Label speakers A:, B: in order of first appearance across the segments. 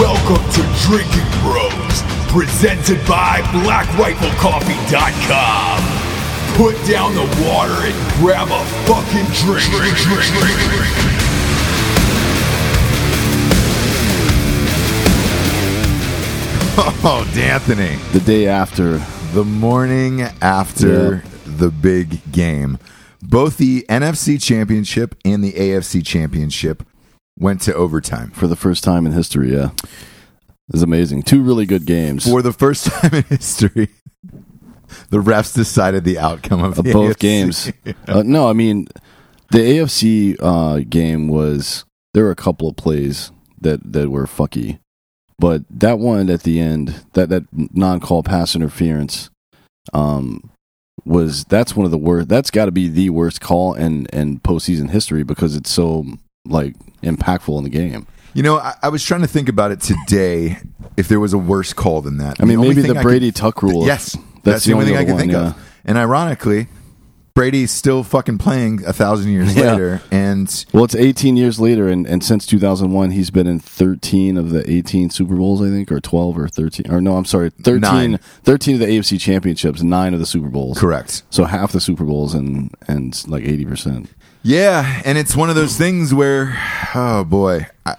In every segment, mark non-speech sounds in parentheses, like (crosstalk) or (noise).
A: Welcome to Drinking Bros, presented by BlackRifleCoffee.com. Put down the water and grab a fucking drink. drink, drink, drink, drink.
B: (laughs) Oh, D'Anthony.
C: The day after.
B: The morning after the big game, both the NFC Championship and the AFC Championship went to overtime.
C: for the first time in history. Yeah, it's amazing. Two really good games.
B: For the first (laughs) time in history, the refs decided the outcome of, (laughs)
C: of
B: the
C: both
B: AFC.
C: games. Uh, no, I mean the AFC uh, game was there were a couple of plays that that were fucky, but that one at the end that that non call pass interference, um, was that's one of the worst. That's got to be the worst call in in postseason history because it's so like impactful in the game.
B: You know, I, I was trying to think about it today if there was a worse call than that.
C: I mean,
B: only
C: maybe
B: thing
C: the
B: I
C: Brady
B: could-
C: Tuck rule.
B: yes, that's, the only thing I
C: other
B: can think
C: one,
B: of. And ironically, Brady's still fucking playing a thousand years
C: Yeah.
B: later, and
C: Well, it's 18 years later, and, and since 2001, he's been in 13 of the 18 Super Bowls, I think, or 12 or 13. Or no, I'm sorry, 13,
B: Nine.
C: 13 of the AFC championships, nine of the Super Bowls.
B: correct.
C: So half the Super Bowls and and like 80%.
B: Yeah, and it's one of those things where, oh boy, I,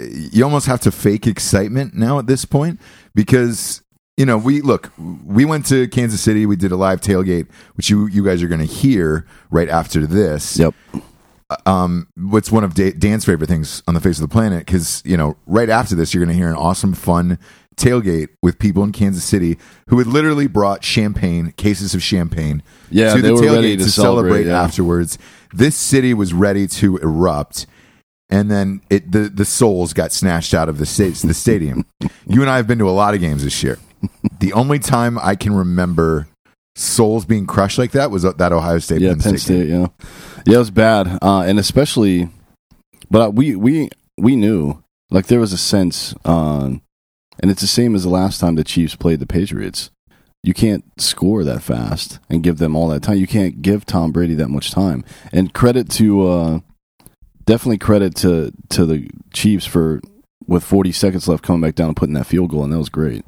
B: you almost have to fake excitement now at this point because you know we look. We went to Kansas City. We did a live tailgate, which you you guys are going to hear right after this.
C: Yep.
B: What's one of Da- Dan's favorite things on the face of the planet? Because you know, right after this, you're going to hear an awesome, fun tailgate with people in Kansas City who had literally brought champagne, cases of champagne,
C: Yeah,
B: to
C: they
B: the
C: were
B: tailgate
C: ready to, celebrate. yeah.
B: afterwards. This city was ready to erupt, and then it the the souls got snatched out of the sta-
C: (laughs)
B: the stadium. you and I have been to a lot of games this year. The only time I can remember souls being crushed like that was that Ohio State
C: yeah,
B: Penn,
C: Penn
B: State. game.
C: State. Yeah, yeah, it was bad, uh, and especially, but we we we knew like there was a sense, um, and it's the same as the last time the Chiefs played the Patriots. You can't score that fast and give them all that time. You can't give Tom Brady that much time. And credit to uh, definitely credit to to the Chiefs for with 40 seconds left coming back down and putting that field goal, and that was great.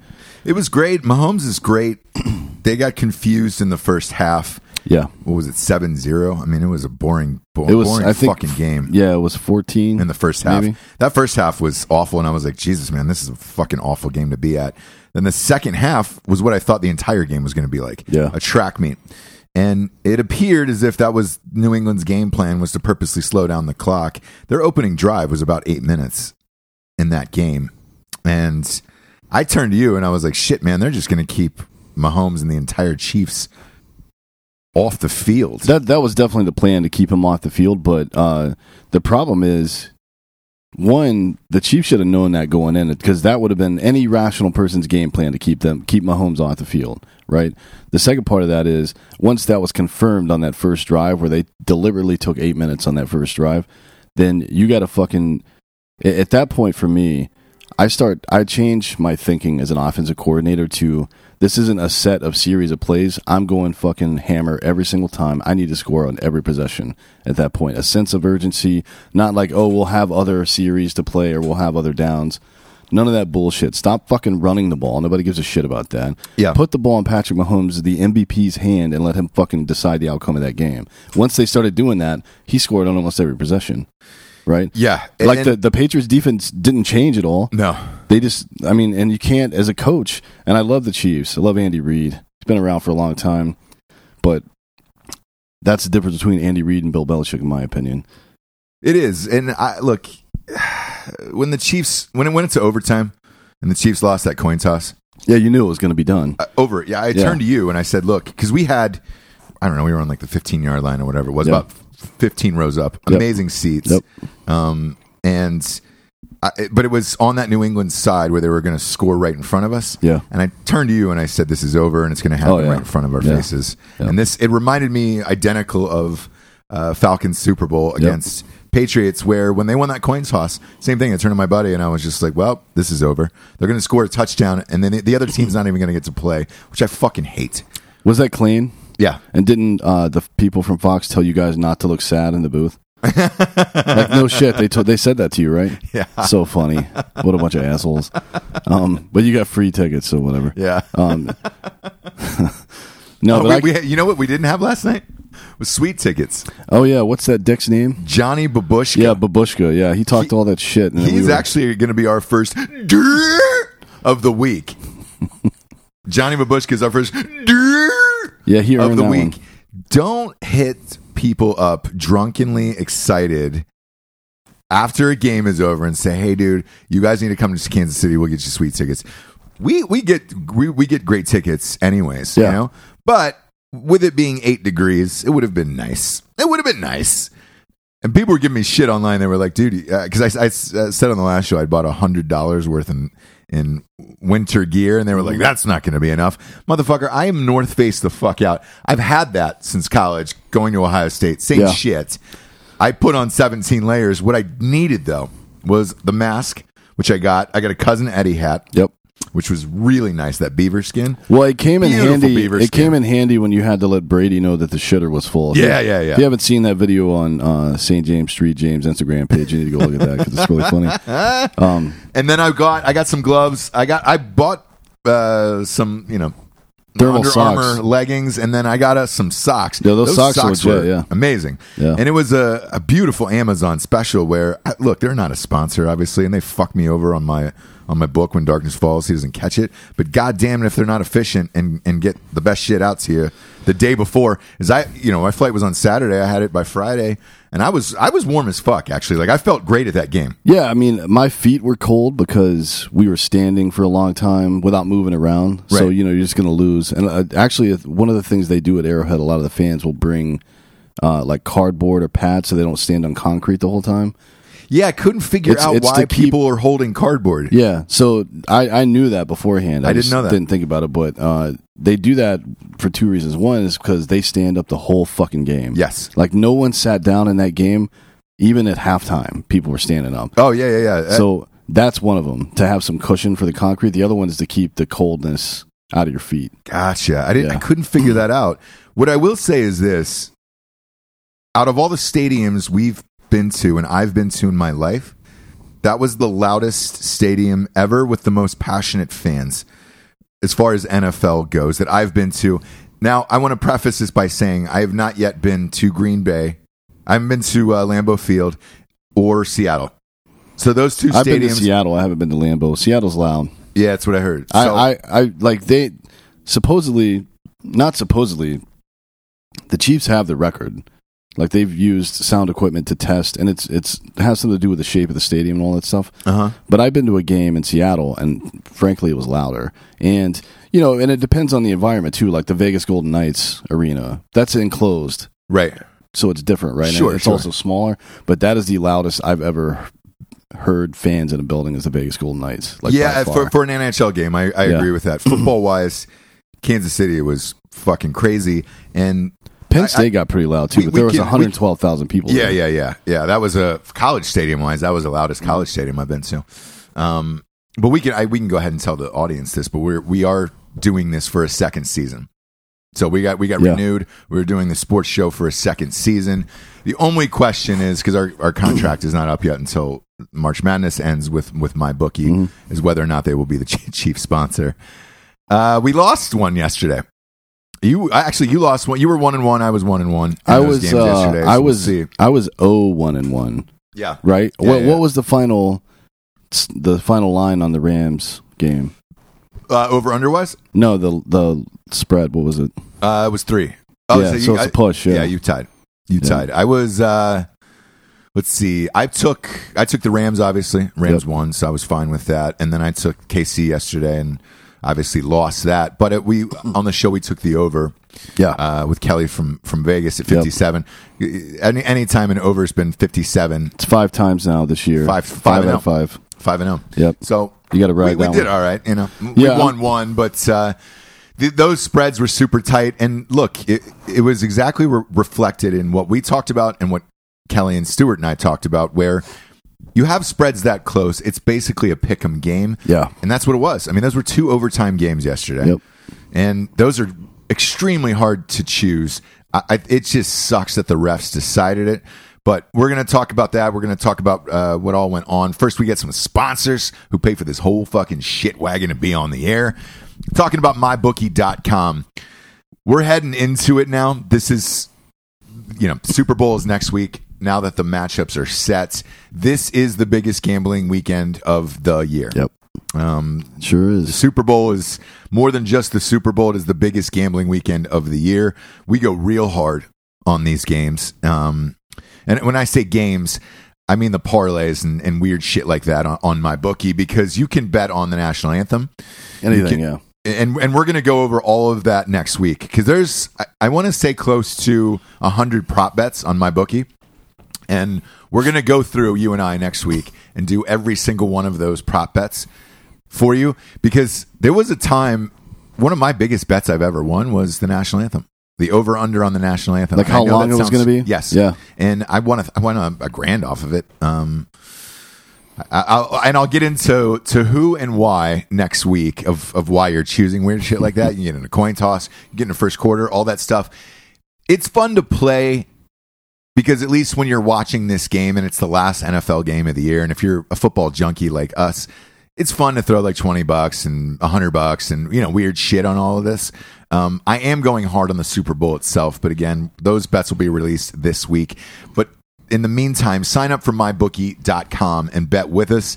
B: It was great. Mahomes is great. (clears throat) they got confused in the first half.
C: Yeah,
B: What was it? 7-0? I mean, it was a boring, bo-
C: it was.
B: boring
C: I think
B: fucking game.
C: Yeah, it was 14
B: in the first half.
C: Mm-hmm. Maybe.
B: That first half was awful, and I was like, Jesus, man, this is a fucking awful game to be at. Then the second half was what I thought the entire game was going to be like
C: Yeah.
B: a track meet. And it appeared as if that was New England's game plan was to purposely slow down the clock. Their opening drive was about eight minutes in that game. And I turned to you and I was like, shit, man, they're just going to keep Mahomes and the entire Chiefs off the field.
C: That that was definitely the plan to keep him off the field, but uh, the problem is, one, the Chiefs should have known that going in, because that would have been any rational person's game plan to keep them keep Mahomes off the field, right? The second part of that is once that was confirmed on that first drive, where they deliberately took eight minutes on that first drive, then you got to fucking a- at that point for me. I start. I change my thinking as an offensive coordinator to this isn't a set of series of plays. I'm going fucking hammer every single time. I need to score on every possession at that point. A sense of urgency, not like oh we'll have other series to play or we'll have other downs. None of that bullshit. Stop fucking running the ball. Nobody gives a shit about that.
B: Yeah.
C: Put the ball in Patrick Mahomes, the MVP's hand, and let him fucking decide the outcome of that game. Once they started doing that, he scored on almost every possession. Right?
B: Yeah.
C: Like
B: And-
C: the, the Patriots defense didn't change at all.
B: No.
C: They just, I mean, and you can't as a coach. And I love the Chiefs. I love Andy Reid. He's been around for a long time, but that's the difference between Andy Reid and Bill Belichick, in my opinion.
B: It is, and I look (sighs) when the Chiefs when it went into overtime and the Chiefs lost that coin toss
C: Yeah, you knew it was going to be done.
B: uh, over. it, Yeah, I
C: Yeah.
B: turned to you and I said, "Look, because we had, I don't know, we were on like the 15 yard line or whatever it was,
C: Yeah.
B: about 15 rows up,
C: Yep.
B: amazing seats,
C: Yep.
B: um, and." I, it- but it was on that New England side where they were going to score right in front of us.
C: Yeah.
B: And I turned to you and I said, "This is over, and it's going to happen
C: Oh, yeah.
B: right in front of our
C: Yeah.
B: faces."
C: Yeah.
B: And this it reminded me identical of uh, Falcons Super Bowl against Patriots, where when they won that coin toss, same thing. I turned to my buddy and I was just like, "Well, this is over. They're going to score a touchdown, and then the, the other team's not even going to get to play," which I fucking hate.
C: Was that clean?
B: Yeah, (laughs)
C: And didn't uh, the people from Fox tell you guys not to look sad in the booth? Like no shit, they told they said that to you, right?
B: Yeah.
C: So funny. What a bunch of assholes. Um, but you got free tickets, so whatever.
B: Yeah.
C: Um, no, but
B: Oh, we,
C: I-
B: we had- you know what we didn't have last night? Was sweet tickets.
C: oh yeah, what's that dick's name?
B: Johnny Babushka.
C: Yeah, Babushka. Yeah, he talked all that shit. And then we
B: He's
C: were-
B: actually going to be our first "Durr" of
C: (laughs)
B: the week. Johnny Babushka is our first "Durr"
C: Yeah, he
B: of
C: earned
B: the
C: that
B: week.
C: one.
B: Don't hit people up drunkenly excited after a game is over and say, "Hey, dude, you guys need to come to Kansas City. We'll get you sweet tickets." We we get we, we get great tickets anyways, you
C: Yeah.
B: know. But with it being eight degrees, it would have been nice. It would have been nice. And people were giving me shit online. They were like, "Dude," because I, I s- uh, said on the last show I bought hundred dollars worth in in winter gear, and they were like,
C: Mm-hmm.
B: "That's not going to be enough, motherfucker." I am North Face the fuck out. I've had that since college, going to Ohio State. Same
C: Yeah.
B: shit. I put on seventeen layers. What I needed though was the mask, which I got. I got a cousin Eddie hat,
C: Yep.
B: which was really nice. That beaver skin.
C: Well, it came in
B: Beautiful
C: handy.
B: beaver
C: it
B: skin.
C: came in handy when you had to let Brady know that the shitter was full. If
B: Yeah,
C: you-
B: yeah, yeah.
C: If you haven't seen that video on uh, St. James Street James Instagram page, you need to go look at that because it's really funny.
B: (laughs)
C: Um,
B: And then I got I got some gloves. I got I bought uh, some you know
C: Thermal
B: Under
C: socks.
B: Armour leggings, and then I got us some socks.
C: Yeah, those socks are legit, yeah.
B: amazing.
C: Yeah.
B: And it was a, a beautiful Amazon special where I, look, they're not a sponsor, obviously, and they fuck me over on my on my book when darkness falls. He doesn't catch it, but goddamn it, if they're not efficient and and get the best shit out to you the day before, is I you know my flight was on Saturday, I had it by Friday, and I was I was warm as fuck actually. Like I felt great at that game.
C: Yeah, I mean, my feet were cold because we were standing for a long time without moving around. So
B: Right.
C: you know you're just going to lose. And uh, actually, if- one of the things they do at Arrowhead, a lot of the fans will bring uh, like cardboard or pads so they don't stand on concrete the whole time.
B: Yeah, I couldn't figure
C: It's-
B: out
C: it's
B: why
C: to keep-
B: people are holding cardboard.
C: Yeah, so I, I knew that beforehand.
B: I didn't
C: just
B: know that.
C: Didn't think about it, but uh, they do that for two reasons. One is because they stand up the whole fucking game.
B: Yes.
C: like no one sat down in that game, even at halftime. People were standing up.
B: Oh yeah, yeah, yeah.
C: So that's one of them to have some cushion for the concrete. The other one is to keep the coldness out of your feet.
B: Gotcha. I didn't. I
C: Yeah.
B: couldn't figure that out. What I will say is this: out of all the stadiums we've been to and I've been to in my life, that was the loudest stadium ever with the most passionate fans, as far as NFL goes that I've been to. Now, I want to preface this by saying I have not yet been to Green Bay. I haven't been to uh, Lambeau Field or Seattle. So those 2
C: I've been to
B: stadiums,
C: Seattle. I haven't been to Lambeau. Seattle's loud.
B: yeah, that's what I heard. So,
C: I, I, I like they supposedly, not supposedly, the Chiefs have the record. Like they've used sound equipment to test, and it's it's it has something to do with the shape of the stadium and all that stuff.
B: uh-huh.
C: But I've been to a game in Seattle, and frankly, it was louder. And you know, and it depends on the environment too. Like the Vegas Golden Knights arena, that's enclosed.
B: right.
C: so it's different, right? And
B: Sure,
C: it's
B: sure.
C: also smaller, but that is the loudest I've ever heard fans in a building is the Vegas Golden Knights. Like by
B: yeah,
C: far.
B: for, for an NHL game, I, I
C: Yeah.
B: agree with
C: (clears throat)
B: that. Football wise, Kansas City was fucking crazy, and
C: Penn State got pretty loud too,
B: we-
C: but
B: we
C: there was
B: can- we-
C: 112,000 people.
B: yeah,
C: there. Mm-hmm.
B: yeah, yeah, yeah. That was a college stadium wise. That was the loudest college stadium I've been to. Um, but we can I, we can go ahead and tell the audience this. But we're we are doing this for a second season. So we got we got
C: Yeah.
B: renewed. We were doing the sports show for a second season. The only question is because our, our contract is not up yet until March Madness ends with with my bookie
C: Mm-hmm.
B: is whether or not they will be the (laughs) ch- chief sponsor. Uh, we lost one yesterday. You I- actually you lost one. You were one and one. I was one and one. in
C: I
B: those
C: was,
B: games
C: uh,
B: yesterday, so
C: I
B: we'll
C: was,
B: see.
C: I was 0 1 and 1,
B: yeah.
C: right?
B: Yeah,
C: what,
B: yeah.
C: what was the final, the final line on the Rams game?
B: Uh, over under was
C: No, the, the spread, what was it?
B: uh, it was three.
C: Yeah, so it's a push, yeah.
B: you tied. You
C: Yeah.
B: tied. I was. Uh, let's see. I took I took the Rams. Obviously, Rams
C: Yep.
B: won, so I was fine with that. And then I took KC yesterday, and obviously lost that. But it, we on the show we took the over.
C: Yeah.
B: Uh, with Kelly from from Vegas at fifty seven. Any any time an over has been fifty seven,
C: it's five times now this year.
B: Five- five
C: five
B: and
C: out
B: oh.
C: of five.
B: five and zero.
C: Yep.
B: So
C: You gotta ride
B: We, we
C: that
B: did
C: one.
B: all right. You know,
C: Yeah. um,
B: we won one, but uh, th- those spreads were super tight. And look, it, it was exactly re- reflected in what we talked about and what Kelly and Stewart and I talked about, where you have spreads that close. It's basically a pick 'em game.
C: Yeah.
B: and that's what it was. I mean, those were two overtime games yesterday.
C: Yep.
B: And those are extremely hard to choose. I, I, it just sucks that the refs decided it. But we're going to talk about that. We're going to talk about uh, what all went on. First, we get some sponsors who pay for this whole fucking shit wagon to be on the air. Talking about mybookie.com. We're heading into it now. This is, you know, Super Bowl is next week. Now that the matchups are set, this is the biggest gambling weekend of the year.
C: Yep.
B: Um,
C: Sure
B: the
C: is.
B: Super Bowl is more than just the Super Bowl. It is the biggest gambling weekend of the year. We go real hard on these games. Um, and when I say games, I mean the parlays and, and weird shit like that on, on my bookie because you can bet on the national anthem
C: Anything,
B: can-
C: yeah.
B: and and we're going to go over all of that next week because there's I, I want to say close to hundred prop bets on my bookie, and we're going to go through you and I next week and do every single one of those prop bets for you because there was a time one of my biggest bets I've ever won was the national anthem. The over under on the national anthem,
C: Like
B: And I
C: how
B: know
C: long
B: that
C: it was
B: sounds-
C: gonna be?
B: Yes,
C: Yeah.
B: And I won a, I won a, a grand off of it. Um, I, I'll, and I'll get into to who and why next week of, of why you're choosing weird shit like that. You get in a coin toss, you get in a first quarter, all that stuff. It's fun to play because at least when you're watching this game and it's the last NFL game of the year, and if you're a football junkie like us, it's fun to throw like 20 bucks and 100 bucks and you know weird shit on all of this. Um, I am going hard on the Super Bowl itself, but again, those bets will be released this week. But in the meantime, sign up for mybookie.com and bet with us.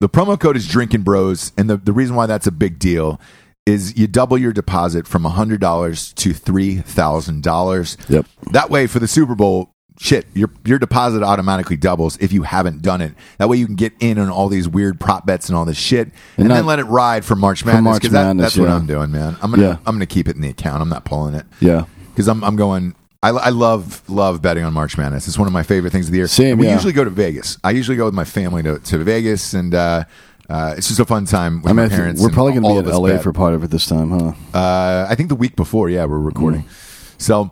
B: The promo code is Drinking Bros, and the, the reason why that's a big deal is you double your deposit from $100 to $3,000.
C: Yep.
B: That way, for the Super Bowl, shit, your your deposit automatically doubles if you haven't done it. That way, you can get in on all these weird prop bets and all this shit, and,
C: not-
B: then let it ride for March Madness
C: March
B: because that,
C: Madness,
B: that's what
C: yeah.
B: I'm doing, man. I'm gonna
C: Yeah.
B: I'm gonna keep it in the account. I'm not pulling it
C: Yeah.
B: because I'm I'm going. I, I love love betting on March Madness. It's one of my favorite things of the year.
C: Same,
B: And we
C: yeah.
B: usually go to Vegas. I usually go with my family to, to Vegas, and uh, uh, it's just a fun time with
C: I mean,
B: my
C: I think
B: parents.
C: we're
B: and
C: probably going
B: all
C: to
B: of
C: be in
B: us
C: LA
B: bet.
C: for part of it this time, huh?
B: Uh, I think the week before, yeah, we're recording. So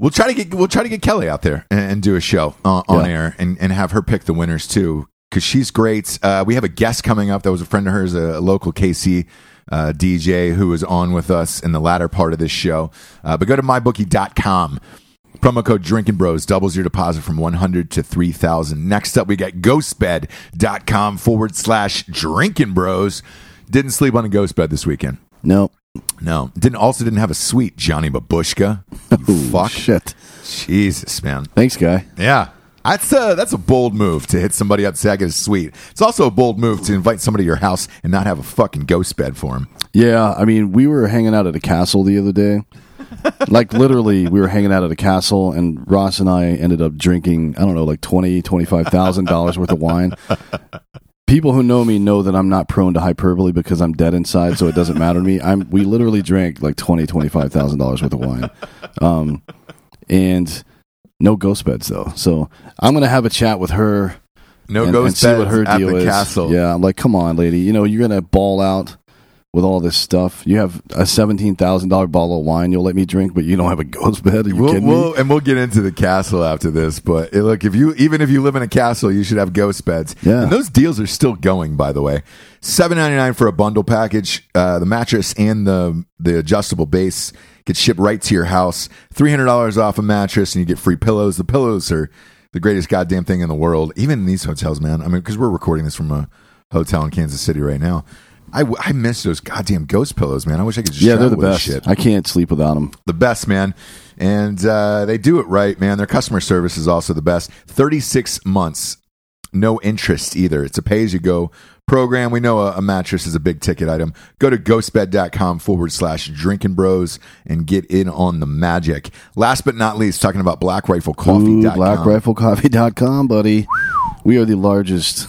B: we'll try to get we'll try to get Kelly out there and, and do a show uh, on
C: Yeah.
B: air and, and have her pick the winners too because she's great. Uh, we have a guest coming up that was a friend of hers, a, a local KC. Uh, DJ who was on with us in the latter part of this show. Uh, but go to mybookie.com. Promo code Drinking Bros doubles your deposit from 100 to 3000 Next up, we got ghostbed.com forward slash Drinking Bros. Didn't sleep on a ghost bed this weekend.
C: No.
B: No, didn't also didn't have a sweet Johnny Babushka.
C: (laughs)
B: You fuck,
C: Shit.
B: Jesus, man.
C: Thanks, guy.
B: Yeah, that's a that's a bold move to hit somebody upset is sweet. It's also a bold move to invite somebody to your house and not have a fucking ghost bed for him.
C: Yeah, I mean, we were hanging out at a castle the other day. like literally, we were hanging out at a castle, and Ross and I ended up drinking, I don't know, like twenty, twenty-five thousand dollars worth of wine. People who know me know that I'm not prone to hyperbole because I'm dead inside, so it doesn't matter to me. I'm we literally drank like twenty, twenty-five thousand dollars worth of wine, um, and no ghost beds though. So I'm gonna have a chat with her
B: No
C: and, and
B: ghost
C: see
B: bed
C: what her
B: at
C: deal
B: the
C: is.
B: castle.
C: Yeah, I'm like, come on, lady. You know, you're gonna ball out with all this stuff. You have a seventeen thousand dollar bottle of wine. You'll let me drink, but you don't have a ghost bed. Are you
B: We'll,
C: kidding
B: we'll,
C: me?
B: and we'll get into the castle after this, but eh, look, if you even if you live in a castle, you should have ghost beds.
C: Yeah.
B: and those deals are still going. By the way, seven ninety nine for a bundle package. Uh, the mattress and the the adjustable base get shipped right to your house. Three hundred dollars off a mattress, and you get free pillows. The pillows are the greatest goddamn thing in the world. Even in these hotels, man. I mean, because we're recording this from a hotel in Kansas City right now. I, w- I miss those goddamn ghost pillows, man. I wish I could just
C: Yeah, they're the
B: travel with this
C: best.
B: Shit
C: I can't sleep without them.
B: the best, man. And uh, they do it right, man. Their customer service is also the best. 36 months, no interest either. It's a pay as you go program. We know a, a mattress is a big ticket item. Go to ghostbed.com forward slash drinking bros and get in on the magic. Last but not least, talking about black rifle
C: Ooh,
B: coffee.
C: BlackRifleCoffee.com, buddy. We are the largest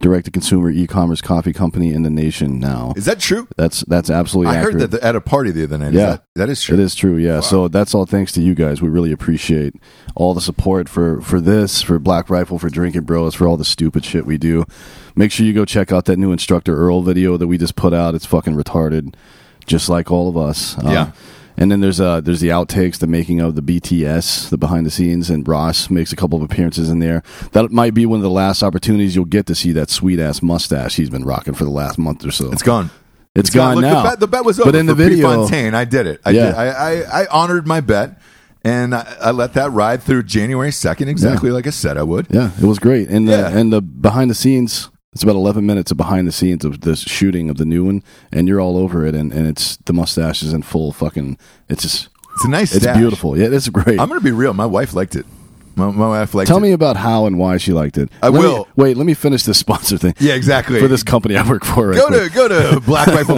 C: direct-to-consumer e-commerce coffee company in the nation now.
B: Is that true?
C: That's that's absolutely.
B: I
C: accurate.
B: heard that the, at a party the other night. Is
C: Yeah.
B: that, that is true.
C: It is true, yeah. So that's all thanks to you guys. We really appreciate all the support for for this, for Black Rifle, for Drinking Bros, for all the stupid shit we do. Make sure you go check out that new instructor Earl video that we just put out. It's fucking retarded, just like all of us. Uh,
B: Yeah.
C: and then there's uh there's the outtakes, the making of the BTS, the behind the scenes, and Ross makes a couple of appearances in there. That might be one of the last opportunities you'll get to see that sweet ass mustache he's been rocking for the last month or so.
B: It's gone.
C: it's gone
B: Look,
C: now.
B: The bet, the bet was over.
C: but in the
B: for
C: video,
B: Prefontaine, I did it. I,
C: Yeah.
B: did, I, I I honored my bet, And I, I let that ride through January 2nd, exactly like I said I would.
C: Yeah, it was great. And the
B: Yeah.
C: and the behind the scenes, it's about eleven minutes of behind the scenes of this shooting of the new one, and you're all over it, and, and it's the mustache is in full fucking. It's just
B: It's a nice
C: it's
B: stash.
C: beautiful. Yeah, it's great.
B: I'm going to be real. My wife liked it. My, my wife liked
C: Tell
B: it.
C: me about how and why she liked it.
B: I
C: Let me-
B: will.
C: wait, let me finish this (laughs) sponsor thing.
B: Yeah, exactly.
C: For this company I work for. Right
B: go
C: quick.
B: to go
C: (laughs)
B: to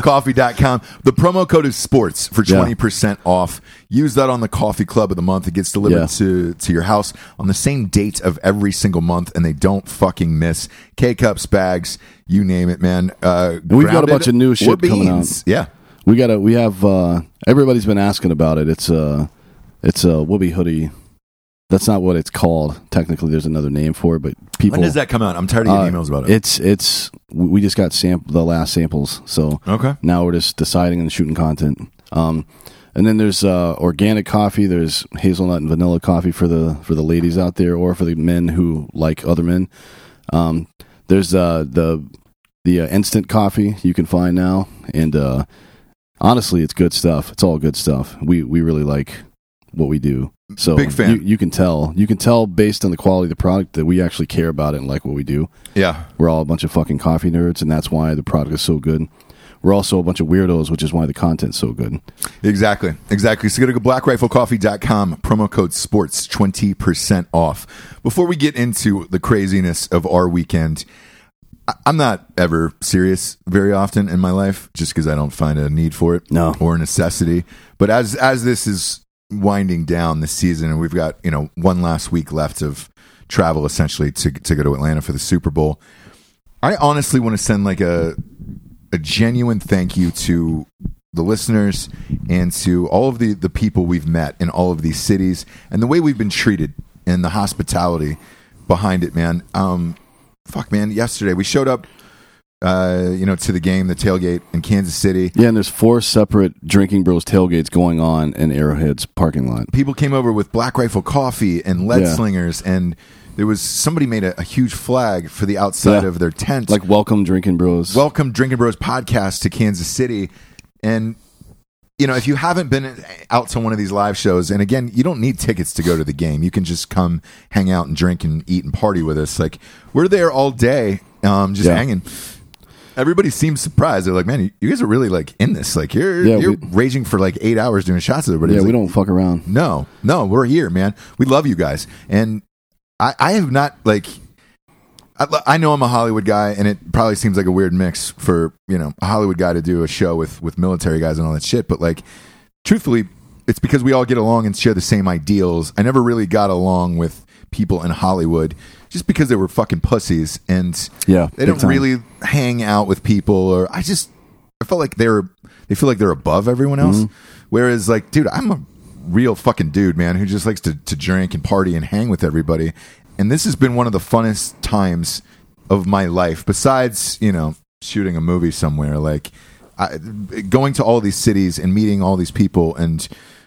B: blackriflecoffee.com. The promo code is sports for
C: Yeah.
B: 20% off. Use that on the coffee club of the month. It gets delivered
C: Yeah.
B: to, to your house on the same date of every single month, and they don't fucking miss. K cups, bags, you name it, man. Uh,
C: we've got a
B: grounded
C: bunch of new
B: or
C: shit coming
B: beans. Yeah.
C: We got to we have uh everybody's been asking about it. It's uh it's a Whoopi hoodie. That's not what it's called. Technically there's another name for it, but people
B: When does that come out? I'm tired of getting
C: uh,
B: emails about it.
C: It's it's we we just got sample the last samples. So
B: Okay.
C: now we're just deciding and shooting content. Um, and then there's uh, organic coffee. There's hazelnut and vanilla coffee for the for the ladies out there, or for the men who like other men. Um, there's uh, the the uh, instant coffee you can find now, and uh, honestly, it's good stuff. It's all good stuff. We we really like what we do. So
B: Big fan.
C: You, you can tell. You can tell based on the quality of the product that we actually care about it and like what we do.
B: Yeah.
C: We're all a bunch of fucking coffee nerds, and that's why the product is so good. We're also a bunch of weirdos, which is why the content's so good.
B: Exactly. Exactly. So go to blackriflecoffee.com, promo code sports, 20% off. Before we get into the craziness of our weekend, I- I'm not ever serious very often in my life just because I don't find a need for it
C: No.
B: or a necessity. But as as this is winding down this season and we've got, you know, one last week left of travel essentially to to go to Atlanta for the Super Bowl, I honestly want to send like a a genuine thank you to the listeners and to all of the, the people we've met in all of these cities and the way we've been treated and the hospitality behind it, man. Um, fuck, man. Yesterday we showed up, uh, you know, to the game, the tailgate in Kansas City.
C: Yeah, and there's four separate Drinking Bros tailgates going on in Arrowhead's parking lot.
B: People came over with Black Rifle coffee and lead
C: Yeah.
B: slingers, and there was somebody made a, a huge flag for the outside
C: Yeah.
B: of their tent,
C: Like, welcome, Drinking Bros.
B: welcome Drinking Bros podcast to Kansas City. And you know, if you haven't been out to one of these live shows, and again, you don't need tickets to go to the game. You can just come hang out and drink and eat and party with us. Like we're there all day, um, just
C: Yeah.
B: hanging. Everybody seems surprised. They're like, "Man, you- you guys are really like in this. Like you're
C: Yeah,
B: you're
C: we-
B: raging for like eight hours doing shots with everybody."
C: yeah,
B: It's
C: we
B: like,
C: don't fuck around.
B: no, no, we're here, man. We love you guys, and I, I have not like. I, I know I'm a Hollywood guy, and it probably seems like a weird mix for you know a Hollywood guy to do a show with with military guys and all that shit. But like, truthfully, it's because we all get along and share the same ideals. I never really got along with people in Hollywood just because they were fucking pussies and
C: Yeah,
B: they
C: big
B: don't
C: time.
B: really hang out with people or I just I felt like they're they feel like they're above everyone else.
C: Mm-hmm.
B: Whereas like, dude, I'm a real fucking dude, man, who just likes to, to drink and party and hang with everybody. And this has been one of the funnest times of my life, besides, you know, shooting a movie somewhere, like I, going to all these cities and meeting all these people and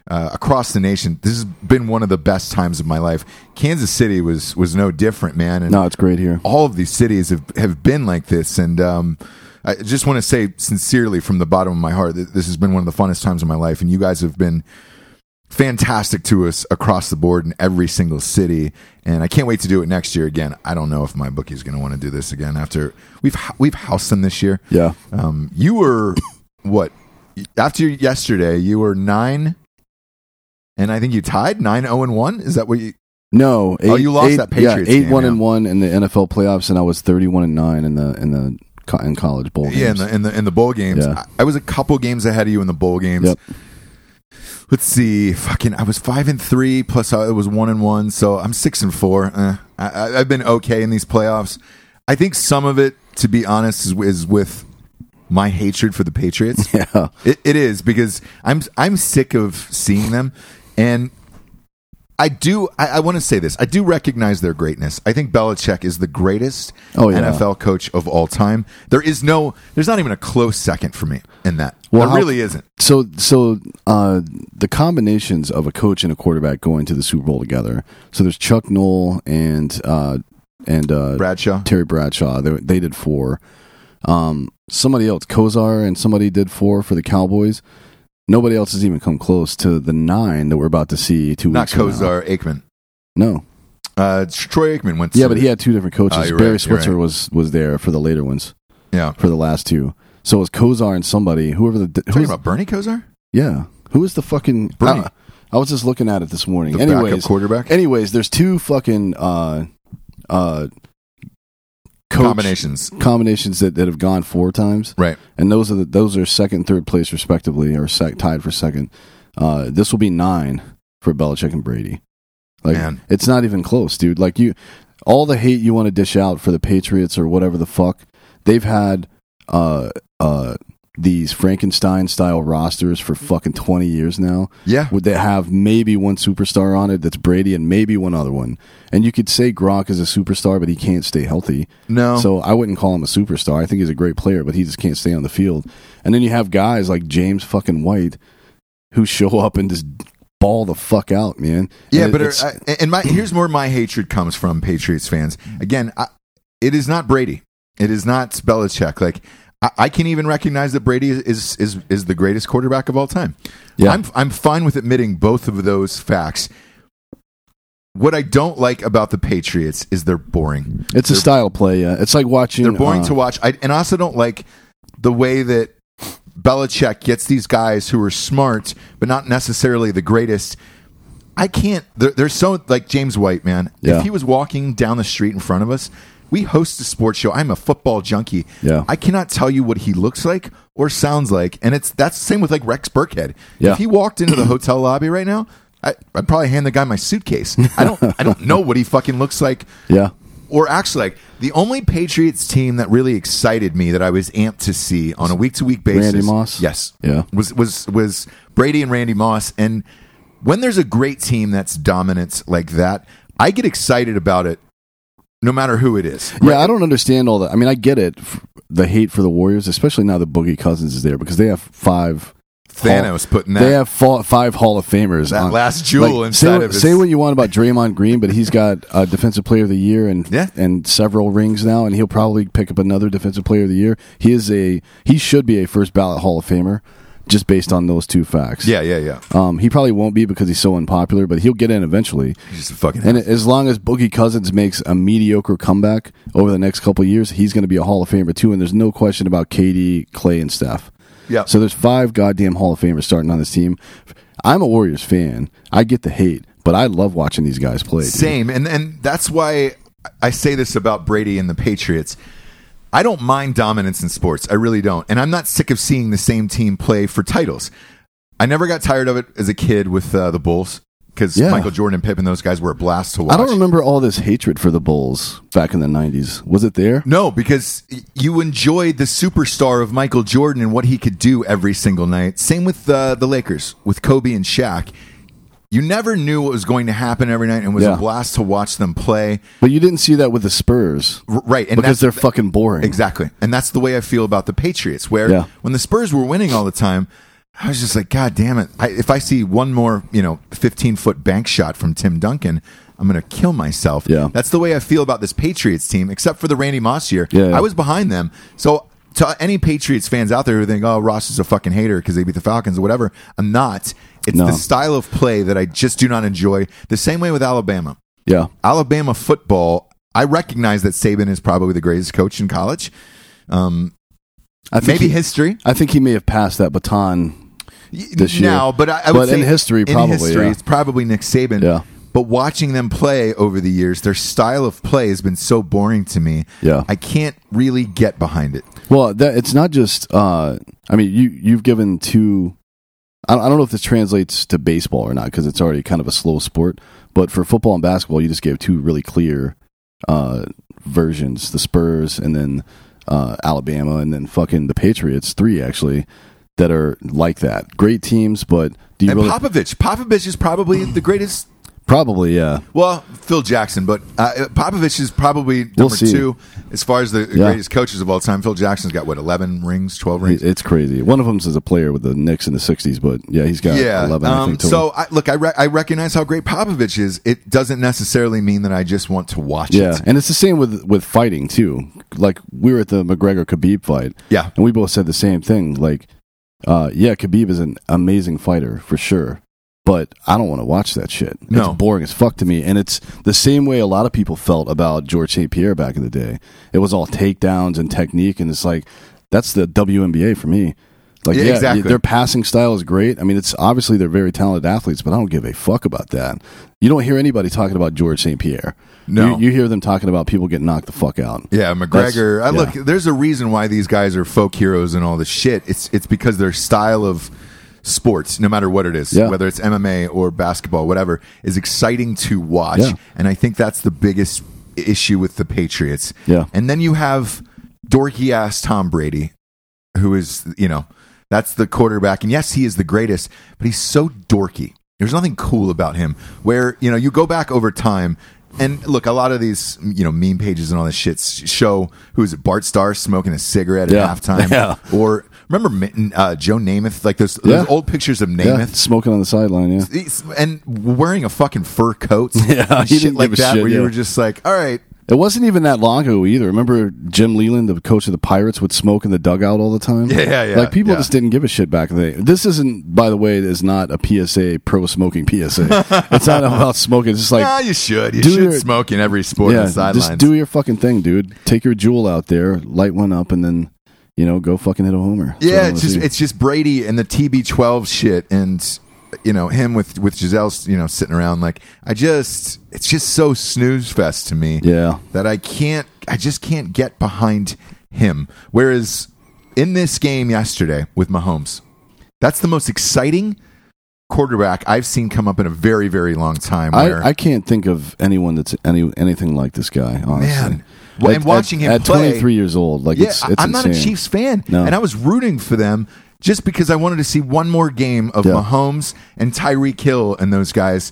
B: uh, across the nation. This has been one of the best times of my life. Kansas City was was no different, man. And
C: No, it's great here.
B: all of these cities have, have been like this. And um, I just want to say sincerely from the bottom of my heart that this has been one of the funnest times of my life. And you guys have been fantastic to us across the board in every single city. And I can't wait to do it next year again. I don't know if my bookie's going to want to do this again after we've we've housed them this year.
C: Yeah.
B: Um, you were (coughs) what after yesterday? You were nine, and I think you tied nine zero and one. Is that what you?
C: No.
B: Oh, you lost that Patriots
C: Yeah, eight
B: game,
C: one
B: yeah.
C: and one in the NFL playoffs, and I was thirty one and nine in the in the co- in college bowl.
B: Yeah, in
C: games.
B: the in the in the bowl games.
C: Yeah.
B: I, I was a couple games ahead of you in the bowl games.
C: Yep.
B: Let's see. Fucking, I was five and three. Plus, I it was one and one. So I'm six and four. Eh, I, I, I've been okay in these playoffs. I think some of it, to be honest, is, is with my hatred for the
C: (laughs)
B: Patriots.
C: yeah.
B: It, it is because I'm I'm sick of seeing them, and I do. I, I want to say this. I do recognize their greatness. I think Belichick is the greatest
C: Oh, yeah.
B: NFL coach of all time. There is no. There's not even a close second for me in that.
C: Well,
B: there
C: how-
B: really isn't.
C: So, so uh, the combinations of a coach and a quarterback going to the Super Bowl together. So there's Chuck Knoll and uh, and uh,
B: Bradshaw.
C: Terry Bradshaw. They, they did four. Um, somebody else, Kozar, and somebody did four for the Cowboys. Nobody else has even come close to the nine that we're about to see two
B: Not
C: weeks from now.
B: Kozar Aikman.
C: No.
B: Uh, Troy Aikman went.
C: Yeah,
B: to-
C: but he had two different
B: Oh,
C: coaches.
B: you're right,
C: Barry
B: you're
C: Switzer was was there for the later ones,
B: yeah.
C: for the last two. So it was Kozar and somebody, whoever the
B: Talking
C: who's,
B: about Bernie Kozar,
C: yeah, who is the fucking
B: Bernie.
C: Uh, I was just looking at it this morning.
B: the backup
C: anyways,
B: quarterback.
C: anyways, there's two fucking uh uh coach
B: Combinations,
C: combinations that, that have gone four times.
B: right?
C: and those are the, those are second, third place respectively, or sec, tied for second. Uh, this will be nine for Belichick and Brady. Like
B: Man.
C: it's not even close, dude. Like you, all the hate you want to dish out for the Patriots or whatever the fuck they've had. Uh, uh, these Frankenstein style rosters for fucking twenty years now.
B: Yeah.
C: Would they have maybe one superstar on it that's Brady and maybe one other one? And you could say Gronk is a superstar, but he can't stay healthy.
B: No,
C: So I wouldn't call him a superstar. I think he's a great player, but he just can't stay on the field. And then you have guys like James fucking White who show up and just ball the fuck out, man.
B: Yeah,
C: And it-
B: but
C: it's-
B: uh, I- and my here's where my hatred comes from, Patriots fans. Again, I, it is not Brady. It is not Belichick. Like I, I can even recognize that Brady is, is is is the greatest quarterback of all time.
C: Yeah.
B: I'm I'm fine with admitting both of those facts. What I don't like about the Patriots is they're boring.
C: it's a style play. Yeah. It's like watching.
B: They're boring
C: uh,
B: to watch. I and I also don't like the way that Belichick gets these guys who are smart but not necessarily the greatest. I can't. They're, they're so like James White, man.
C: Yeah.
B: If he was walking down the street in front of us, we host a sports show. I'm a football junkie.
C: Yeah.
B: I cannot tell you what he looks like or sounds like, and it's that's the same with like Rex Burkhead.
C: Yeah.
B: If he walked
C: (clears throat)
B: into the hotel lobby right now. I, I'd probably hand the guy my suitcase. I don't. I don't know what he fucking looks like
C: Yeah.
B: or acts like. The only Patriots team that really excited me that I was amped to see on a week to week basis.
C: Randy Moss?
B: Yes.
C: Yeah.
B: Was was was Brady and Randy Moss. And when there's a great team that's dominant like that, I get excited about it no matter who it is.
C: Yeah, I don't understand all that. I mean, I get it, f- the hate for the Warriors, especially now that Boogie Cousins is there because they have five.
B: Thanos putting that-
C: They have fa- five Hall of Famers.
B: That
C: on-
B: last jewel inside
C: say,
B: of
C: what-
B: his-
C: Say what you want about Draymond Green, but he's got a Defensive Player of the Year and
B: Yeah.
C: and several rings now, and he'll probably pick up another Defensive Player of the Year. He is a he should be a first ballot Hall of Famer, just based on those two facts.
B: Yeah, yeah, yeah.
C: Um, he probably won't be because he's so unpopular, but he'll get in eventually.
B: He's just a fucking
C: And as long as Boogie Cousins makes a mediocre comeback over the next couple of years, he's going to be a Hall of Famer too. And there's no question about KD, Clay, and Steph.
B: Yeah.
C: So there's five goddamn Hall of Famers starting on this team. I'm a Warriors fan. I get the hate, but I love watching these guys play. dude.
B: Same, and and that's why I say this about Brady and the Patriots. I don't mind dominance in sports. I really don't, and I'm not sick of seeing the same team play for titles. I never got tired of it as a kid with uh, the Bulls because
C: Yeah.
B: Michael Jordan and Pippen, those guys were a blast to watch.
C: I don't remember all this hatred for the Bulls back in the 90s. Was it there?
B: No, because y- you enjoyed the superstar of Michael Jordan and what he could do every single night. Same with uh, the Lakers, with Kobe and Shaq. You never knew what was going to happen every night, and it was
C: Yeah.
B: a blast to watch them play.
C: But you didn't see that with the Spurs
B: R- right, and
C: because
B: that's-
C: they're fucking boring.
B: Exactly. And that's the way I feel about the Patriots, where
C: Yeah.
B: when the Spurs were winning all the time, I was just like, God damn it. I, if I see one more, you know, 15 foot bank shot from Tim Duncan, I'm going to kill myself.
C: Yeah.
B: That's the way I feel about this Patriots team, except for the Randy Moss year.
C: Yeah.
B: I was behind them. So to any Patriots fans out there who think, oh, Ross is a fucking hater because they beat the Falcons or whatever, I'm not. It's
C: No.
B: the style of play that I just do not enjoy. The same way with Alabama.
C: Yeah.
B: Alabama football, I recognize that Saban is probably the greatest coach in college.
C: I think
B: Maybe
C: he,
B: history
C: I think he may have passed that baton. This
B: now,
C: year.
B: but I, I would
C: But
B: say
C: in history, probably,
B: history,
C: yeah.
B: it's probably Nick Saban.
C: Yeah.
B: But watching them play over the years, their style of play has been so boring to me.
C: Yeah.
B: I can't really get behind it.
C: Well, that, it's not just. Uh, I mean, you you've given two. I don't, I don't know if this translates to baseball or not because it's already kind of a slow sport. But for football and basketball, you just gave two really clear uh, versions: the Spurs and then uh, Alabama, and then fucking the Patriots. Three actually that are like that. Great teams, but do you
B: And
C: really?
B: Popovich, Popovich is probably the greatest.
C: probably, yeah.
B: Well, Phil Jackson, but uh, Popovich is probably number
C: We'll see.
B: two as far as the greatest coaches of all time. Phil Jackson's got what eleven rings, twelve rings.
C: It- It's crazy. One of them's is a player with the Knicks in the '60s, but yeah, he's got
B: yeah.
C: 11. I
B: um,
C: think, total.
B: so I, look, I, re- I recognize how great Popovich is. It doesn't necessarily mean that I just want to watch
C: Yeah,
B: it.
C: and it's the same with with fighting too. Like we were at the McGregor Khabib fight.
B: Yeah.
C: and we both said the same thing. Like Uh, yeah, Khabib is an amazing fighter for sure, but I don't want to watch that shit.
B: No.
C: It's boring as fuck to me, and it's the same way a lot of people felt about George St. Pierre back in the day. It was all takedowns and technique, and it's like that's the WNBA for me. Like,
B: Yeah,
C: yeah,
B: exactly.
C: their passing style is great. I mean, it's obviously they're very talented athletes, but I don't give a fuck about that. You don't hear anybody talking about George St. Pierre.
B: No.
C: you, you hear them talking about people getting knocked the fuck out.
B: Yeah, McGregor. I
C: That's-
B: look, there's a reason why these guys are folk heroes and all this shit. It's it's because their style of sports, no matter what it is,
C: Yeah.
B: whether it's MMA or basketball, whatever, is exciting to watch.
C: Yeah.
B: And I think that's the biggest issue with the Patriots.
C: Yeah.
B: And then you have dorky ass Tom Brady, who is, you know, that's the quarterback. And yes, he is the greatest, but he's so dorky. There's nothing cool about him. Where, you know, you go back over time, and look, a lot of these, you know, meme pages and all this shit s- show who is it, Bart Starr smoking a cigarette at
C: Yeah. (laughs)
B: halftime.
C: Yeah.
B: Or remember Ma- uh, Joe Namath, like those, those
C: Yeah.
B: old pictures of
C: Yeah,
B: Namath?
C: smoking on the sideline. Yeah,
B: It's- And wearing a fucking fur coat,
C: (laughs) Yeah,
B: and
C: he
B: shit
C: didn't
B: like
C: give a
B: that,
C: shit,
B: where you
C: yeah.
B: were just like, "All right,
C: It wasn't even that long ago either. Remember Jim Leland, the coach of the Pirates, would smoke in the dugout all the time?
B: (laughs) Yeah, yeah, yeah.
C: Like people
B: Yeah.
C: just didn't give a shit back then. This isn't, by the way, is not a PSA pro smoking
B: (laughs)
C: PSA. it's not about smoking. It's just like,
B: ah, you should, you
C: do
B: should
C: your-
B: smoke in every sport on
C: yeah,
B: the sidelines."
C: just do your fucking thing, dude. Take your jewel out there, light one up, and then you know go fucking hit a homer. That's what I
B: Yeah,
C: wanna
B: it's just
C: see.
B: it's just Brady and the TB12 shit, and you know him with with Giselle, you know, sitting around like I just it's just so snooze fest to me
C: yeah.
B: that I can't I just can't get behind him. Whereas in this game yesterday with Mahomes, that's the most exciting quarterback I've seen come up in a very very long time. Where,
C: I, I can't think of anyone that's any anything like this guy. Honestly,
B: Man. Well, and watching
C: at,
B: him
C: at
B: play-
C: 23 years old, like
B: yeah,
C: it's, it's
B: I'm not a
C: insane.
B: Chiefs fan,
C: No.
B: and I was rooting for them just because I wanted to see one more game of
C: Yeah.
B: Mahomes and Tyreek Hill and those guys.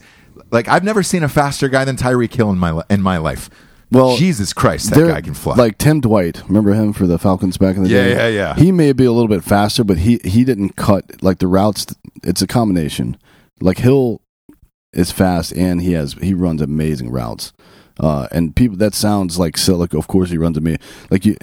B: Like I've never seen a faster guy than Tyreek Hill in my li- in my life.
C: Well,
B: Jesus Christ, that
C: They're-
B: guy can fly.
C: Like Tim Dwight, remember him for the Falcons back in the
B: Yeah,
C: day?
B: yeah, yeah.
C: He may be a little bit faster, but he he didn't cut like the routes. It's a combination. Like Hill is fast, and he has he runs amazing routes. Uh, and people that sounds like silly. Of course, he runs me like you.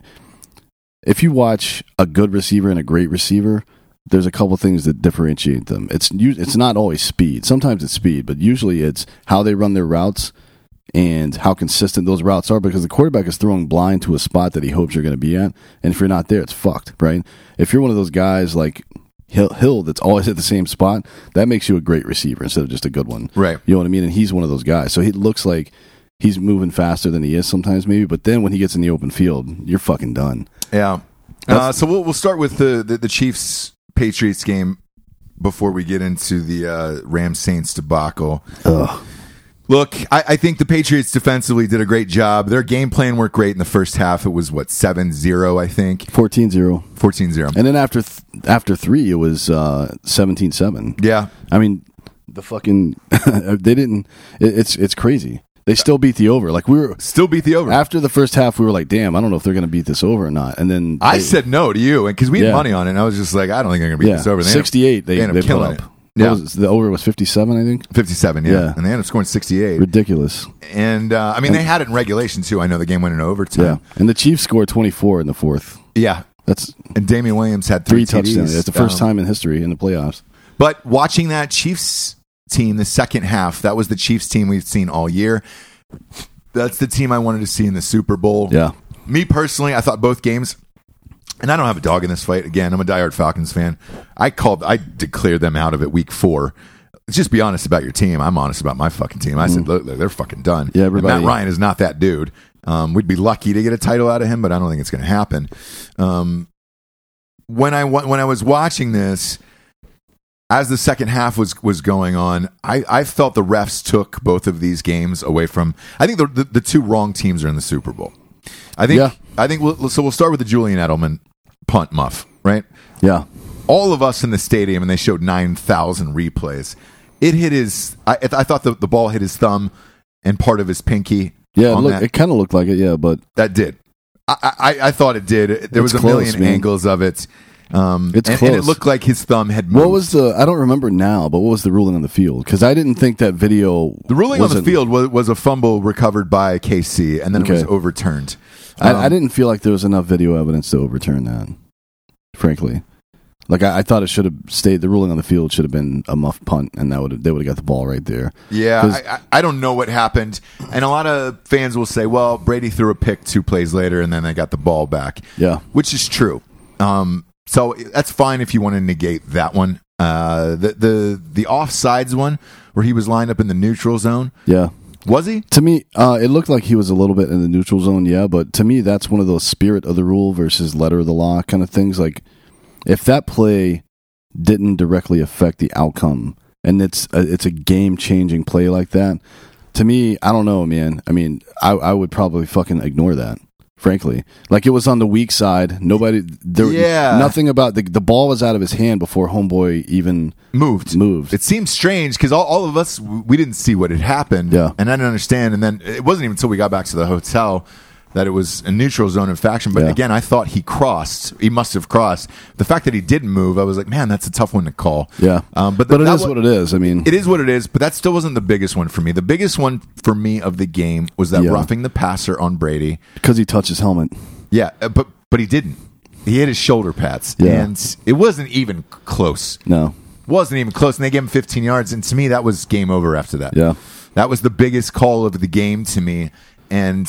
C: If you watch a good receiver and a great receiver, there's a couple things that differentiate them. It's u- it's not always speed. Sometimes it's speed, but usually it's how they run their routes and how consistent those routes are because the quarterback is throwing blind to a spot that he hopes you're going to be at. And if you're not there, it's fucked, right? If you're one of those guys like Hill, Hill that's always at the same spot, that makes you a great receiver instead of just a good one.
B: Right.
C: You know what I mean? And he's one of those guys. So he looks like he's moving faster than he is sometimes, maybe. But then when he gets in the open field, you're fucking done.
B: yeah. Uh, so we'll we'll start with the the, the Chiefs Patriots game before we get into the uh, Rams Saints debacle.
C: Ugh.
B: Look, I, I think the Patriots defensively did a great job. Their game plan worked great in the first half. It was what 7-0, I think,
C: 14 0.
B: 14-0.
C: And then after, th- after three, it was 17 7.
B: Yeah,
C: I mean, the fucking (laughs) they didn't. It, it's it's crazy. They still beat the over. Like we were
B: still beat the over.
C: after the first half, we were like, damn, I don't know if they're going to beat this over or not. And then
B: I
C: they-
B: said no to you, and because we had
C: Yeah.
B: money on it, and I was just like, I don't think they're gonna beat
C: yeah,
B: this over. They ended up-
C: sixty-eight. They
B: they
C: they,
B: ended up
C: put
B: killing
C: up.
B: it.
C: What
B: Yeah.
C: was- the over was fifty-seven. I think
B: fifty-seven. Yeah.
C: Yeah.
B: and they ended up scoring sixty-eight.
C: ridiculous.
B: And uh, I mean, they had it in regulation too. I know the game went in
C: Yeah,
B: overtime.
C: and the Chiefs scored twenty-four in the fourth.
B: Yeah,
C: That's
B: and Damian Williams had
C: three
B: three,
C: touchdowns.
B: TDs.
C: That's the first
B: Um,
C: time in history in the playoffs.
B: But watching that Chiefs team, the second half, that was the Chiefs team we've seen all year. That's the team I wanted to see in the Super Bowl.
C: Yeah,
B: Me personally, I thought both games, and I don't have a dog in this fight. Again, I'm a diehard Falcons fan. I called, I declared them out of it week four. Just be honest about your team. I'm honest about my fucking team. I said, look, look, they're fucking done.
C: Mm. Yeah,
B: And Matt
C: everybody-
B: Ryan is not that dude. Um, we'd be lucky to get a title out of him, but I don't think it's going to happen. Um, when I wa- when I was watching this, as the second half was was going on, I, I felt the refs took both of these games away from. I think the, the the two wrong teams are in the Super Bowl. I think
C: Yeah.
B: I think we'll, so. We'll start with the Julian Edelman punt muff. Right,
C: yeah.
B: all of us in the stadium, and they showed nine thousand replays. It hit his. I, I thought the, the ball hit his thumb and part of his pinky.
C: Yeah, it,
B: on
C: look,
B: that.
C: it kind of looked like it, yeah, but
B: That did. I, I, I thought it did. There was a
C: close,
B: million
C: man.
B: angles of it. Um,
C: It's
B: and, and it
C: close.
B: looked like his thumb had moved.
C: what was the? I don't remember now, but what was the ruling on the field? Because I didn't think that video.
B: the ruling on the
C: wasn't-
B: field was, was a fumble recovered by KC, and then it was
C: Okay.
B: overturned. Um,
C: I, I didn't feel like there was enough video evidence to overturn that, frankly. Like I, I thought it should have stayed. The ruling on the field should have been a muff punt, and that would they would have got the ball right there.
B: Yeah,
C: 'Cause-
B: I, I I don't know what happened, and a lot of fans will say, "Well, Brady threw a pick two plays later, and then they got the ball back."
C: Yeah.
B: which is true. Um, so that's fine if you want to negate that one. Uh, the the the offsides one where he was lined up in the neutral zone
C: Yeah.
B: was he?
C: To me, uh, it looked like he was a little bit in the neutral zone, yeah, but to me, that's one of those spirit of the rule versus letter of the law kind of things. Like, if that play didn't directly affect the outcome, and it's a, it's a game changing play like that, to me, I don't know, man. I mean, I, I would probably fucking ignore that, frankly. Like, it was on the weak side. Nobody, there,
B: Yeah.
C: nothing about the, the ball was out of his hand before Homeboy even
B: Moved.
C: moved.
B: It seems strange because all, all of us w- we didn't see what had happened,
C: Yeah.
B: and I didn't understand. And then it wasn't even until we got back to the hotel that it was a neutral zone infraction. But
C: Yeah.
B: again, I thought he crossed. He must have crossed. The fact that he didn't move, I was like, man, that's a tough one to call.
C: yeah.
B: um, but,
C: but it
B: that
C: is
B: wa-
C: what it is. I mean,
B: It is what it is, but that still wasn't the biggest one for me. The biggest one for me of the game was that
C: Yeah.
B: roughing the passer on Brady.
C: because he touched his helmet.
B: Yeah, uh, but but he didn't. He hit his shoulder pads,
C: Yeah.
B: and it wasn't even close.
C: No.
B: Wasn't even close, and they gave him 15 yards. And to me, that was game over after that.
C: Yeah.
B: That was the biggest call of the game to me. And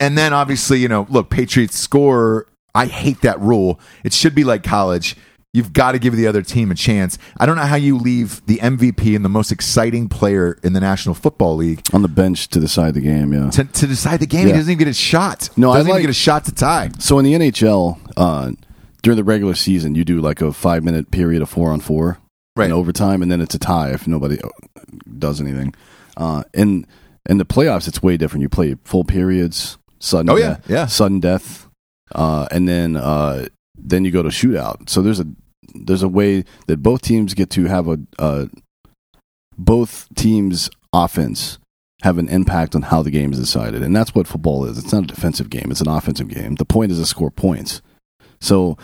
B: and then obviously, you know, look, Patriots score. I hate that rule. It should be like college. You've got to give the other team a chance. I don't know how you leave the MVP and the most exciting player in the National Football League
C: on the bench to decide the game. Yeah.
B: to, to decide the game. He
C: Yeah.
B: doesn't even get a shot.
C: No, I
B: doesn't
C: like-
B: even get a shot to tie.
C: So in the NHL, uh, during the regular season, you do like a five minute period of four on four
B: Right.
C: in overtime, and then it's a tie if nobody uh, does anything. Uh, and in the playoffs, it's way different. You play full periods, sudden,
B: Oh, yeah,
C: death,
B: yeah.
C: sudden death, uh, and then uh, then you go to shootout. So there's a there's a way that both teams get to have a uh, both teams' offense have an impact on how the game is decided, and that's what football is. It's not a defensive game; it's an offensive game. The point is to score points. So,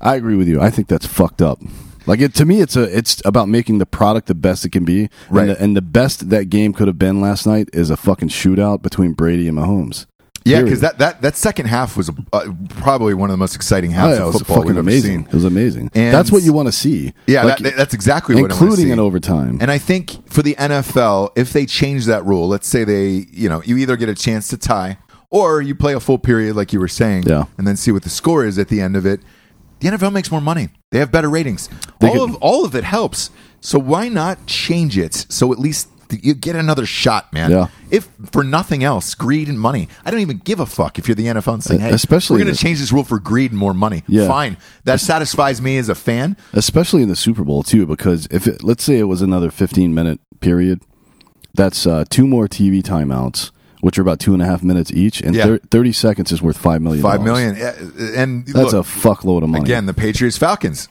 C: I agree with you. I think that's fucked up. Like it, to me, it's a it's about making the product the best it can be,
B: Right.
C: And the, and the best that game could have been last night is a fucking shootout between Brady and Mahomes.
B: Yeah,
C: Period.
B: because that, that, that second half was uh, probably one of the most exciting
C: Oh,
B: halves
C: yeah, it
B: of
C: was
B: football
C: fucking
B: we've ever
C: amazing.
B: seen.
C: It was amazing.
B: And-
C: that's what you want to see.
B: Yeah,
C: Like,
B: that, that's exactly what I'm
C: including in overtime.
B: And I think for the NFL, if they change that rule, let's say they, you know, you either get a chance to tie or you play a full period, like you were saying,
C: Yeah.
B: and then see what the score is at the end of it. The NFL makes more money. They have better ratings.
C: They
B: all
C: could-
B: of all of it helps. So why not change it so at least th- you get another shot, man?
C: Yeah.
B: If for nothing else, greed and money. I don't even give a fuck if you're the NFL and saying,
C: Uh,
B: "Hey,
C: especially
B: we're going
C: the-
B: to change this rule for greed and more money."
C: Yeah.
B: Fine, that satisfies me as a fan.
C: especially in the Super Bowl too, because if it, let's say it was another 15 minute period, that's uh, two more TV timeouts, which are about two and a half minutes each, and
B: Yeah.
C: thir- 30 seconds is worth five million.
B: Five million, Uh, and
C: That's
B: look,
C: a fuckload of money.
B: Again, the Patriots Falcons.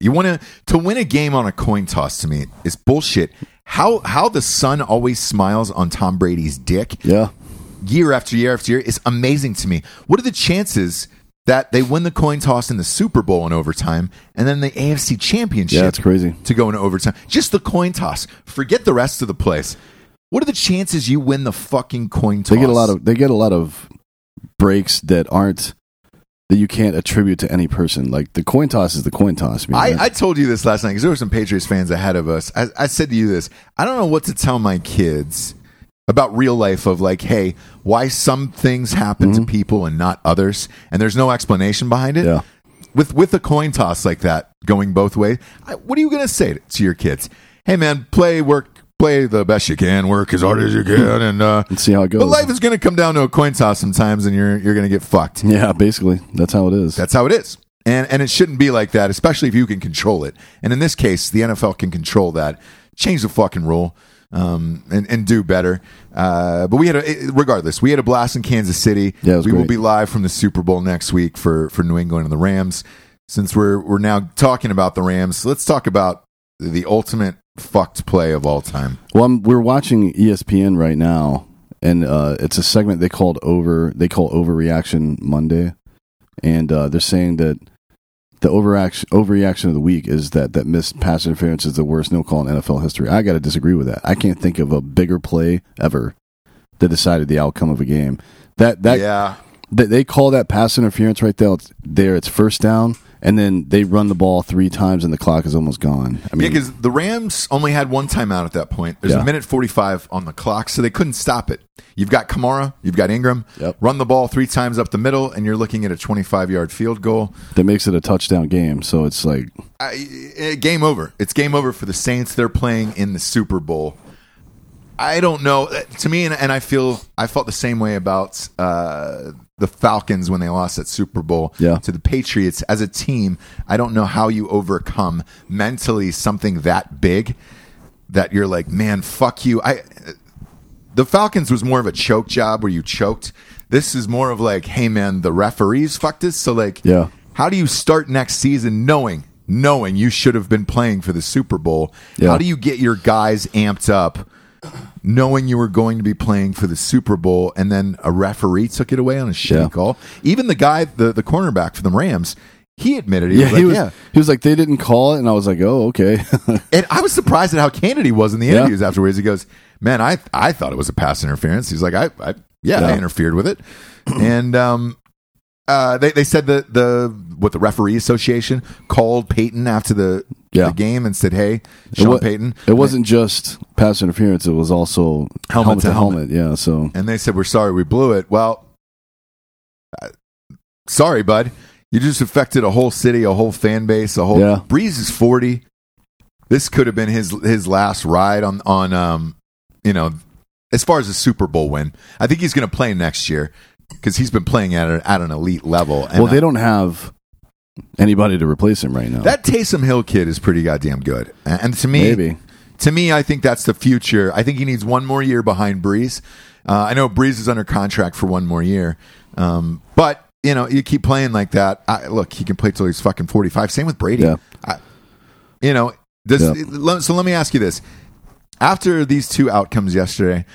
B: You want to to win a game on a coin toss to me is bullshit. How how the sun always smiles on Tom Brady's dick
C: yeah,
B: year after year after year is amazing to me. What are the chances that they win the coin toss in the Super Bowl in overtime and then the AFC Championship?
C: yeah, it's crazy.
B: to go into overtime. Just the coin toss. Forget the rest of the place. What are the chances you win the fucking coin toss?
C: They get a lot of they get a lot of breaks that aren't that you can't attribute to any person. Like the coin toss is the coin toss. Man.
B: I, I told you this last night because there were some Patriots fans ahead of us. I, I said to you this I don't know what to tell my kids about real life of like, hey, why some things happen to people and not others, and there's no explanation behind it.
C: Yeah.
B: With with a coin toss like that going both ways, I, what are you going to say to your kids? Hey, man, play work, play the best you can, work as hard as you can, and uh,
C: and see how it goes.
B: but life is going to come down to a coin toss sometimes, and you're you're going to get fucked.
C: yeah, basically that's how it is.
B: That's how it is. And and it shouldn't be like that, especially if you can control it. And in this case, the NFL can control that. Change the fucking rule. Um, and, and do better. Uh, but we had a, regardless, we had a blast in Kansas City.
C: Yeah, it was
B: we will
C: great.
B: be live from the Super Bowl next week for, for New England and the Rams. Since we're, we're now talking about the Rams, let's talk about the ultimate fucked play of all time.
C: Well, I'm, we're watching E ESPN right now, and uh, it's a segment they called over. They call Overreaction Monday, and uh, they're saying that the overaction overreaction of the week is that that missed pass interference is the worst no call in NFL history. I got to disagree with that. I can't think of a bigger play ever that decided the outcome of a game. That that
B: yeah.
C: that they call that pass interference right there. It's, there, it's first down. and then they run the ball three times and the clock is almost gone. I
B: Yeah,
C: mean,
B: because the Rams only had one timeout at that point. There's a
C: Yeah.
B: minute 45 on the clock, so they couldn't stop it. You've got Kamara, you've got Ingram.
C: Yep.
B: Run the ball three times up the middle, and you're looking at a 25 yard field goal.
C: that makes it a touchdown game. So it's like
B: I, eh, game over. It's game over for the Saints. They're playing in the Super Bowl. I don't know. Eh, To me, and, and I feel I felt the same way about uh, the Falcons when they lost that Super Bowl
C: Yeah.
B: to the Patriots. As a team, I don't know how you overcome mentally something that big that you're like, man, fuck you. I eh, the Falcons was more of a choke job where you choked. This is more of like, hey man, the referees fucked us. So like,
C: Yeah.
B: How do you start next season knowing knowing you should have been playing for the Super Bowl?
C: Yeah.
B: How do you get your guys amped up? Knowing you were going to be playing for the Super Bowl, and then a referee took it away on a shitty
C: Yeah.
B: call. Even the guy, the the cornerback for the Rams, he admitted he
C: yeah,
B: was like,
C: he was
B: yeah.
C: he was like they didn't call it, and I was like, oh okay, (laughs)
B: (laughs) And I was surprised at how candid he was in the
C: Yeah.
B: interviews afterwards. He goes, "Man, I I thought it was a pass interference." He's like, "I, I yeah, I
C: Yeah.
B: interfered with it," (clears throat) and um, uh, they they said that the what the referee association called Peyton after the,
C: Yeah.
B: the game and said, "Hey, Sean
C: wa-
B: Peyton,"
C: it wasn't just pass interference; it was also
B: Helmet to helmet.
C: Yeah, so
B: and they said, "We're sorry, we blew it." Well, uh, sorry, bud, you just affected a whole city, a whole fan base, a whole.
C: Yeah.
B: Breeze is forty. This could have been his his last ride on on um you know as far as the Super Bowl win. I think he's going to play next year because he's been playing at an, at an elite level. And
C: well they don't have anybody to replace him right now.
B: that Taysom Hill kid is pretty goddamn good, and and to me,
C: Maybe
B: to me, I think that's the future. I think he needs one more year behind Breeze. Uh, I know Breeze is under contract for one more year, um, but you know, you keep playing like that. I, look, he can play till he's fucking forty-five. Same with Brady.
C: Yeah.
B: I, you know, does,
C: Yeah.
B: le- so. Let me ask you this: After these two outcomes yesterday,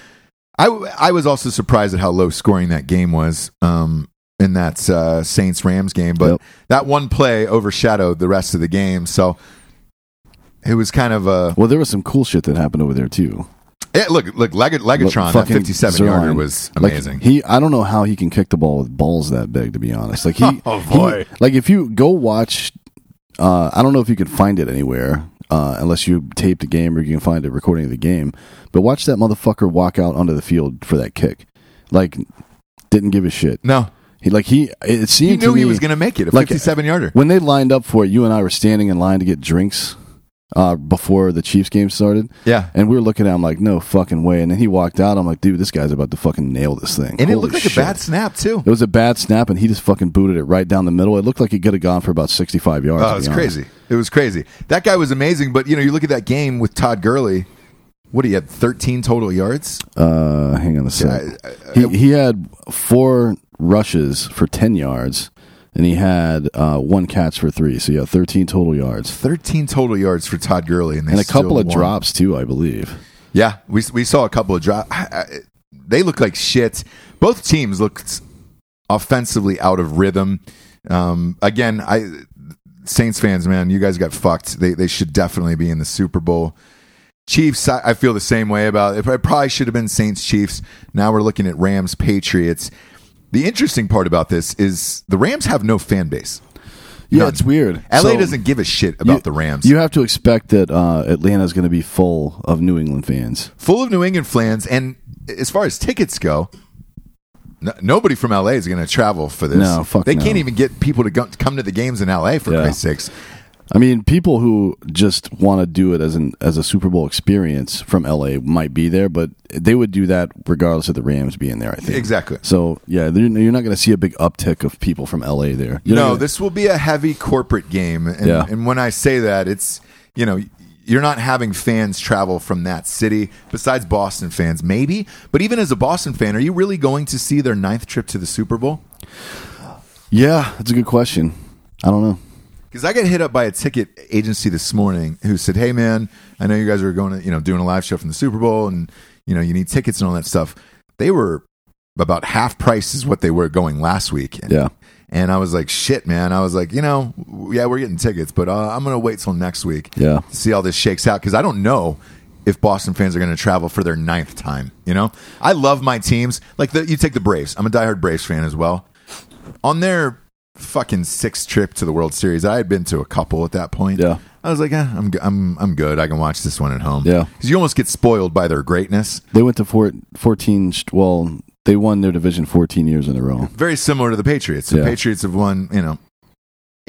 B: I w- I was also surprised at how low scoring that game was. Um, in that uh, Saints Rams game, but
C: Yep.
B: that one play overshadowed the rest of the game. So it was kind of a
C: well there was some cool shit that happened over there too.
B: yeah, look, look, Leg- Legatron, that
C: Fucking
B: 57 yarder
C: Zerline.
B: was
C: Like,
B: amazing.
C: he, I don't know how he can kick the ball with balls that big. To be honest, like he,
B: (laughs) Oh, boy.
C: he- like if you go watch, uh, I don't know if you can find it anywhere uh, unless you tape the game or you can find a recording of the game. But watch that motherfucker walk out onto the field for that kick. Like, didn't give a shit.
B: no,
C: He like he. It
B: he
C: seemed
B: knew
C: to me,
B: he was going to make it. A
C: like-
B: 57 yarder.
C: when they lined up for it, you and I were standing in line to get drinks uh, before the Chiefs game started.
B: Yeah.
C: And we were looking at him like, no fucking way. And then he walked out. I'm like, dude, this guy's about to fucking nail this thing.
B: And it
C: Holy
B: looked like
C: shit.
B: a bad snap, too.
C: It was a bad snap, and he just fucking booted it right down the middle. It looked like he could have gone for about 65 yards.
B: Oh,
C: to
B: it was
C: be honest.
B: crazy. It was crazy. That guy was amazing, but, you know, you look at that game with Todd Gurley. What, he had 13 total yards?
C: Uh, hang on a sec. he, he had four rushes for 10 yards, and he had uh, one catch for three. So, yeah, 13 total yards.
B: 13 total yards for Todd Gurley. And, they
C: And a
B: still
C: couple of
B: won.
C: drops, too, I believe.
B: Yeah, we, we saw a couple of drops. They look like shit. Both teams looked offensively out of rhythm. Um, again, I Saints fans, man, you guys got fucked. They they should definitely be in the Super Bowl. Chiefs, I, I feel the same way about. It probably should have been Saints Chiefs. Now we're looking at Rams Patriots. The interesting part about this is the Rams have no fan base.
C: Yeah,
B: None.
C: it's weird.
B: LA
C: So-
B: doesn't give a shit about
C: you-
B: the Rams.
C: You have to expect that uh, Atlanta is going to be full of New England fans.
B: full of New England fans. And as far as tickets go, no, nobody from LA is going to travel for this.
C: No, fuck
B: They
C: no.
B: can't even get people to, go, to come to the games in LA for
C: Yeah.
B: Christ's sakes.
C: I mean, people who just want to do it as an as a Super Bowl experience from LA might be there, but they would do that regardless of the Rams being there. I think
B: Exactly.
C: So yeah, they're- you're not going to see a big uptick of people from LA there. You're not
B: no,
C: gonna-
B: this will be a heavy corporate game. And,
C: Yeah.
B: and when I say that, it's, you know, you're not having fans travel from that city besides Boston fans, maybe. But even as a Boston fan, are you really going to see their ninth trip to the Super Bowl?
C: yeah, that's a good question. I don't know.
B: Because I got hit up by a ticket agency this morning who said, "Hey man, I know you guys are going to you know doing a live show from the Super Bowl, and you know you need tickets and all that stuff." They were about half price is what they were going last week. And,
C: Yeah.
B: and I was like, "Shit, man!" I was like, "You know, w- yeah, we're getting tickets, but uh, I'm gonna wait till next week,
C: Yeah.
B: to see how this shakes out because I don't know." If Boston fans are going to travel for their ninth time, you know, I love my teams. Like the, you take the Braves. I'm a diehard Braves fan as well on their fucking sixth trip to the World Series. I had been to a couple at that point.
C: Yeah.
B: I was like, eh, I'm g- I'm I'm good. I can watch this one at home.
C: Yeah.
B: because you almost get spoiled by their greatness.
C: They went to four, 14, st- well, they won their division 14 years in a row.
B: Very similar to the Patriots. The
C: Yeah.
B: Patriots have won, you know,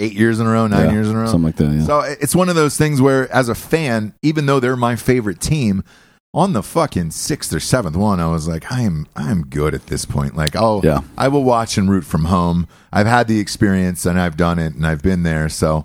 B: eight years in a row, nine
C: Yeah,
B: years in a row,
C: Something like that, yeah.
B: So i- it's one of those things where, as a fan, even though they're my favorite team, on the fucking sixth or seventh one, I was like, I am, I am good at this point. Like, I'll,
C: Yeah.
B: I will watch and root from home. I've had the experience and I've done it and I've been there. So,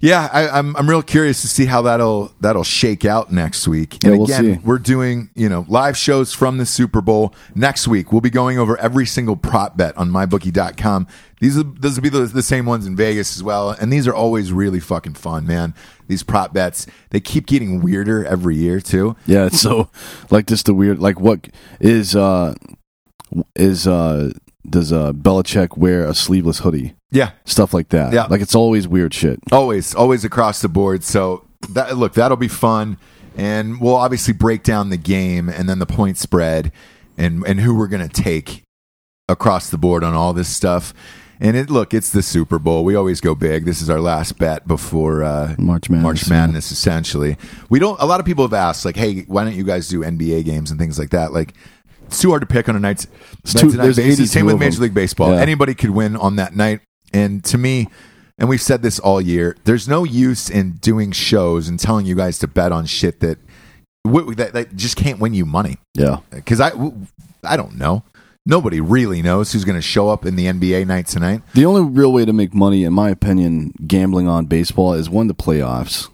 B: yeah, I, I'm, I'm real curious to see how that'll, that'll shake out next week. And
C: Yeah, we'll
B: again,
C: see.
B: we're doing, you know, live shows from the Super Bowl next week. We'll be going over every single prop bet on mybookie.com. These are, those will be the, the same ones in Vegas as well. And these are always really fucking fun, man. These prop bets, they keep getting weirder every year, too.
C: Yeah, it's so like just the weird like what is uh is uh does uh Belichick wear a sleeveless hoodie?
B: Yeah.
C: Stuff like that.
B: Yeah.
C: Like it's always weird shit.
B: Always, always across the board. So, that, look, that'll be fun. And we'll obviously break down the game and then the point spread and, and who we're going to take across the board on all this stuff. And it look, it's the Super Bowl. We always go big. This is our last bet before uh,
C: March Madness,
B: March Madness, essentially. We don't. A lot of people have asked, like, "Hey, why don't you guys do NBA games and things like that?" Like, it's too hard to pick on a night's night
C: too-
B: to night
C: there's
B: basis.
C: 82
B: Same with
C: of 'em.
B: Major League Baseball.
C: Yeah.
B: Anybody could win on that night. And to me, and we've said this all year, there's no use in doing shows and telling you guys to bet on shit that w- that, that just can't win you money
C: Yeah.
B: because I, I don't know. Nobody really knows who's going to show up in the NBA night tonight.
C: The only real way to make money, in my opinion, gambling on baseball is one the playoffs.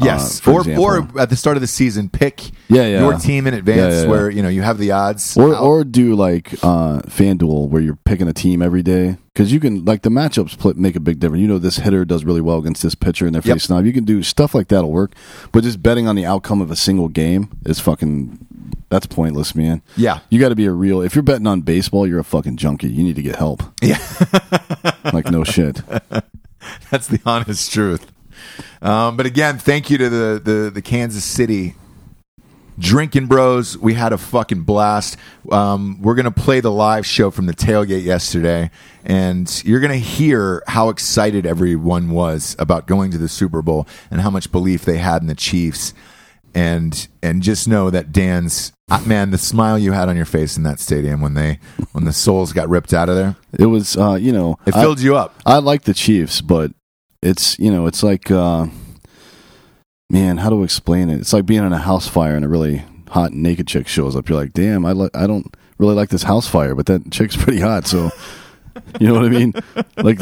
C: Uh,
B: Yes,
C: for
B: or
C: example.
B: or at the start of the season, pick
C: Yeah, yeah.
B: your team in advance
C: Yeah, yeah, yeah.
B: where you know you have the odds.
C: Or,
B: out.
C: or do like uh, FanDuel where you're picking a team every day because you can like the matchups pl- make a big difference. You know this hitter does really well against this pitcher and they're
B: Yep.
C: facing off. You can do stuff like that'll work, but just betting on the outcome of a single game is fucking that's pointless, man.
B: yeah,
C: You got to be a real. If you're betting on baseball, you're a fucking junkie. You need to get help.
B: Yeah.
C: like no shit.
B: (laughs) that's the honest truth. Um, but again, thank you to the the, the Kansas City drinking bros. We had a fucking blast. Um, we're gonna play the live show from the tailgate yesterday, and you're gonna hear how excited everyone was about going to the Super Bowl and how much belief they had in the Chiefs. And and just know that Dan's ah, man, the smile you had on your face in that stadium when they when the souls got ripped out of there,
C: It was uh, you know
B: it
C: I-
B: filled you up.
C: I like the Chiefs, but it's you know, it's like uh man, how do I explain it? It's like being in a house fire and a really hot naked chick shows up. You're like, damn, I li- I don't really like this house fire, but that chick's (laughs) pretty hot, so you know what I mean? Like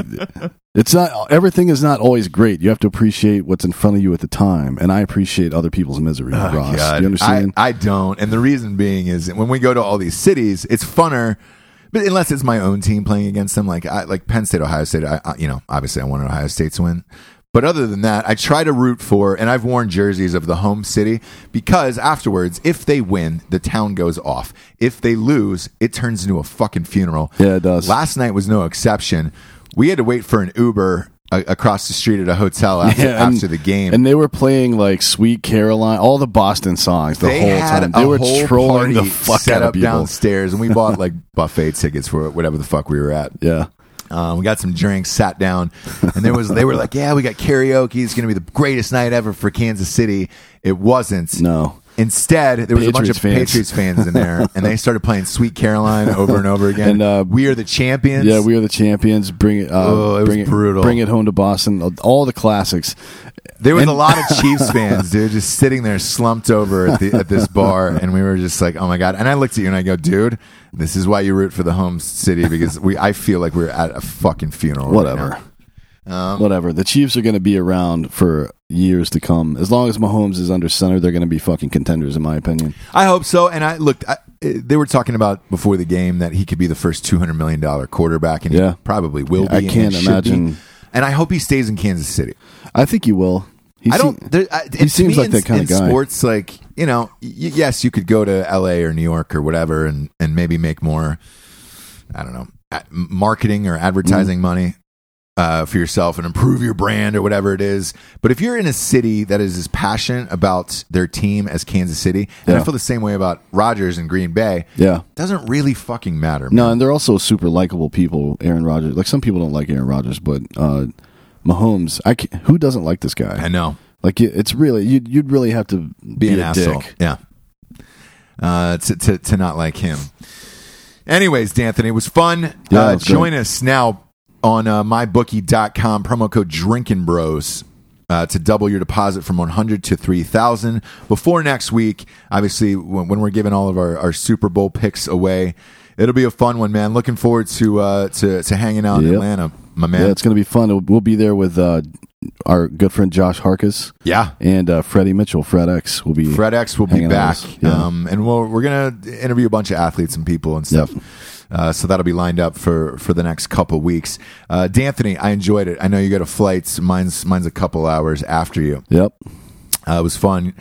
C: it's not everything is not always great. You have to appreciate what's in front of you at the time, and I appreciate other people's misery, Ross.
B: Oh, God.
C: You understand?
B: I, I don't. And the reason being is that when we go to all these cities, it's funner. But unless it's my own team playing against them, like I, like Penn State, Ohio State, I, I you know obviously I wanted Ohio State to win. But other than that, I try to root for, and I've worn jerseys of the home city because afterwards, if they win, the town goes off. If they lose, it turns into a fucking funeral.
C: Yeah, it does.
B: Last night was no exception. We had to wait for an Uber uh, across the street at a hotel
C: (laughs)
B: after,
C: Yeah, and-
B: after the game.
C: and they were playing like "Sweet Caroline," all the Boston songs the
B: they
C: whole
B: had
C: time. They
B: a
C: were
B: whole
C: trolling the
B: party
C: fuck
B: set
C: out
B: up
C: of people.
B: downstairs, and we bought like (laughs) buffet tickets for whatever the fuck we were at.
C: Yeah,
B: Um, we got some drinks, sat down, and there was they were like, "Yeah, we got karaoke. It's going to be the greatest night ever for Kansas City." It wasn't.
C: no,
B: Instead, there was a bunch
C: Patriots
B: of
C: fans.
B: Patriots fans in there, and they started playing "Sweet Caroline" over and
C: (laughs)
B: over again.
C: And, uh,
B: we are the champions.
C: Yeah, we are the champions. Bring it. Uh,
B: Oh, it was
C: bring
B: brutal.
C: Bring it home to Boston. All the classics.
B: There was a lot of
C: (laughs)
B: Chiefs fans, dude, just sitting there slumped over at, the, at this bar, and we were just like, "Oh my god!" And I looked at you and I go, "Dude, this is why you root for the home city because we." I feel like we're at a fucking funeral. right
C: Whatever.
B: now. Um,
C: Whatever. The Chiefs are going to be around for years to come. As long as Mahomes is under center, they're going to be fucking contenders, in my opinion.
B: I hope so. And I looked. I, they were talking about before the game that he could be the first two hundred million dollar quarterback, and
C: Yeah.
B: he probably will be.
C: I
B: and
C: can't
B: should be.
C: imagine-
B: And I hope he stays in Kansas City.
C: I think you will. He
B: I
C: se-
B: don't. There, I,
C: he seems like
B: in,
C: that kind
B: in
C: of guy.
B: Sports, like you know, y- yes, you could go to L.A. or New York or whatever, and
C: Mm.
B: and maybe make more. I don't know, a- marketing or advertising money.
D: uh, for yourself and improve your brand or whatever it is. But if you're in a city that is as passionate about their team as Kansas City, and I
C: Yeah.
D: feel the same way about Rodgers and Green Bay,
C: Yeah.
D: doesn't really fucking matter. man.
C: No, and they're also super likable people. Aaron Rodgers, like some people don't like Aaron Rodgers, but uh, Mahomes, I ca who doesn't like this guy?
D: I know.
C: Like it- it's really you'd you'd really have to
D: be,
C: be,
D: an
C: a
D: asshole.
C: dick.
D: Yeah. Uh, to, to, to not like him. Anyways, D'Anthony, it was fun.
C: Yeah,
D: uh,
C: it was great.
D: join us now on uh, mybookie.com, promo code Drinking Bros. Uh, to double your deposit from 100 to 3000 before next week obviously when, when we're giving all of our, our super bowl picks away it'll be a fun one man looking forward to uh, to, to hanging out in
C: Yep.
D: atlanta my
C: Yeah,
D: man
C: it's gonna be fun. We'll- We'll be there with uh, our good friend Josh Harkus
D: yeah
C: and uh, Freddie Mitchell. Fred X will be
D: Fred X will be
C: Hanging out
D: back,
C: with us, yeah.
D: um, and we'll, we're gonna interview a bunch of athletes and people and stuff. Uh, so that'll be lined up for for the next couple weeks. Uh, D'Anthony, I enjoyed it. I know you got a flight. Mine's mine's a couple hours after you.
C: Yep,
D: Uh, it was fun,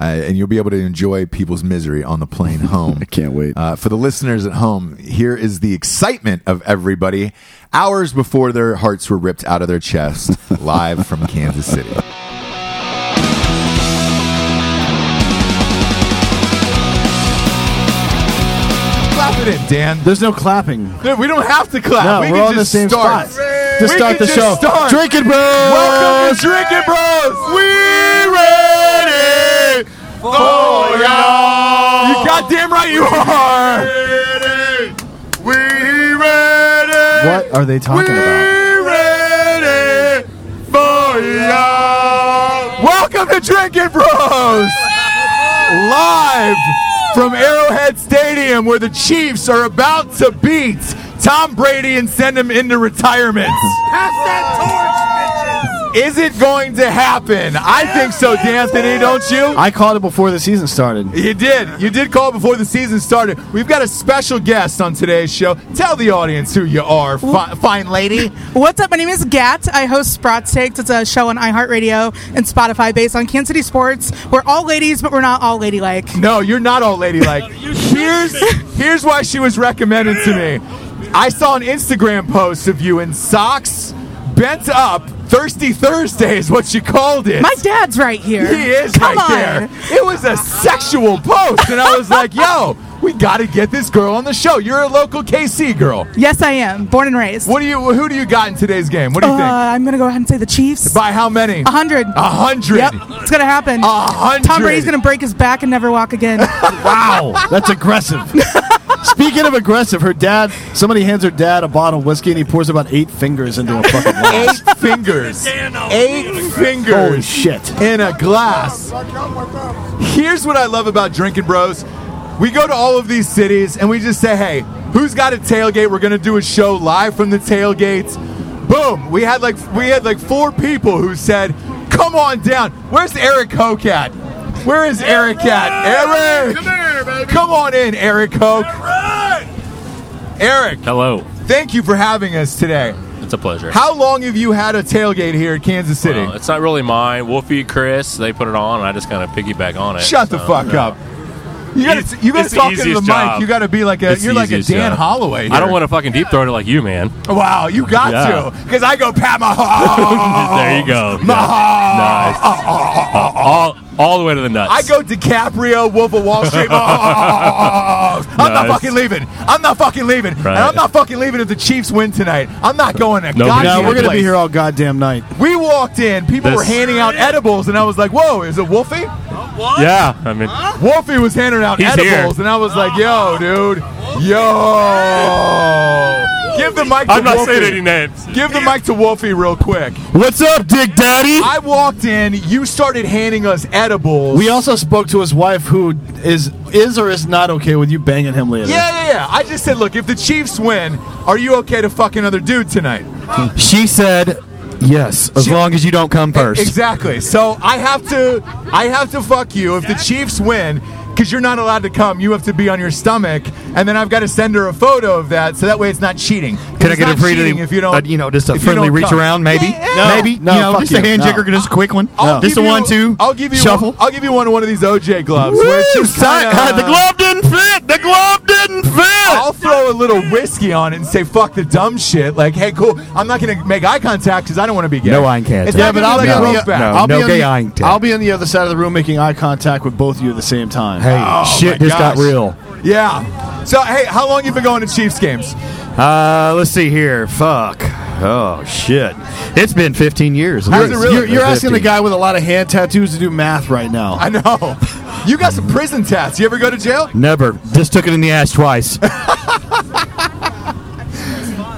D: uh, and you'll be able to enjoy people's misery on the plane home.
C: (laughs) I can't wait.
D: Uh, for the listeners at home, here is the excitement of everybody hours before their hearts were ripped out of their chest, (laughs) live from Kansas City. Clap it in, Dan.
E: There's no clapping.
D: Dude, We don't have to clap.
E: No,
D: we
E: we're
D: can
E: on the
D: just
E: same
D: start.
E: spot. To
D: We
E: start the
D: can just
E: show.
D: start.
E: Drinking bros.
D: Welcome to Drinking Bros. We ready for y'all. You goddamn right you are. We ready.
E: What are they talking about?
D: ready for y'all. Welcome to Drinking Bros. Live from Arrowhead Stadium, where the Chiefs are about to beat Tom Brady and send him into retirement. Is it going to happen? I think so, D'Anthony, don't you?
E: I called it before the season started.
D: You did. You did call before the season started. We've got a special guest on today's show. Tell the audience who you are, fi- fine lady.
F: What's up? My name is Gat. I host Sprat Takes. It's a show on iHeartRadio and Spotify based on Kansas City sports. We're all ladies, but we're not all ladylike.
D: No, you're not all ladylike.
F: (laughs)
D: Here's here's why she was recommended to me. I saw an Instagram post of you in socks, bent up, thirsty Thursday is what you called it.
F: My dad's right here.
D: (laughs) He is
F: Come on.
D: right there. It was a sexual post, and I was like, "Yo, we got to get this girl on the show. You're a local KC girl.
F: Yes, I am. Born and raised.
D: What do you? Who do you got in today's game? What do you
F: Uh,
D: think?
F: I'm going to go ahead and say the Chiefs.
D: By how many?
F: A hundred.
D: A hundred.
F: Yep. It's going to happen.
D: A hundred.
F: Tom Brady's going to break his back and never walk
D: (laughs)
F: again.
E: Wow, that's
F: (laughs)
E: aggressive. (laughs) Speaking of aggressive, her dad, somebody hands her dad a bottle of whiskey and he pours about eight fingers into a fucking glass.
D: eight fingers. Eight fingers.
E: Holy shit.
D: In a glass. Here's what I love about drinking bros. We go to all of these cities and we just say, hey, who's got a tailgate? We're gonna do a show live from the tailgates. Boom! We had like we had like four people who said, come on down. Where's Eric Hoke at? Where is Eric at? Eric! Come on in, Eric Hoke. Eric,
G: Hello.
D: thank you for having us today.
G: It's a pleasure.
D: How long have you had a tailgate here at Kansas City?
G: Well, it's not really mine. Wolfie, Chris, they put it on, and I just kind of piggyback on it.
D: Shut the
G: so,
D: fuck
G: no.
D: up. You gotta, you gotta
G: it's the
D: talk into the
G: easiest
D: mic.
G: job.
D: You gotta be like a,
G: It's
D: you're
G: the
D: like a
G: easiest
D: Dan
G: job.
D: Holloway.
G: I don't want to fucking deep throat it like you, man.
D: to. Wow, you got
G: Yeah.
D: to, because I go Pat Mahomes.
G: there you go.
D: Mahomes.
G: Nice. Uh, all, all the way to the nuts.
D: I go DiCaprio, Wolf of
G: (laughs)
D: Wall Street. Mahomes. I'm not
G: Nice.
D: fucking leaving. I'm not fucking leaving. And
G: Right.
D: I'm not fucking leaving if the Chiefs win tonight. I'm not going to
G: Nobody-
E: No,
D: goddamn
E: we're gonna
D: place.
E: be here all goddamn night.
D: We walked in. People
G: This-
D: were handing out edibles, and I was like, "Whoa, is it Wolfie?"
G: Yeah. I mean,
D: Wolfie was handing out
G: He's
D: edibles,
G: here.
D: and I was like, "Yo, dude, yo, give the mic." To
G: I'm not
D: Wolfie.
G: saying any names.
D: Give the mic to Wolfie real quick.
E: What's up, Dick Daddy?
D: I walked in. You started handing us edibles.
E: We also spoke to his wife, who is is or is not okay with you banging him later.
D: yeah, yeah, yeah. I just said, "Look, if the Chiefs win, are you okay to fuck another dude tonight?"
H: She said yes, as
D: She-
H: long as you don't come first.
D: Exactly. So I have to, I have to fuck you if the Chiefs win. because you're not allowed to come. You have to be on your stomach, and then I've got to send her a photo of that, so that way it's not cheating.
H: Can I
D: It's
H: get a
D: not
H: free
D: cheating if you don't?
H: uh, you know, just a
D: if you
H: friendly
D: don't
H: reach
D: come.
H: around, maybe,
D: No,
H: maybe,
C: no,
H: you know,
C: fuck
H: just
C: you.
H: a hand
C: No.
H: jigger, just a quick one,
D: I'll
H: just a
D: give you-
H: one two.
D: I'll give you.
H: shuffle.
D: I'll give you one of one of these OJ gloves.
H: Woo,
D: where it's just
H: son,
D: kinda-
H: uh, the glove didn't fit. The glove didn't fit.
D: I'll throw a little whiskey on it and say "fuck the dumb shit." Like, hey, cool. I'm not gonna make eye contact because I don't want to be gay.
H: No eye contact.
D: It's
E: Yeah,
D: not
E: but
D: gonna
E: I'll
D: be
E: be,
D: like
E: on
D: a
E: the,
D: rope
E: I'll,
H: no
E: be on
H: gay
E: the,
H: eyeing tag.
E: I'll be on the other side of the room making eye contact with both of you at the same time.
H: hey, shit just got
D: Oh gosh.
H: real.
D: Yeah. So, hey, how long you been going to Chiefs games?
H: Uh, let's see here. Fuck. Oh shit. It's been 15 years.
D: How's it really?
E: You're, you're asking the
H: 15.
E: guy with a lot of hand tattoos to do math right now.
D: I know. You got some prison tats. You ever go to jail?
H: Never. Just took it in the ass
D: (laughs)
H: twice.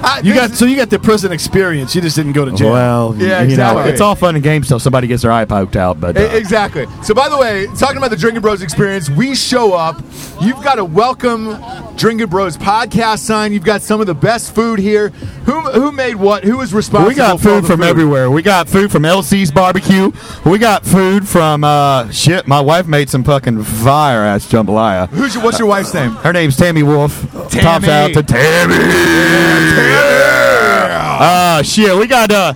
D: I-
E: You
D: there's-
E: got so you got the prison experience. You just didn't go to jail.
H: well,
D: Yeah,
H: yeah, you know,
D: exactly.
H: it's all fun and games till somebody gets their eye poked out. But uh,
D: E- Exactly. So, by the way, talking about the Drinking Bros experience, we show up. You've got a welcome Drinking Bros podcast sign. You've got some of the best food here. Who who made what? Who was responsible?
H: we got
D: for all
H: food
D: the
H: from everywhere. We got food from LC's barbecue. We got food from uh, shit. My wife made some fucking fire ass jambalaya.
D: Who's your, what's your wife's name?
H: Her name's Tammy Wolf. Tops
D: Tammy.
H: out to Tammy. Uh, shit, we got uh,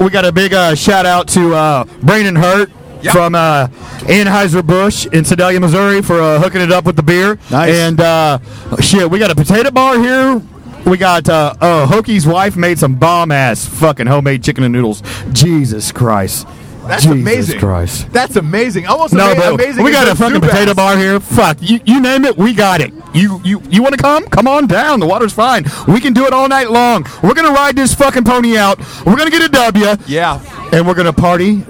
H: we got a big uh, shout out to uh, Brandon Hurt from uh, Anheuser Busch in Sedalia, Missouri, for uh, hooking it up with the beer.
E: Nice.
H: And uh, shit, we got a potato bar here. We got uh, uh, Hookie's wife made some bomb ass fucking homemade chicken and noodles. Jesus Christ.
D: That's
H: Jesus
D: amazing.
H: Christ.
D: That's amazing. Almost
H: No,
D: ama-
H: but
D: amazing.
H: we
D: is
H: got
D: the
H: a fucking
D: Zubats.
H: potato bar here. Fuck, you, you name it, we got it. You you you want to come? Come on down. The water's fine. We can do it all night long. We're gonna ride this fucking pony out. We're gonna get a W,
D: Yeah,
H: and we're gonna party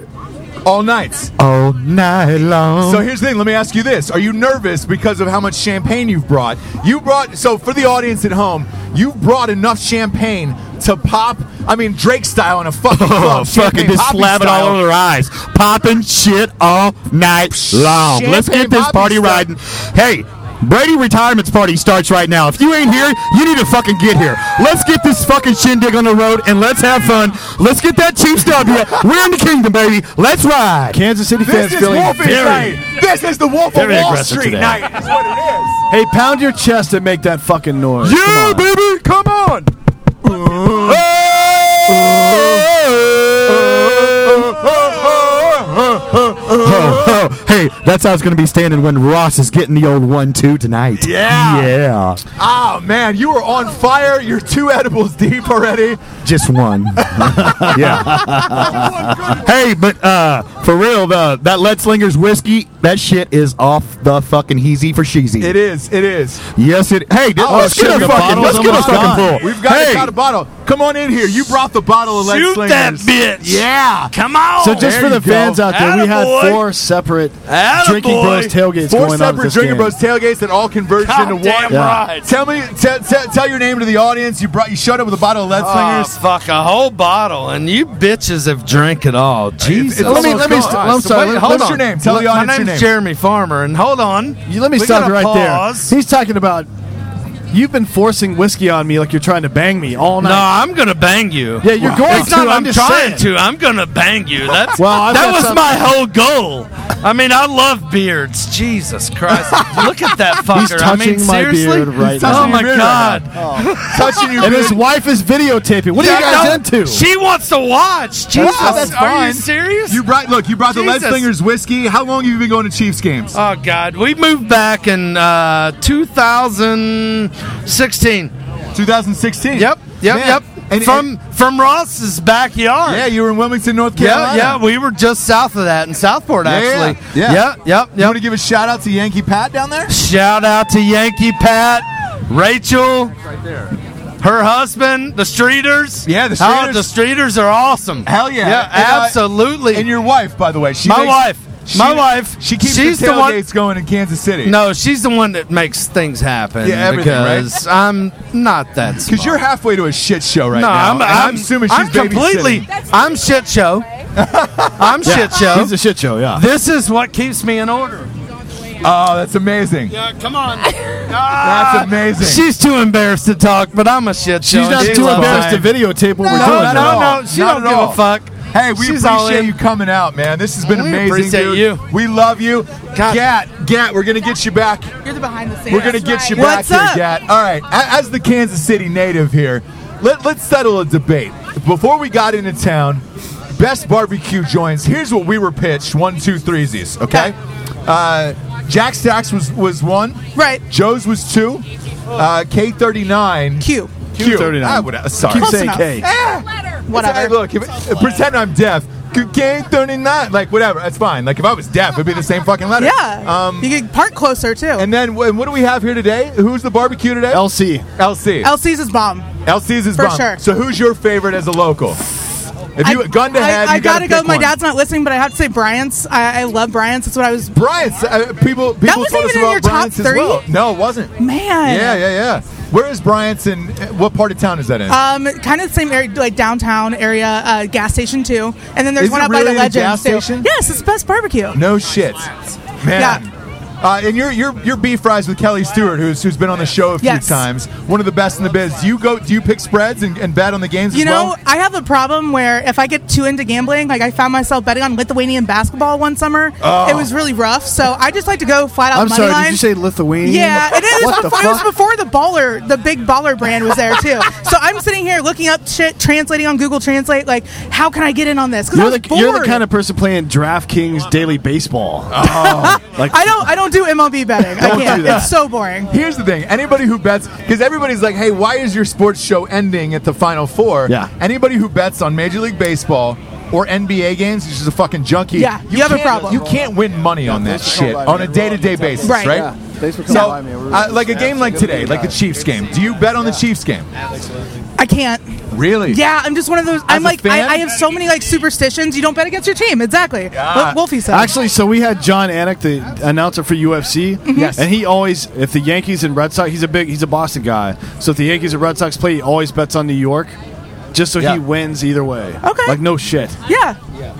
D: all nights.
H: all night long.
D: So here's the thing. Let me ask you this: Are you nervous because of how much champagne you've brought? You brought so for the audience at home, you brought enough champagne to pop. I mean, Drake style in a fucking
H: Oh,
D: club,
H: fucking
D: champagne
H: just
D: poppy
H: slap it all
D: style.
H: over their eyes. Popping shit all night long. Let's
D: Champagne
H: get this
D: poppy
H: party
D: stuff.
H: riding. Hey, Brady retirement's party starts right now. If you ain't here, you need to fucking get here. Let's get this fucking shindig on the road and let's have fun. Let's get that Chiefs W. We're in the kingdom, baby. Let's ride.
E: Kansas City
D: This
E: fans
D: is
E: feeling
D: Wolfie's
E: very.
D: night. This is the Wolf of
E: very
D: Wall
E: aggressive
D: Street
E: today.
D: night. Is what it
E: Hey,
D: is.
E: pound your chest and make that fucking noise. Come
H: Yeah,
E: on.
H: baby. Come on. Oh, oh, hey, that's how it's going to be standing when Ross is getting the old one-two tonight.
D: Yeah.
H: yeah,
D: Oh man, you are on fire. You're two edibles deep already.
H: just
D: (laughs)
H: one. yeah. hey, but uh, for real, the, that Letslingers whiskey, that shit is off the fucking heezy for sheezy.
D: It is. It is.
H: Yes, it. Hey, dude,
D: Oh,
H: let's
D: shit,
H: get a
D: the
H: fucking,
D: bottle's
H: let's get a
D: almost
H: fucking
D: gone.
H: pull.
D: We've got,
H: hey,
D: got a bottle. Come on in here. You brought the bottle of Lex
I: Shoot that
D: Slingers.
I: bitch.
D: Yeah.
I: Come on.
E: So just
D: There
E: for the
D: you go.
E: fans out there, we had
I: Attaboy.
E: four separate
I: Attaboy.
E: drinking bros tailgates
D: Four
E: going on. at
D: separate
E: this
D: Drinking
E: game.
D: Bros tailgates that all converged into
I: damn
D: one.
I: right.
D: Tell me, t- t- tell your name to the audience. You brought, you showed up with a bottle of Lead
I: Oh,
D: Slingers.
I: fuck, a whole bottle, and you bitches have drank it all. Jesus.
D: it's
E: Let me- let me
D: almost
E: st-
D: gone.
E: I'm
D: So
E: sorry,
D: wait,
E: let-
D: hold
E: let's-
D: on. Your name. Tell the
I: my
D: audience your
I: name's
D: name.
I: Jeremy Farmer, and hold on.
E: You- let me
I: We
E: stop
I: gotta
E: you right
I: pause.
E: there. He's talking about he's been forcing whiskey on me like you're trying to bang me all
I: No,
E: night.
I: I'm gonna bang you.
E: Yeah, you're going
I: It's not
E: to, I'm
I: I'm
E: just
I: trying
E: saying.
I: to. I'm gonna bang you. That's
E: (laughs) Well, I've
I: that
E: got
I: was
E: some-
I: my whole goal. I mean, I love beards. Jesus
E: (laughs)
I: Christ, look at that fucker.
E: He's
I: I mean,
E: touching my
I: seriously.
E: beard right
D: touching
I: oh
E: now.
D: your
I: my
D: beard right
I: God.
D: Touching your
E: And his
D: beard.
E: wife is videotaping. What
I: Yeah,
E: are you guys
I: no,
E: into?
I: She wants to watch. Jesus,
D: that's
I: are
D: fine.
I: you serious?
D: You brought look. You brought the Lead
I: Jesus.
D: Slingers whiskey. How long have you been going to Chiefs games?
I: Oh God, we moved back in uh, 2016.
D: 2016.
I: Oh. Yep, yep,
D: Man.
I: yep.
D: And,
I: from
D: and-
I: from Ross's backyard.
D: yeah, you were in Wilmington, North
I: yeah,
D: Carolina.
I: yeah. We were just south of that in Southport,
D: Yeah, yeah,
I: actually.
D: yeah.
I: Yep, yep,
D: You
I: yep.
D: want to give a shout out to Yankee Pat down there?
I: Shout out to Yankee Pat, Rachel, her husband, the Streeters.
D: Yeah, the
I: Oh,
D: Streeters.
I: the Streeters are awesome.
D: Hell yeah.
I: Yeah,
D: And, uh,
I: absolutely.
D: And your wife, by the way. She
I: My
D: makes-
I: wife.
D: she-
I: My wife.
D: She keeps
I: She's
D: the
I: the one-
D: tailgates going in Kansas City.
I: no, she's the one that makes things happen.
D: Yeah, everything, right?
I: because I'm not that. Smart.
D: Because you're halfway to a shit show right
I: no,
D: now.
I: I'm,
D: and
I: I'm,
D: assuming she's
I: I'm completely.
D: babysitting.
I: I'm shit show.
D: (laughs)
I: I'm shit show.
E: He's a shit show, yeah.
I: This is what keeps me in order.
D: Oh, that's amazing.
I: come
D: (laughs)
I: on. Ah.
D: That's amazing.
I: She's too embarrassed to talk, but I'm a shit show.
E: She's not
I: and she
E: too
I: loves
E: embarrassed
I: it.
E: to videotape what we're
I: No,
E: doing.
I: no,
D: at all.
I: no. She
D: Not
I: don't
D: at
I: give
D: all.
I: a fuck.
D: Hey, we
I: She's all
D: appreciate
I: in.
D: you coming out, man. This has been
I: We
D: amazing.
I: appreciate
D: dude.
I: you.
D: We love you.
I: God.
D: Gat, Gat, we're gonna get you back.
F: You're the behind the scenes.
D: We're gonna get you back
F: What's
D: here,
F: up?
D: Gat. All right, a- as the Kansas City native here, let, let's settle a debate. Before we got into town, best barbecue joints. Here's what we were pitched: one, two, threesies. Okay.
F: Okay.
D: Uh, Jack Stacks was was one.
F: Right.
D: Joe's was two. Uh, K thirty nine.
F: Q.
D: Q thirty
E: Q39.
D: nine. Sorry.
E: Keep
F: Close
E: saying
F: enough.
E: K.
F: Whatever.
D: Hey, look, if, if- pretend I'm deaf. K thirty nine. Like whatever. That's fine. Like if I was deaf, it'd be the same fucking letter.
F: Yeah.
D: Um.
F: you can park closer too.
D: And then wh- what do we have here today? Who's the barbecue today?
E: LC.
D: LC.
F: LC's is bomb.
D: LC's is
F: For
D: bomb.
F: sure.
D: So who's your favorite as a local? If you gun to
F: I-
D: head,
F: I,
D: you
F: gotta, go.
D: pick
F: My
D: one.
F: dad's not listening, but I have to say Bryant's. I, I love Bryant's. That's what I was.
D: Bryant's. Uh, people people
F: wasn't
D: told us
F: even in
D: about
F: your top
D: Bryant's as
F: three?
D: well. No, it wasn't.
F: Man.
D: Yeah, yeah, yeah. Where is Bryant's and uh, what part of town is that in?
F: Um, kind of the same area, like downtown area, uh, gas station too. And then there's
D: Is
F: one
D: it
F: out by
D: really
F: the
D: a
F: Legends
D: gas
F: too.
D: station?
F: Yes, it's best barbecue.
D: no shit, man.
F: Yeah.
D: Uh, and your your your beef fries with Kelly Stewart, who's who's been on the show a few
F: Yes.
D: times, one of the best in the biz. Do you go? Do you pick spreads and, and bet on the games?
F: You
D: as
F: know,
D: well?
F: I have a problem where if I get too into gambling, like I found myself betting on Lithuanian basketball one summer. It was really rough, so I just like to go flat out
E: Oh. I'm
F: money
E: sorry,
F: line.
E: did you say Lithuania?
F: yeah, it is.
E: What the
F: before, it was
E: fuck?
F: before the baller, the big baller brand was there too. so I'm sitting here looking up shit, translating on Google Translate, like how can I get in on this? Because I
E: You're
F: was
E: the,
F: bored.
E: you're the kind of person playing DraftKings daily baseball. like
F: I don't. I don't do MLB betting. I can't.
E: do that.
F: It's so boring.
D: Here's the thing: anybody who bets, because everybody's like, "Hey, why is your sports show ending at the Final Four?
E: Yeah.
D: Anybody who bets on Major League Baseball or NBA games is just a fucking junkie.
F: Yeah, you have a
D: can't-
F: problem.
D: You can't win money on that shit on a day-to-day basis, right?
F: Right.
E: Thanks for coming
D: So,
E: by me. We're-
D: uh, like a game like today, like the Chiefs game. Do you bet on the Chiefs game?
F: I can't.
D: Really?
F: Yeah, I'm just one of those.
D: a
F: I'm like,
D: fan?
F: I, I have so many like superstitions. You don't bet against your team. Exactly. What Wolfie said.
E: Actually, so we had John Anik, the announcer for UFC.
D: Yes.
E: And he always, if the Yankees and Red Sox, he's a big, he's a Boston guy. So if the Yankees and Red Sox play, he always bets on New York, just so
D: Yeah.
E: he wins either way.
F: Okay.
E: Like no shit.
F: yeah.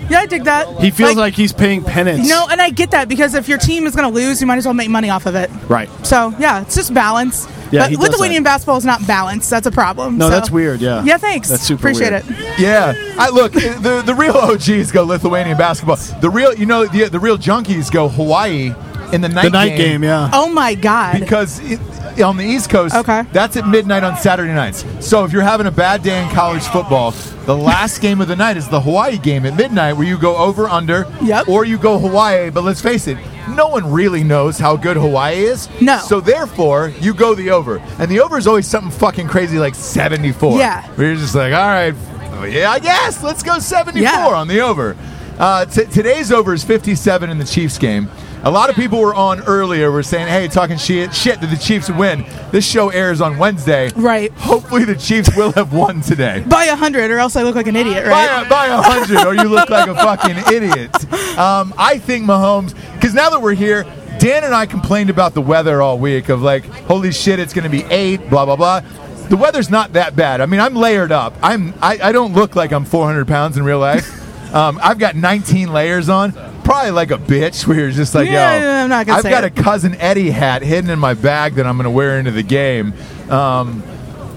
F: Yeah, I dig that.
E: He feels like, he's paying penance.
F: No, and I get that because if your team is going to lose, you might as well make money off of it.
E: Right.
F: So yeah, it's just balance.
E: Yeah, he
F: but
E: does
F: Lithuanian
E: that.
F: basketball is not balanced. That's a problem.
E: No,
F: so-
E: that's weird. Yeah.
F: Yeah, thanks.
E: That's super
F: Appreciate
E: weird.
F: it.
D: Yeah, I, look, the the real OGs go Lithuanian basketball. The real, you know, the, the real junkies go Hawaii in the night
E: The night game, yeah.
F: Oh my god.
D: because it, on the East Coast,
F: Okay.
D: that's at midnight on Saturday nights. So if you're having a bad day in college football, the last game of the night is the Hawaii game at midnight, where you go over under,
F: Yep.
D: or you go Hawaii. But let's face it, no one really knows how good Hawaii is.
F: No.
D: So therefore, you go the over, and the over is always something fucking crazy like 74.
F: Yeah.
D: where you're just like, all right, yeah, I guess let's go 74
F: Yeah.
D: on the over. Uh, t- today's over is 57 in the Chiefs game. A lot of people were on earlier. Were saying, "Hey, talking shit, shit that the Chiefs win." This show airs on Wednesday.
F: Right.
D: Hopefully, the Chiefs will have won today.
F: By a hundred, or else I look like an idiot, right?
D: By a, by a hundred, or you look like a fucking idiot. Um, I think Mahomes, because now that we're here, Dan and I complained about the weather all week of like, holy shit, it's going to be eight, blah blah blah. The weather's not that bad. I mean, I'm layered up. I'm I, I don't look like I'm 400 pounds in real life. Um, I've got 19 layers on. Probably like a bitch, where you're just like,
F: Yeah,
D: yo,
F: I'm not gonna
D: I've
F: say
D: got
F: it.
D: a cousin Eddie hat hidden in my bag that I'm going to wear into the game. Um,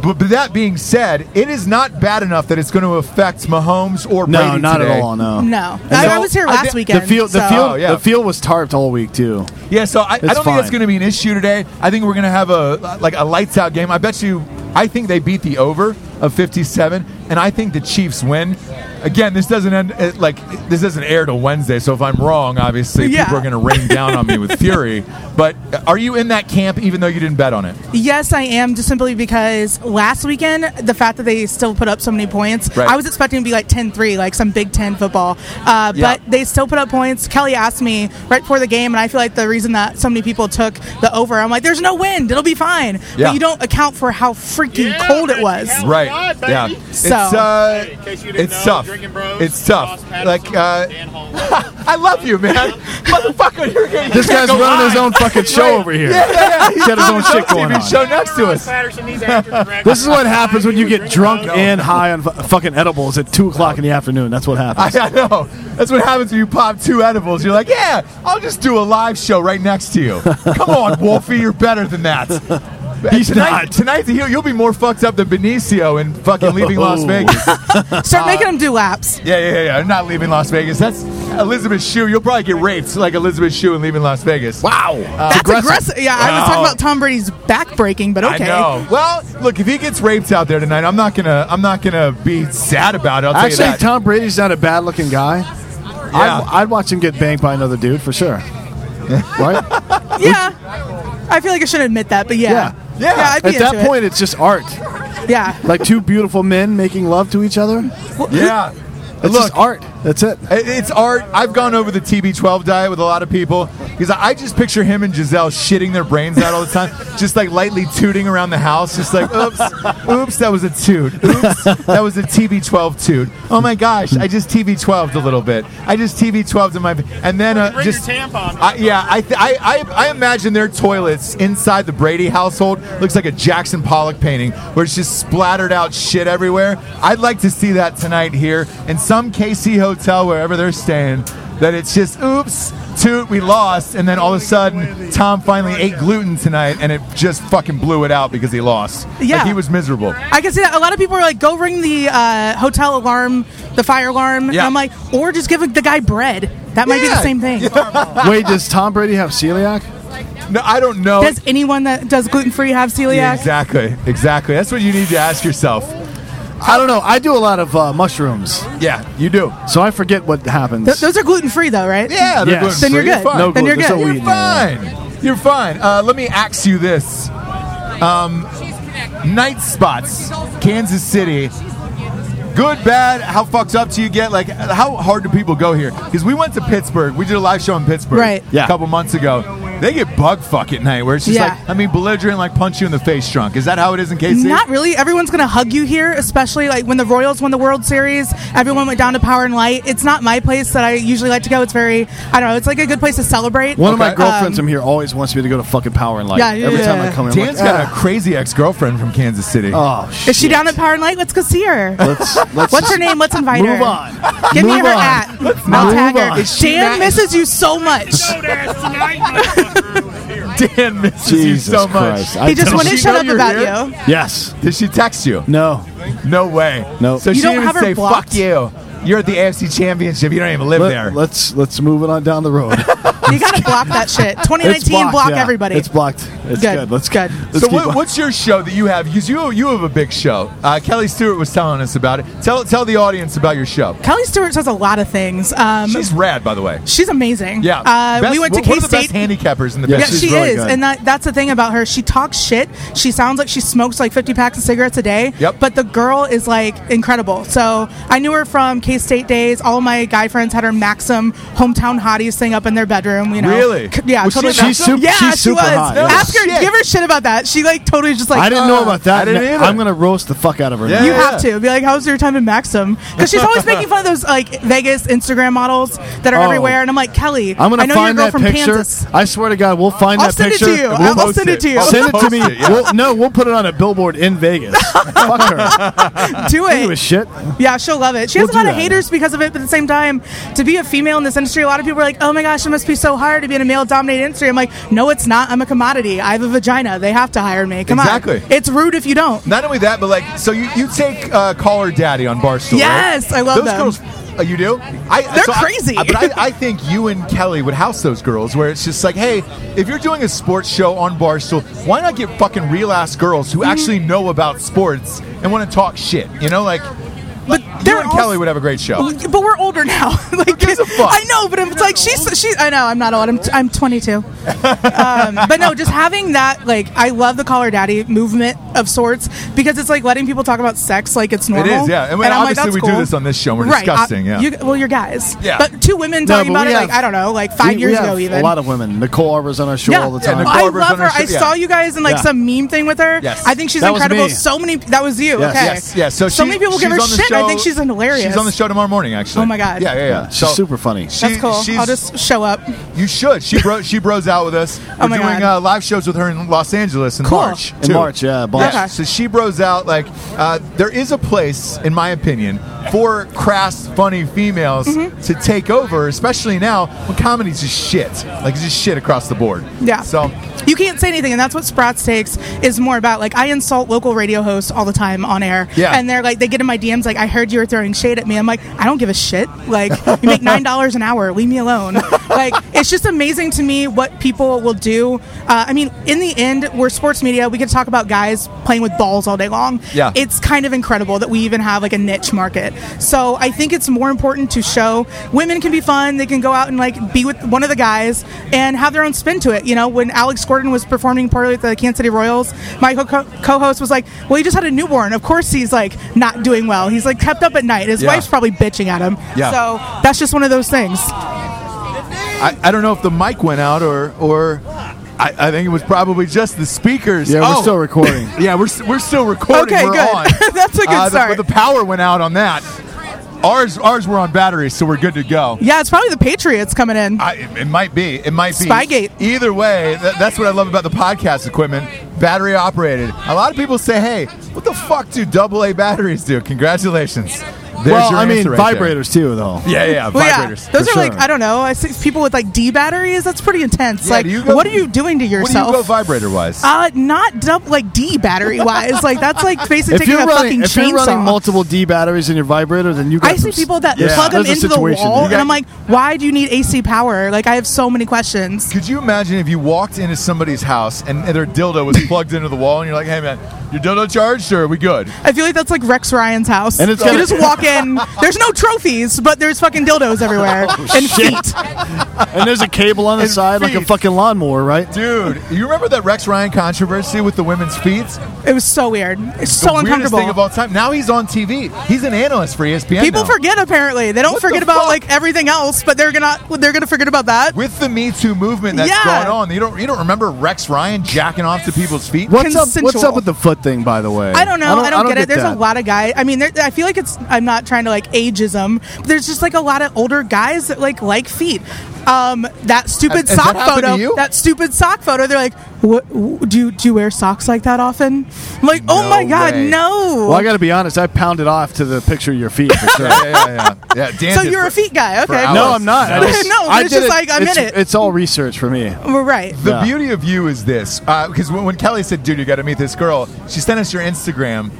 D: but, but that being said, it is not bad enough that it's going to affect Mahomes or
E: No,
D: Brady
E: not
D: today.
E: at all. No.
F: No,
E: And
F: I,
E: the-
F: I was here
D: I
F: last
D: did- the
F: weekend.
E: The field, the
F: so-
E: field,
D: Oh, yeah.
E: the field was tarped all week too.
D: Yeah, so I, I don't think that's
E: fine.
D: going to be an issue today. I think we're going to have a like a lights out game. I bet you. I think they beat the over of 57, and I think the Chiefs win. Again, this doesn't end it- like this doesn't air till Wednesday. So if I'm wrong, Oh, obviously
F: Yeah.
D: people are going to rain down (laughs) on
F: (laughs)
D: me with fury. But uh, are you in that camp, even though you didn't bet on it?
F: Yes, I am, just simply because last weekend, the fact that they still put up so many points,
D: Right.
F: I was expecting to be like 10 3, like some Big Ten football. Uh,
D: Yeah.
F: But they still put up points. Kelly asked me right before the game, and I feel like the reason that so many people took the over, I'm like, there's no wind, it'll be fine.
D: Yeah.
F: But you don't account for how freaking cold it was.
D: Right. yeah. It's
F: So-
D: uh, it's tough.
I: Drinking Bros,
D: It's tough. Like uh, (laughs) I love
F: (laughs)
D: you, man. Motherfucker, you're getting
E: This guy's running his own fucking show
D: Right.
E: over here.
D: Yeah, yeah, yeah.
E: He's got his own shit going
D: TV
E: on.
D: show next to us. (laughs)
E: This is what happens when you get drunk and high on fu- fucking edibles at two o'clock in the afternoon. That's what happens.
D: (laughs) I know. That's what happens when you pop two edibles. You're like, (laughs) yeah, I'll just do a live show right next to you. Come on, Wolfie, you're better than that.
I: He's
D: tonight,
I: not.
D: Tonight's a heel. You'll be more fucked up than Benicio and fucking leaving (laughs) Las
E: Oh.
D: Vegas.
F: Start making them do laps.
D: uh, Yeah, yeah, yeah, yeah. I'm not leaving Las Vegas. That's Elizabeth Shue. You'll probably get raped like Elizabeth Shue and leaving Las Vegas.
I: Wow.
F: That's aggressive. Yeah, I was
D: Wow.
F: talking about Tom Brady's back breaking, but okay.
D: I know. Oh. Well, look, if he gets raped out there tonight, I'm not gonna, I'm not gonna be sad about it. I'll tell
E: Actually,
D: you that.
E: Tom Brady's not a bad looking guy.
D: Yeah.
E: I'd, I'd watch him get banged by another dude for sure. right?
F: Yeah. I feel like I should admit that, but yeah.
E: Yeah.
D: Yeah.
F: I'd be
E: At that
F: into
E: point, it's just art.
F: it. Yeah.
E: Like two beautiful men making love to each other. It's
D: yeah.
E: just art. That's it.
D: It- It's art. I've gone over the TB12 diet with a lot of people because I I just picture him and Giselle shitting their brains out all the time, (laughs) just like lightly tooting around the house, just like, oops, (laughs) oops, that was a toot. Oops, that was a TB12 toot. Oh my gosh, I just TB12'd a little bit. I just TB12'd in my. And then uh, just. I, yeah, I, th- I, I, I imagine their toilets inside the Brady household looks like a Jackson Pollock painting where it's just splattered out shit everywhere. I'd like to see that tonight here in some KC hotel, wherever they're staying, that it's just, oops, toot, we lost. And then all of a sudden, Tom finally ate gluten tonight and it just fucking blew it out because he lost.
F: Yeah.
D: Like he was miserable.
F: I can see that. A lot of people are like, go ring the uh, hotel alarm, the fire alarm. And
D: Yeah.
F: I'm like, or just give the guy bread. That might be
D: Yeah.
F: the same thing.
E: Wait, does Tom Brady have celiac?
D: No, I don't know.
F: Does anyone that does gluten free have celiac?
D: Yeah, exactly. Exactly. That's what you need to ask yourself.
E: I don't know. I do a lot of uh, mushrooms,
D: Yeah, you do.
E: so I forget what happens.
F: Th- those are gluten free, though, right?
D: Yeah, they're
E: Yes.
D: gluten-free.
F: Then you're good.
D: fine.
E: No
F: then you're
E: gluten,
F: good.
E: so we-
D: You're fine. You're fine. Uh, let me ask you this: um, night spots, Kansas City. Good, bad. How fucked up do you get? Like, how hard do people go here? Because we went to Pittsburgh. We did a live show in Pittsburgh
F: Right.
D: a couple months ago. They get bug fuck at night, where it's just
F: Yeah.
D: like, I mean, belligerent, like punch you in the face, drunk. Is that how it is in KC?
F: Not really. Everyone's gonna hug you here, especially like when the Royals won the World Series. Everyone went down to Power and Light. It's not my place that I usually like to go. It's very, I don't know. It's like a good place to celebrate.
E: One of
D: Okay.
E: my girlfriends
F: Um,
E: from here always wants me to go to fucking Power and Light.
F: Yeah, yeah,
E: Every time
F: yeah.
E: I come in,
D: Dan's
E: I'm like,
D: got a crazy ex-girlfriend from Kansas (laughs) City.
E: ah, oh, shit.
F: Is she down at Power and Light? Let's go see her.
E: Let's, let's
F: What's her name? Let's invite her.
E: move on. (laughs)
F: Give
E: move
F: me her
E: on.
F: at. I'll
E: move
F: tag
E: on.
F: her.
E: Is
F: Dan misses you so much.
D: (laughs) Dan misses
E: Jesus
D: you so
E: Christ.
D: much.
E: I
F: He just
E: don't-
D: wanted-
F: wouldn't
D: she
F: shut
D: know
F: up
D: you're
F: about
D: here?
F: you.
E: Yes.
D: Did she text you?
E: No.
D: No way.
E: No.
D: So
E: You
D: she
F: don't
D: didn't even
F: have her
D: say
F: blocked?
D: fuck you. You're at the AFC Championship. You don't even live there.
E: Let, let's let's move it on down
F: (laughs)
E: the road.
F: You
D: (laughs)
F: gotta block that shit. 2019,
E: It's blocked,
F: block
E: yeah.
F: everybody.
E: It's blocked. It's
F: Good.
E: good. Let's
F: Good.
E: Let's
D: so
E: keep
D: what,
E: on.
D: what's your show that you have? Because you you have a big show. Uh, Kelly Stewart was telling us about it. Tell tell the audience about your show.
F: Kelly Stewart says a lot of things. Um,
D: She's rad, by the way.
F: she's amazing.
D: Yeah,
F: Uh,
D: Best-
F: we went to
D: one
F: K
D: of the best
F: State.
D: handicappers in the
E: Yeah,
F: Yeah,
D: business.
E: she's
F: she
E: really
F: is,
E: good.
F: and that, that's the thing about her. She talks shit. She sounds like she smokes like 50 packs of cigarettes a day.
D: Yep.
F: But the girl is like incredible. So I knew her from K State days. All my guy friends had her Maxim hometown hotties thing up in their bedroom. You know,
D: Really?
F: C- yeah,
D: Was she
F: totally.
D: a She's Maxim?
E: sup-
F: yeah,
E: she's
F: she
E: super
F: was.
E: hot. No
F: Ask her.
D: shit.
F: Give her shit about that. She like totally just like.
E: I didn't know
F: uh,
E: about that.
D: I didn't either.
E: I'm gonna roast the fuck out of her.
D: Yeah.
F: you have to be like, "How's your time in Maxim?" Because she's always making fun of those like Vegas Instagram models that are
E: Oh.
F: everywhere, and I'm like, "Kelly,
E: I'm gonna
F: I know you're a
E: find
F: girl
E: that
F: from
E: picture.
F: Kansas."
E: I swear to God, we'll find
F: I'll
E: that
F: send it
E: picture.
F: to you.
E: and
F: I'll
E: We'll
F: I'll send it to you.
D: I'll
E: send it to
D: post
E: me.
D: it, yeah.
E: We'll, no, we'll put it on a billboard in Vegas. fuck her.
F: (laughs) Do it.
E: Give a shit.
F: Yeah, she'll love it. She has
E: We'll
F: a lot
E: do
F: of
E: that.
F: haters because of it, but at the same time, to be a female in this industry, a lot of people are like, oh my gosh, it must be so hard to be in a male dominated industry. I'm like, no, it's not. I'm a commodity. I have a vagina. They have to hire me. Come
D: Exactly.
F: on. It's rude if you don't.
D: Not only that, but like, so you you take uh, caller daddy on Barstool. right?
F: Yes, I love
D: those
F: them.
D: girls. Uh, you do? I,
F: They're
D: so I-
F: crazy.
D: I, but I, I think you and Kelly would house those girls, where it's just like, hey, if you're doing a sports show on Barstool, why not get fucking real ass girls
F: Mm-hmm.
D: who actually know about sports and want to talk shit? You know, like,
F: But
D: you
F: they're
D: and
F: all-
D: Kelly would have a great show.
F: But we're older now. (laughs) like,
D: gives a fuck?
F: I know, but it's like she's she. I know I'm not old. I'm t- I'm 22. um, but no, just having that like I love the caller daddy movement of sorts because it's like letting people talk about sex like it's normal.
D: is, yeah. And we-
F: I'm
D: obviously
F: "That's
D: we do this on this show, and we're
F: right. uh,
D: disgusting, yeah.
F: You, well, you're guys.
D: Yeah.
F: But two women
E: No,
F: talking
E: but
F: about
E: we
F: it
E: have-
F: like I don't know, like five
E: we,
F: years
E: we have
F: ago even.
E: A lot of women. Nicole Arbor's on our show
F: yeah,
E: all the
D: Yeah,
E: time.
D: Nicole
F: I
D: Barber's on
F: love
D: our
F: her. I
D: show, yeah.
F: saw you guys in like
E: Yeah.
F: some meme thing with her.
D: Yes.
F: I think she's
E: That was
F: incredible.
E: me.
F: So many. That was you.
E: Yes.
F: Okay.
D: Yes, yeah. So, she-
F: many people give
D: she's
F: her
D: on the
F: shit. I
D: show-
F: think she's hilarious.
D: She's on the show tomorrow morning, actually.
F: Oh my God.
D: Yeah, yeah, yeah.
E: She's super funny.
D: she-
F: That's cool.
D: she's-
F: I'll just show up.
D: You should. She bro. She bros out with
F: (laughs)
D: us. We're
F: Oh my
D: doing
F: God.
D: Uh, live shows with her in Los Angeles in
F: Cool.
D: March.
E: In
D: too.
E: March, yeah, Boston.
D: So she bros out. Like uh, there is a place, in my opinion, for crass, funny females
F: Mm-hmm.
D: to take over, especially now when comedy's just shit. Like it's just shit across the board.
F: Yeah.
D: So
F: you can't say anything, and that's what Spratz takes is more about. Like I insult local radio hosts all the time on air,
D: Yeah.
F: and they're like, they get in my DMs like, I heard you were throwing shade at me. I'm like, I don't give a shit. Like you
D: (laughs)
F: make nine dollars an hour, leave me alone. like it's just amazing to me what people will do. Uh, I mean, in the end, we're sports media. We could talk about guys playing with balls all day long.
D: Yeah.
F: it's kind of incredible that we even have like a niche market. So I think it's more important to show women can be fun. They can go out and like be with one of the guys and have their own spin to it. You know, when Alex Gordon was performing part at the Kansas City Royals, my co- co-host was like, "Well, he just had a newborn. Of course he's like not doing well. He's like kept up at night. His
D: Yeah.
F: wife's probably bitching at him.
D: Yeah.
F: So that's just one of those things.
D: I, I don't know if the mic went out or or I, I think it was probably just the speakers.
E: Yeah,
D: Oh.
E: we're still
D: (laughs)
E: recording.
D: Yeah, we're, s- we're still recording.
F: Okay,
D: we're
F: good.
D: on.
F: (laughs) That's a good
D: Uh, the-
F: start.
D: but the power went out on that. Ours ours were on batteries, so we're good to go.
F: Yeah, it's probably the Patriots coming in.
D: I, it, it might be. It might be.
F: Spygate.
D: Either way, tha- that's what I love about the podcast equipment. Battery operated. A lot of people say, hey, what the fuck do double A batteries do? Congratulations. There's
E: well,
D: your
E: I mean,
D: answer right there.
E: vibrators too, though.
D: Yeah, yeah,
F: Well, yeah,
D: vibrators.
F: those are
E: for
F: like
E: sure.
F: I don't know. I see people with like D batteries. That's pretty intense.
D: Yeah,
F: like,
D: do you go-
F: what are you doing to yourself?
D: What do you go vibrator wise?
F: Uh, not dump like D battery wise. like that's
E: (laughs)
F: like basically
E: If
F: taking
E: you're
F: a
E: running,
F: fucking
E: if you're running
F: chainsaw.
E: multiple D batteries in your vibrator, then you. Got
F: I see
E: some s-
F: people that
D: Yeah.
F: plug them
E: There's a
F: into the
E: situation
F: wall,
E: there.
F: and I'm like, why do you need AC power? Like I have so many questions.
D: Could you imagine if you walked into somebody's house and their
E: (laughs)
D: dildo was plugged into the wall and you're like, hey man, your dildo charged or are we good?
F: I feel like that's like Rex Ryan's house.
E: And it's
F: you
E: gotta-
F: just walk in. There's no trophies, but there's fucking dildos everywhere and feet.
E: (laughs) and there's a cable on the
D: And
E: side like a
D: feet.
E: fucking lawnmower, right?
D: Dude, you remember that Rex Ryan controversy with the women's feet?
F: It was so weird. It's so
D: the weirdest
F: uncomfortable.
D: thing of all time. Now he's on TV. He's an analyst for E ESPN.
F: People
D: now.
F: forget apparently. They don't
D: What the
F: forget about
D: fuck?
F: like everything else, but they're gonna they're gonna forget about that.
D: with the Me Too movement that's
F: Yeah.
D: going on. You don't you don't remember Rex Ryan jacking off to people's feet?
E: What's up? What's
F: Consensual.
E: up with the foot thing, by the way?
F: I don't know. I don't, get, it. There's
E: that.
F: a lot of guys. I mean, there, I feel like it's. I'm not trying to like ageism. But there's just like a lot of older guys that like like feet. Um, that stupid
D: Has- has
F: sock
D: that happened to
F: photo.
D: you?
F: That stupid sock photo. They're like, what? w- Do you, do you wear socks like that often? I'm like, oh
D: No
F: my god,
D: way.
F: no.
E: Well, I got to be honest. I pounded off to the picture of your feet for sure.
D: yeah, yeah, yeah.
F: (laughs)
D: yeah Dan
F: so
D: did
F: you're
D: for-
F: a feet guy, okay?
D: hours.
E: No, I'm not.
F: (laughs)
E: I
F: (laughs) No,
E: just-
F: but
E: I
F: it's
E: did
F: just like, I'm in
E: It's-
F: it.
E: It's all research for me.
F: We're right.
D: The
E: Yeah.
D: beauty of you is this, because when Kelly said, "Dude, you got to meet this girl," she sent us your Instagram.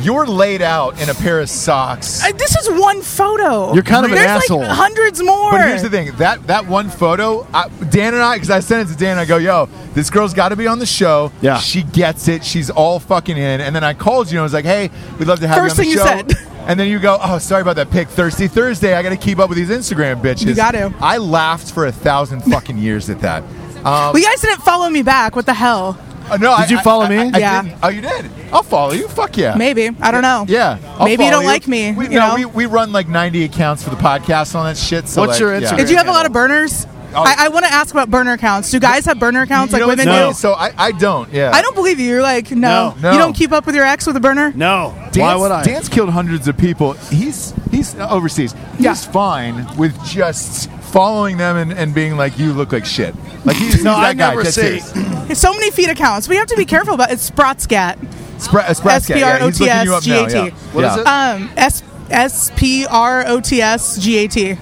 D: You're laid out in a pair of socks.
F: Uh, This is one photo.
E: You're kind of an
F: There's
E: asshole.
F: Like hundreds more.
D: But here's the thing that that one photo, I, Dan and I, because I sent it to Dan, and I go, "Yo, this girl's got to be on the show.
E: Yeah.
D: she gets it. She's all fucking in." And then I called you and I was like, "Hey, we'd love to have
F: First
D: you on the
F: thing you
D: show."
F: said. (laughs)
D: And then you go, "Oh, sorry about that pick. Thirsty Thursday. I got to keep up with these Instagram bitches."
F: You gotta.
D: I laughed for a thousand fucking years at that. Um,
F: Well, you guys didn't follow me back. What the hell?
D: uh, no,
E: Did
D: I-
E: you
D: I-
E: follow
D: I-
E: me?
D: I, I
F: Yeah.
D: didn't. Oh, you did. I'll follow you. Fuck yeah.
F: Maybe I don't know.
D: Yeah. I'll
F: Maybe you
D: follow
F: don't like me,
D: We,
F: you
D: no,
F: know?
D: we, we run like 90 accounts for the podcast on that shit. So
E: What's
D: like,
E: your
D: yeah.
E: Instagram?
F: Did you have a lot of burners?
D: Oh.
F: I, I want to ask about burner accounts. Do guys have burner accounts
D: You
F: like
D: know
F: women
D: what's funny?
F: do?
D: So I, I don't. Yeah.
F: I don't believe you. You're like, no.
E: No.
D: No.
F: You don't keep up with your ex with a burner?
E: No.
D: Dan's,
E: Why would I?
D: Dan's killed hundreds of people. He's he's overseas. He's fine with just following them and, and being like, you look like shit. Like he's, he's
E: no,
D: that
E: I
D: guy.
E: never
D: That's
E: see.
D: it.
F: So many feet accounts. We have to be careful about It's Spratscat.
D: Spra- Spratscat. Yeah, he's looking you up now.
F: S-P-R-O-T-S-G-A-T.
D: Yeah.
E: What is
D: Yeah.
E: it?
F: Um, S S P R O T S G A T.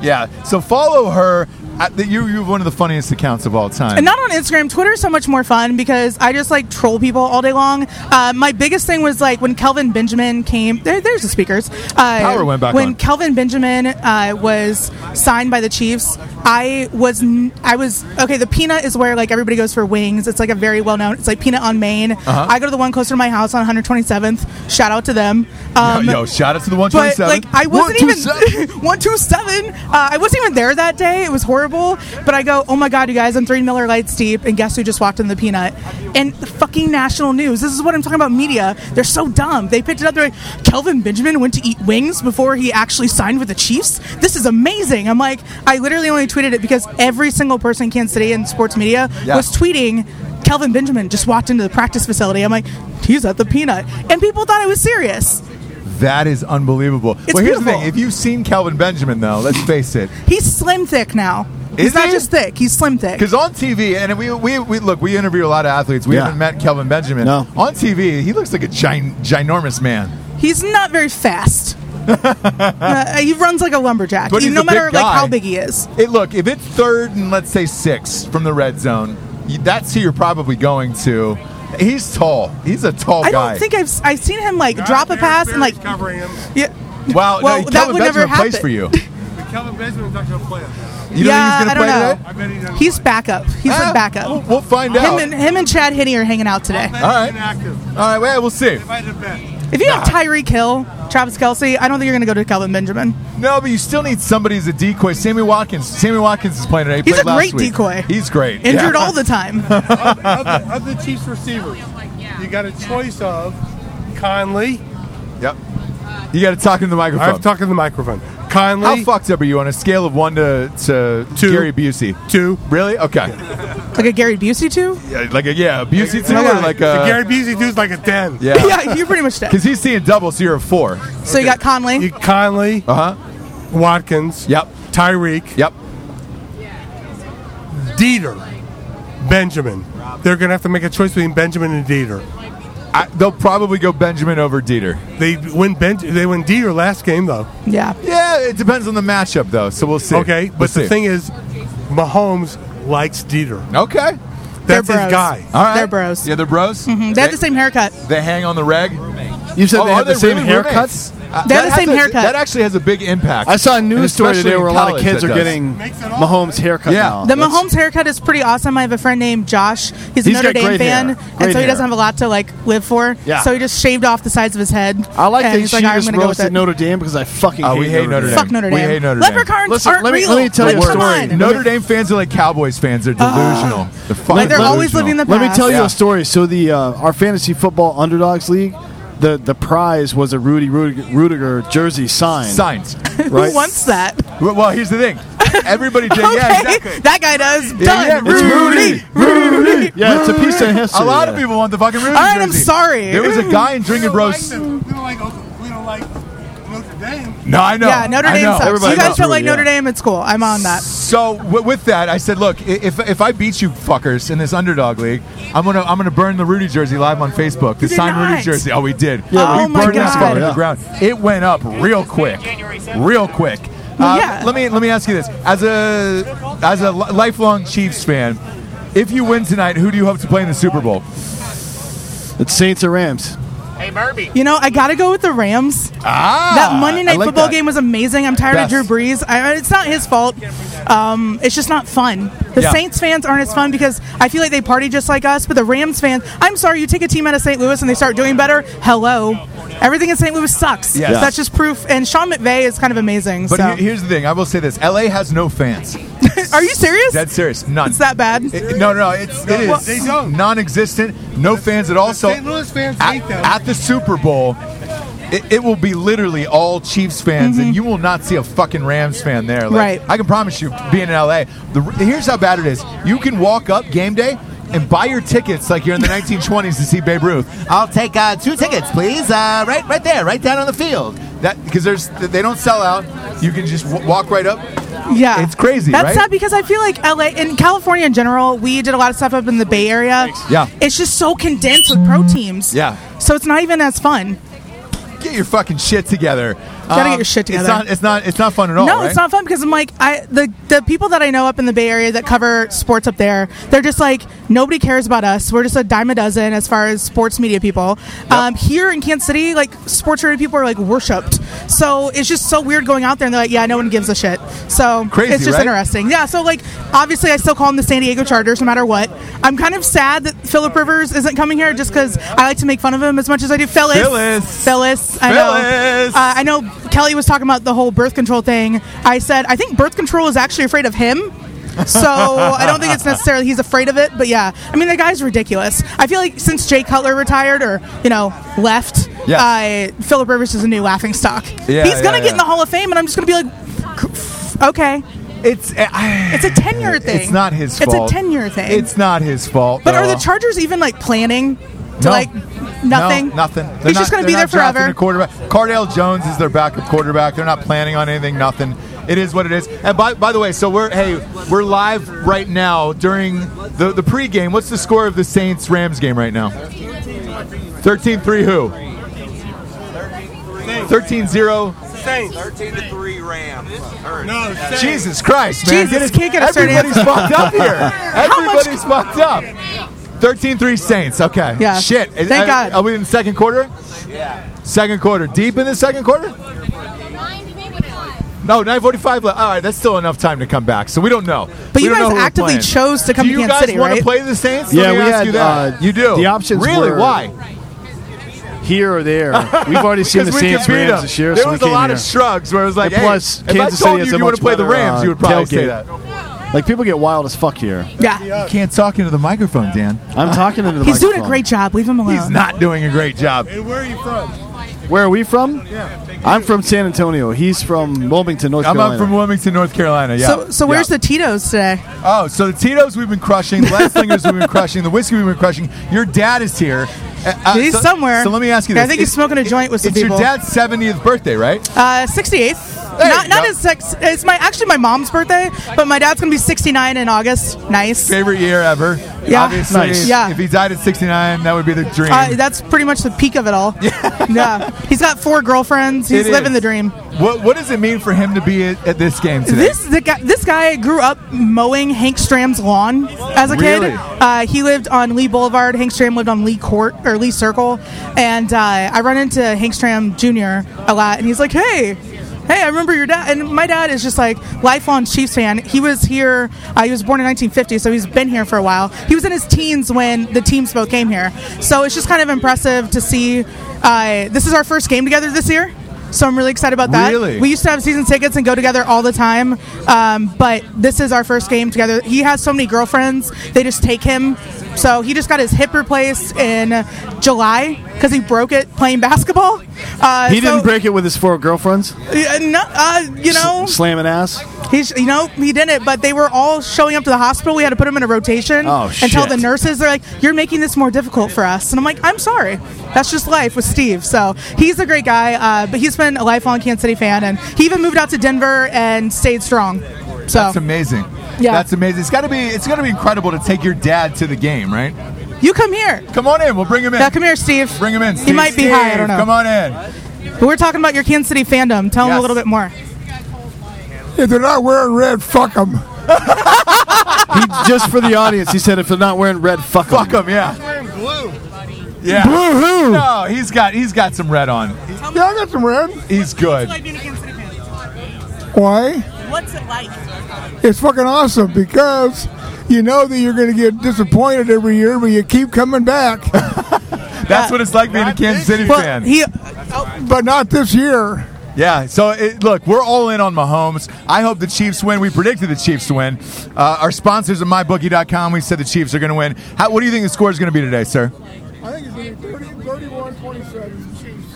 D: Yeah. So follow her. I- that You you're one of the funniest accounts of all time.
F: And not on Instagram. Twitter is so much more fun because I just like troll people all day long. Uh, my biggest thing was like when Kelvin Benjamin came. There, there's the speakers. Uh,
D: Power went back
F: When
D: on.
F: Kelvin Benjamin uh, was signed by the Chiefs, I was n- I was okay. The peanut is where like everybody goes for wings. It's like a very well known. It's like peanut on Main.
D: Uh-huh.
F: I go to the one closer to my house on 127th. Shout out to them. Um,
D: yo, yo, shout out to the 127.
F: but like I wasn't even (laughs)
D: 127.
F: one two seven. Uh, I wasn't even there that day. It was horrible. But I go, oh my god, you guys, I'm three Miller Lights deep, and guess who just walked in the peanut? And the fucking national news. This is what I'm talking about. Media, they're so dumb. They picked it up. They're like, Kelvin Benjamin went to eat wings before he actually signed with the Chiefs. This is amazing. I'm like, I literally only tweeted it because every single person in Kansas City in sports media
D: Yeah.
F: was tweeting. Kelvin Benjamin just walked into the practice facility. I'm like, he's at the peanut. And people thought I was serious.
D: (laughs) That is unbelievable.
F: It's
D: well, here's the
F: beautiful.
D: thing. If you've seen Calvin Benjamin, though, let's face it,
F: He's slim thick now.
D: Is
F: he's not
D: he?
F: just thick. He's slim thick.
D: because on TV, and we, we, we look, we interview a lot of athletes. We
E: Yeah.
D: haven't met Calvin Benjamin.
E: No.
D: On TV, he looks like a gin- ginormous man. (laughs)
F: He's not very fast. Uh, he runs like a lumberjack,
D: But he's
F: no
D: a big
F: matter like how
D: guy.
F: big he is.
D: It, look, if it's third and let's say six from the red zone, you, that's who you're probably going to. He's tall. He's a tall
F: I
D: guy.
F: don't think I've s- I've seen him like drop a pass and like
I: covering him.
F: yeah.
D: Wow,
F: Well,
D: no,
F: that
D: Kelvin
F: would never
D: Benjamin plays
F: happen.
D: for you.
I: Kelvin Benjamin's not going to play him.
D: You
F: yeah,
D: don't think he's
F: I
D: going to
F: don't
D: play
F: know.
D: today?
I: bet he doesn't
F: He's backup. He's
D: Ah,
F: like backup.
D: We'll, we'll find
F: Him
D: out.
F: and him and Chad Henney are hanging out today.
D: All right. All right, well, we'll see.
F: If you have Tyreek Hill, Travis Kelsey, I don't think you're going to go to Calvin Benjamin.
D: No, but you still need somebody as a decoy. Sammy Watkins. Sammy Watkins is playing today. He
F: He's
D: played
F: a
D: last
F: great
D: week.
F: decoy.
D: He's great.
F: Injured
D: Yeah.
F: all the
D: (laughs)
F: time.
I: of, the, of the Chiefs receivers, you got a choice of Conley.
D: Yep. You got to talk into the microphone.
I: I'm talking to the microphone.
D: How
I: Conley,
D: fucked up are you on a scale of one to, to
I: Two.
D: Gary Busey?
I: two.
D: Really? Okay.
F: like a Gary Busey too.
D: Yeah, like a yeah, Busey two or like
I: The
D: a
I: Gary Busey dude's like a ten. (laughs)
D: yeah.
F: (laughs) yeah, you're pretty much dead.
D: Because he's seeing double, so you're a four.
F: So you got Conley.
I: You Conley,
D: Uh huh.
I: Watkins,
D: Yep.
I: Tyreek,
D: Yep.
I: Dieter, Benjamin. They're gonna have to make a choice between Benjamin and Dieter.
D: I, they'll probably go Benjamin over Dieter.
I: They win ben- They win Dieter last game though.
F: Yeah.
D: Yeah, it depends on the matchup though, so we'll see.
I: Okay,
D: We'll
I: but the
D: see.
I: thing is, Mahomes likes Dieter.
D: Okay.
I: That's his
F: bros.
I: guy.
D: All right.
F: They're bros.
D: Yeah, they're bros. Mm-hmm.
F: They have the same haircut.
D: They hang on the reg. Oh,
E: You said they
D: are
E: have the same
D: really roommates?
E: haircuts.
D: Uh,
F: They have
D: that
F: the same
D: has a-
F: haircut.
D: That actually has a big impact.
E: I saw a
D: And
E: news story
D: especially
E: today where
D: in
E: a lot of
D: college
E: kids
D: that
E: are
D: does.
E: getting
I: Makes it all-
E: Mahomes' haircut
D: Yeah.
E: now.
F: The
E: Oh, That's-
F: Mahomes haircut is pretty awesome. I have a friend named Josh. He's a
E: He's
F: Notre
E: got
F: Dame
E: great
F: fan,
E: hair.
F: and
E: Great
F: so he
E: hair.
F: doesn't have a lot to like live for.
E: Yeah.
F: So he just shaved off the sides of his head.
E: I like
F: and
E: that
F: he's
E: she
F: like, I'm
E: just
F: gonna go with
E: roasted
F: it.
E: Notre Dame because I fucking
D: Oh,
E: hate
D: we hate Notre Dame.
F: Fuck Notre Dame.
D: We hate Notre Dame.
F: Leprechauns
E: Listen,
F: aren't
E: let me-
F: real.
E: let me tell
F: like,
E: you a
F: come
E: story.
F: on.
D: Notre Dame fans are like Cowboys fans. They're delusional. they're fucking
F: Uh, Like they're always living in
D: delusional.
F: the
E: Let me
F: past.
E: tell you
D: Yeah.
E: a story. So the uh, our fantasy football underdogs league, the the prize was a Rudy Rudiger, Rudiger jersey signed.
D: signs.
E: right?
F: Who wants
E: (laughs)
F: that?
D: Well, well, here's the thing.
F: (laughs)
D: Everybody, did, yeah, exactly.
F: That guy does. Done.
D: yeah, it's
F: Rudy. Rudy.
E: Yeah, it's a piece of history.
D: A lot of
E: there.
D: people want the fucking Rudy
F: All right, I'm
D: jersey.
F: sorry.
D: There was a guy in Drinking Bros.
I: We don't like. Oakland. We don't like Notre Dame.
D: No, I know.
F: Yeah, Notre
D: I
F: Dame
D: know.
F: sucks.
E: Everybody
F: you guys
E: knows
F: feel
E: Rudy,
F: like Notre
E: yeah.
F: Dame, it's cool. I'm on that.
D: So w- with that, I said, look, i- if if I beat you fuckers in this underdog league, I'm gonna I'm gonna burn the Rudy jersey live on Facebook. The
F: did
D: signed Rudy
F: not.
D: jersey. Oh, we did.
F: Yeah, we-
D: we
F: Oh my
D: burned this
F: God.
D: fucker to the
E: Yeah.
D: ground. It went up real quick, real quick. Uh,
F: Yeah.
D: Let me let me ask you this: as a as a li- lifelong Chiefs fan, if you win tonight, who do you hope to play in the Super Bowl?
E: It's Saints or Rams.
F: You know, I got to go with the Rams.
D: Ah,
F: that Monday
D: I
F: night
D: like
F: football
D: that.
F: game was amazing. I'm tired
D: Best.
F: of Drew Brees. I, it's not his fault. Um, it's just not fun. The
D: Yeah.
F: Saints fans aren't as fun because I feel like they party just like us. But the Rams fans, I'm sorry, you take a team out of St. Louis and they start doing better. Hello, everything in St. Louis sucks.
D: Yes.
F: That's just proof. And Sean McVay is kind of amazing.
D: But
F: so,
D: he- here's the thing: I will say this: LA has no fans.
F: are you (laughs) serious?
D: Dead serious, none.
F: it's that bad.
D: It- no, no, it's, it
I: Well,
D: is
I: they don't.
D: non-existent, no fans at all. So
I: St. Louis fans
D: at,
I: hate them.
D: at the Super Bowl, it, it will be literally all Chiefs fans, and you will not see a fucking Rams fan there. Like,
F: Right.
D: I can promise you, being in LA, the, here's how bad it is: you can walk up game day. And buy your tickets like you're in the 1920s to see Babe Ruth. I'll take uh, two tickets, please. Uh, right, right there, right down on the field. That because there's they don't sell out. You can just w- walk right up.
F: Yeah,
D: It's crazy,
F: That's
D: right?
F: sad because I feel like LA in California in general, we did a lot of stuff up in the Bay Area.
D: Yeah.
F: it's just so condensed with pro teams.
D: Yeah.
F: so it's not even as fun.
D: Get your fucking shit together. Um,
F: Gotta get your shit
D: It's
F: together.
D: not. It's not. It's not fun at all.
F: No,
D: Oh, right?
F: it's not fun because I'm like I the the people that I know up in the Bay Area that cover sports up there, they're just like nobody cares about us. We're just a dime a dozen as far as sports media people. Um, here in Kansas City, like sports media people are like worshipped. So it's just so weird going out there and they're like, yeah, no one gives a shit. So
D: Crazy,
F: it's just
D: right?
F: interesting. Yeah. So like obviously I still call them the San Diego Chargers no matter what. I'm kind of sad that Philip Rivers isn't coming here just because I like to make fun of him as much as I do. Phyllis.
D: Phyllis.
F: Phyllis. I know.
D: Phyllis.
F: Uh, I know Kelly was talking about the whole birth control thing. I said I think birth control is actually afraid of him. So I don't think it's necessarily he's afraid of it, but yeah, I mean the guy's ridiculous. I feel like since Jay Cutler retired or you know left,
D: Yeah.
F: uh, Philip Rivers is a new laughing stock.
D: Yeah,
F: he's gonna get
D: yeah,
F: in
D: yeah.
F: the Hall of Fame, and I'm just gonna be like, okay,
D: It's eh, (sighs)
F: it's a tenure thing.
D: It's not his
F: It's
D: fault.
F: a tenure thing.
D: It's not his fault.
F: but are
D: though.
F: the Chargers even like planning to
D: No.
F: like nothing?
D: No, nothing. They're
F: he's just
D: not-
F: gonna be
D: they're
F: there
D: not drafting
F: forever.
D: A quarterback. Cardale Jones is their backup quarterback. They're not planning on anything. Nothing. It is what it is. And by, by the way, so we're hey, we're live right now during the the pregame. What's the score of the Saints Rams game right now? 13-3 who? 13-0
J: Saints. 13 to 3 Rams.
I: No,
D: Jesus Christ, man.
F: Jesus,
D: Get it-
F: can't get a straight
D: Everybody's
F: answer.
D: fucked up here.
F: (laughs) How much-
D: Everybody's fucked up. 13-3 Saints. Okay.
F: Yeah.
D: Shit. Is-
F: Thank
D: are-
F: God.
D: Are we in the second quarter? Yeah. Second quarter. Deep in the second quarter? No, 9:45 left. All right, that's still enough time to come back. So we don't know.
F: But
D: We
F: you
D: don't know
F: guys
D: who we're
F: actively
D: playing.
F: chose to come to
D: do you
F: Kansas
D: guys
F: City,
D: want
F: right?
D: to play the Saints?
E: Yeah,
D: Let me
E: we
D: ask
E: had,
D: you that.
E: uh,
D: you do.
E: the options
D: Really?
E: were-
D: Why?
E: Here or
D: (laughs)
E: there. We've already seen the
D: Because we
E: Saints
D: could beat
E: Rams
D: them.
E: this year,
D: There
E: so we
D: was a
E: came
D: lot
E: here.
D: of shrugs where it was like,
E: And
D: hey,
E: plus,
D: if
E: Kansas
D: I told
E: City has
D: you
E: a
D: you want
E: much
D: to play the
E: better,
D: Rams,
E: uh,
D: you would probably say
E: tailgate.
D: that.
E: Like people get wild as fuck here.
F: Yeah.
D: Can't talk into the microphone, Dan.
E: I'm talking into the
F: He's doing a
E: microphone.
F: great job. Leave him alone.
D: He's not doing a great job.
E: Where are we from? Yeah. I'm from San Antonio. He's from Wilmington, North
D: I'm
E: Carolina.
D: up from Wilmington, North Carolina. Yeah.
F: So, so where's
D: Yeah.
F: the Tito's today?
D: Oh, so the Tito's we've been crushing, the Lingers we've been crushing, the whiskey we've been crushing. Your dad is here. Uh, uh,
F: He's
D: so-
F: somewhere.
D: So let me ask you
F: Yeah,
D: this:
F: I think he's
D: It-
F: smoking a joint with some
D: It's
F: people.
D: your dad's 70th birthday, right?
F: Uh, 68th.
D: There
F: not
D: you
F: not
D: go.
F: his sex. It's my actually my mom's birthday, but my dad's gonna be 69 in August. Nice.
D: Favorite year ever.
F: Yeah.
D: Obviously,
F: Nice.
D: if,
F: Yeah.
D: if he died at 69, that would be the dream.
F: Uh, that's pretty much the peak of it
D: (laughs)
F: all. Yeah. He's got four girlfriends. He's
D: It
F: living
D: is.
F: the dream.
D: what What does it mean for him to be at, at this game today?
F: This the guy, this guy grew up mowing Hank Stram's lawn as a
D: Really?
F: kid. Uh, he lived on Lee Boulevard. Hank Stram lived on Lee Court or Lee Circle, and uh, I run into Hank Stram Jr. a lot, and he's like, "Hey." Hey, I remember your dad, and my dad is just like lifelong Chiefs fan. He was here. Uh, he was born in 1950, so he's been here for a while. He was in his teens when the teams both came here, so it's just kind of impressive to see. Uh, this is our first game together this year, so I'm really excited about that.
D: Really?
F: We used to have season tickets and go together all the time, um, but this is our first game together. He has so many girlfriends; they just take him. So he just got his hip replaced in July because he broke it playing basketball. Uh,
E: He
F: so-
E: didn't break it with his four girlfriends.
F: Uh, no, uh, you know,
E: S- slamming ass.
F: he's you know he didn't. But they were all showing up to the hospital. We had to put him in a rotation
E: Oh,
F: and tell
E: shit.
F: the nurses they're like, "You're making this more difficult for us." And I'm like, "I'm sorry, that's just life with Steve." So he's a great guy, uh, but he's been a lifelong Kansas City fan, and he even moved out to Denver and stayed strong. So
D: That's amazing.
F: Yeah.
D: That's amazing. It's gotta be. It's gonna be incredible to take your dad to the game, right?
F: you come here.
D: Come on in. We'll bring him in.
F: Now come here, Steve.
D: Bring him in.
F: He
D: Steve.
F: might be
D: Steve,
F: high. I don't know.
D: Come on in.
F: But we're talking about your Kansas City fandom. Tell him
D: Yes.
F: a little bit more.
A: If they're not wearing red, fuck them.
E: He just for the audience. He said, "If they're not wearing red, fuck,
D: Fuck him. Yeah. Blue. Yeah. Blue. (laughs) No, Oh, he's got he's got some red on.
A: Yeah, I got some red.
D: He's good.
A: Why?
F: What's it like?
A: It's fucking awesome because you know that you're going to get disappointed every year, but Oh, you keep coming back.
D: That's what it's like being a Kansas City
F: Well,
D: fan.
F: he
A: but not this year.
D: yeah. So it, look, we're all in on Mahomes. I hope the Chiefs win. We predicted the Chiefs to win. Uh, our sponsors of MyBookie.com. We said the Chiefs are going to win. How, what do you think the score is going to be today, sir?
A: I think it's going to be 30, 31 27 Chiefs.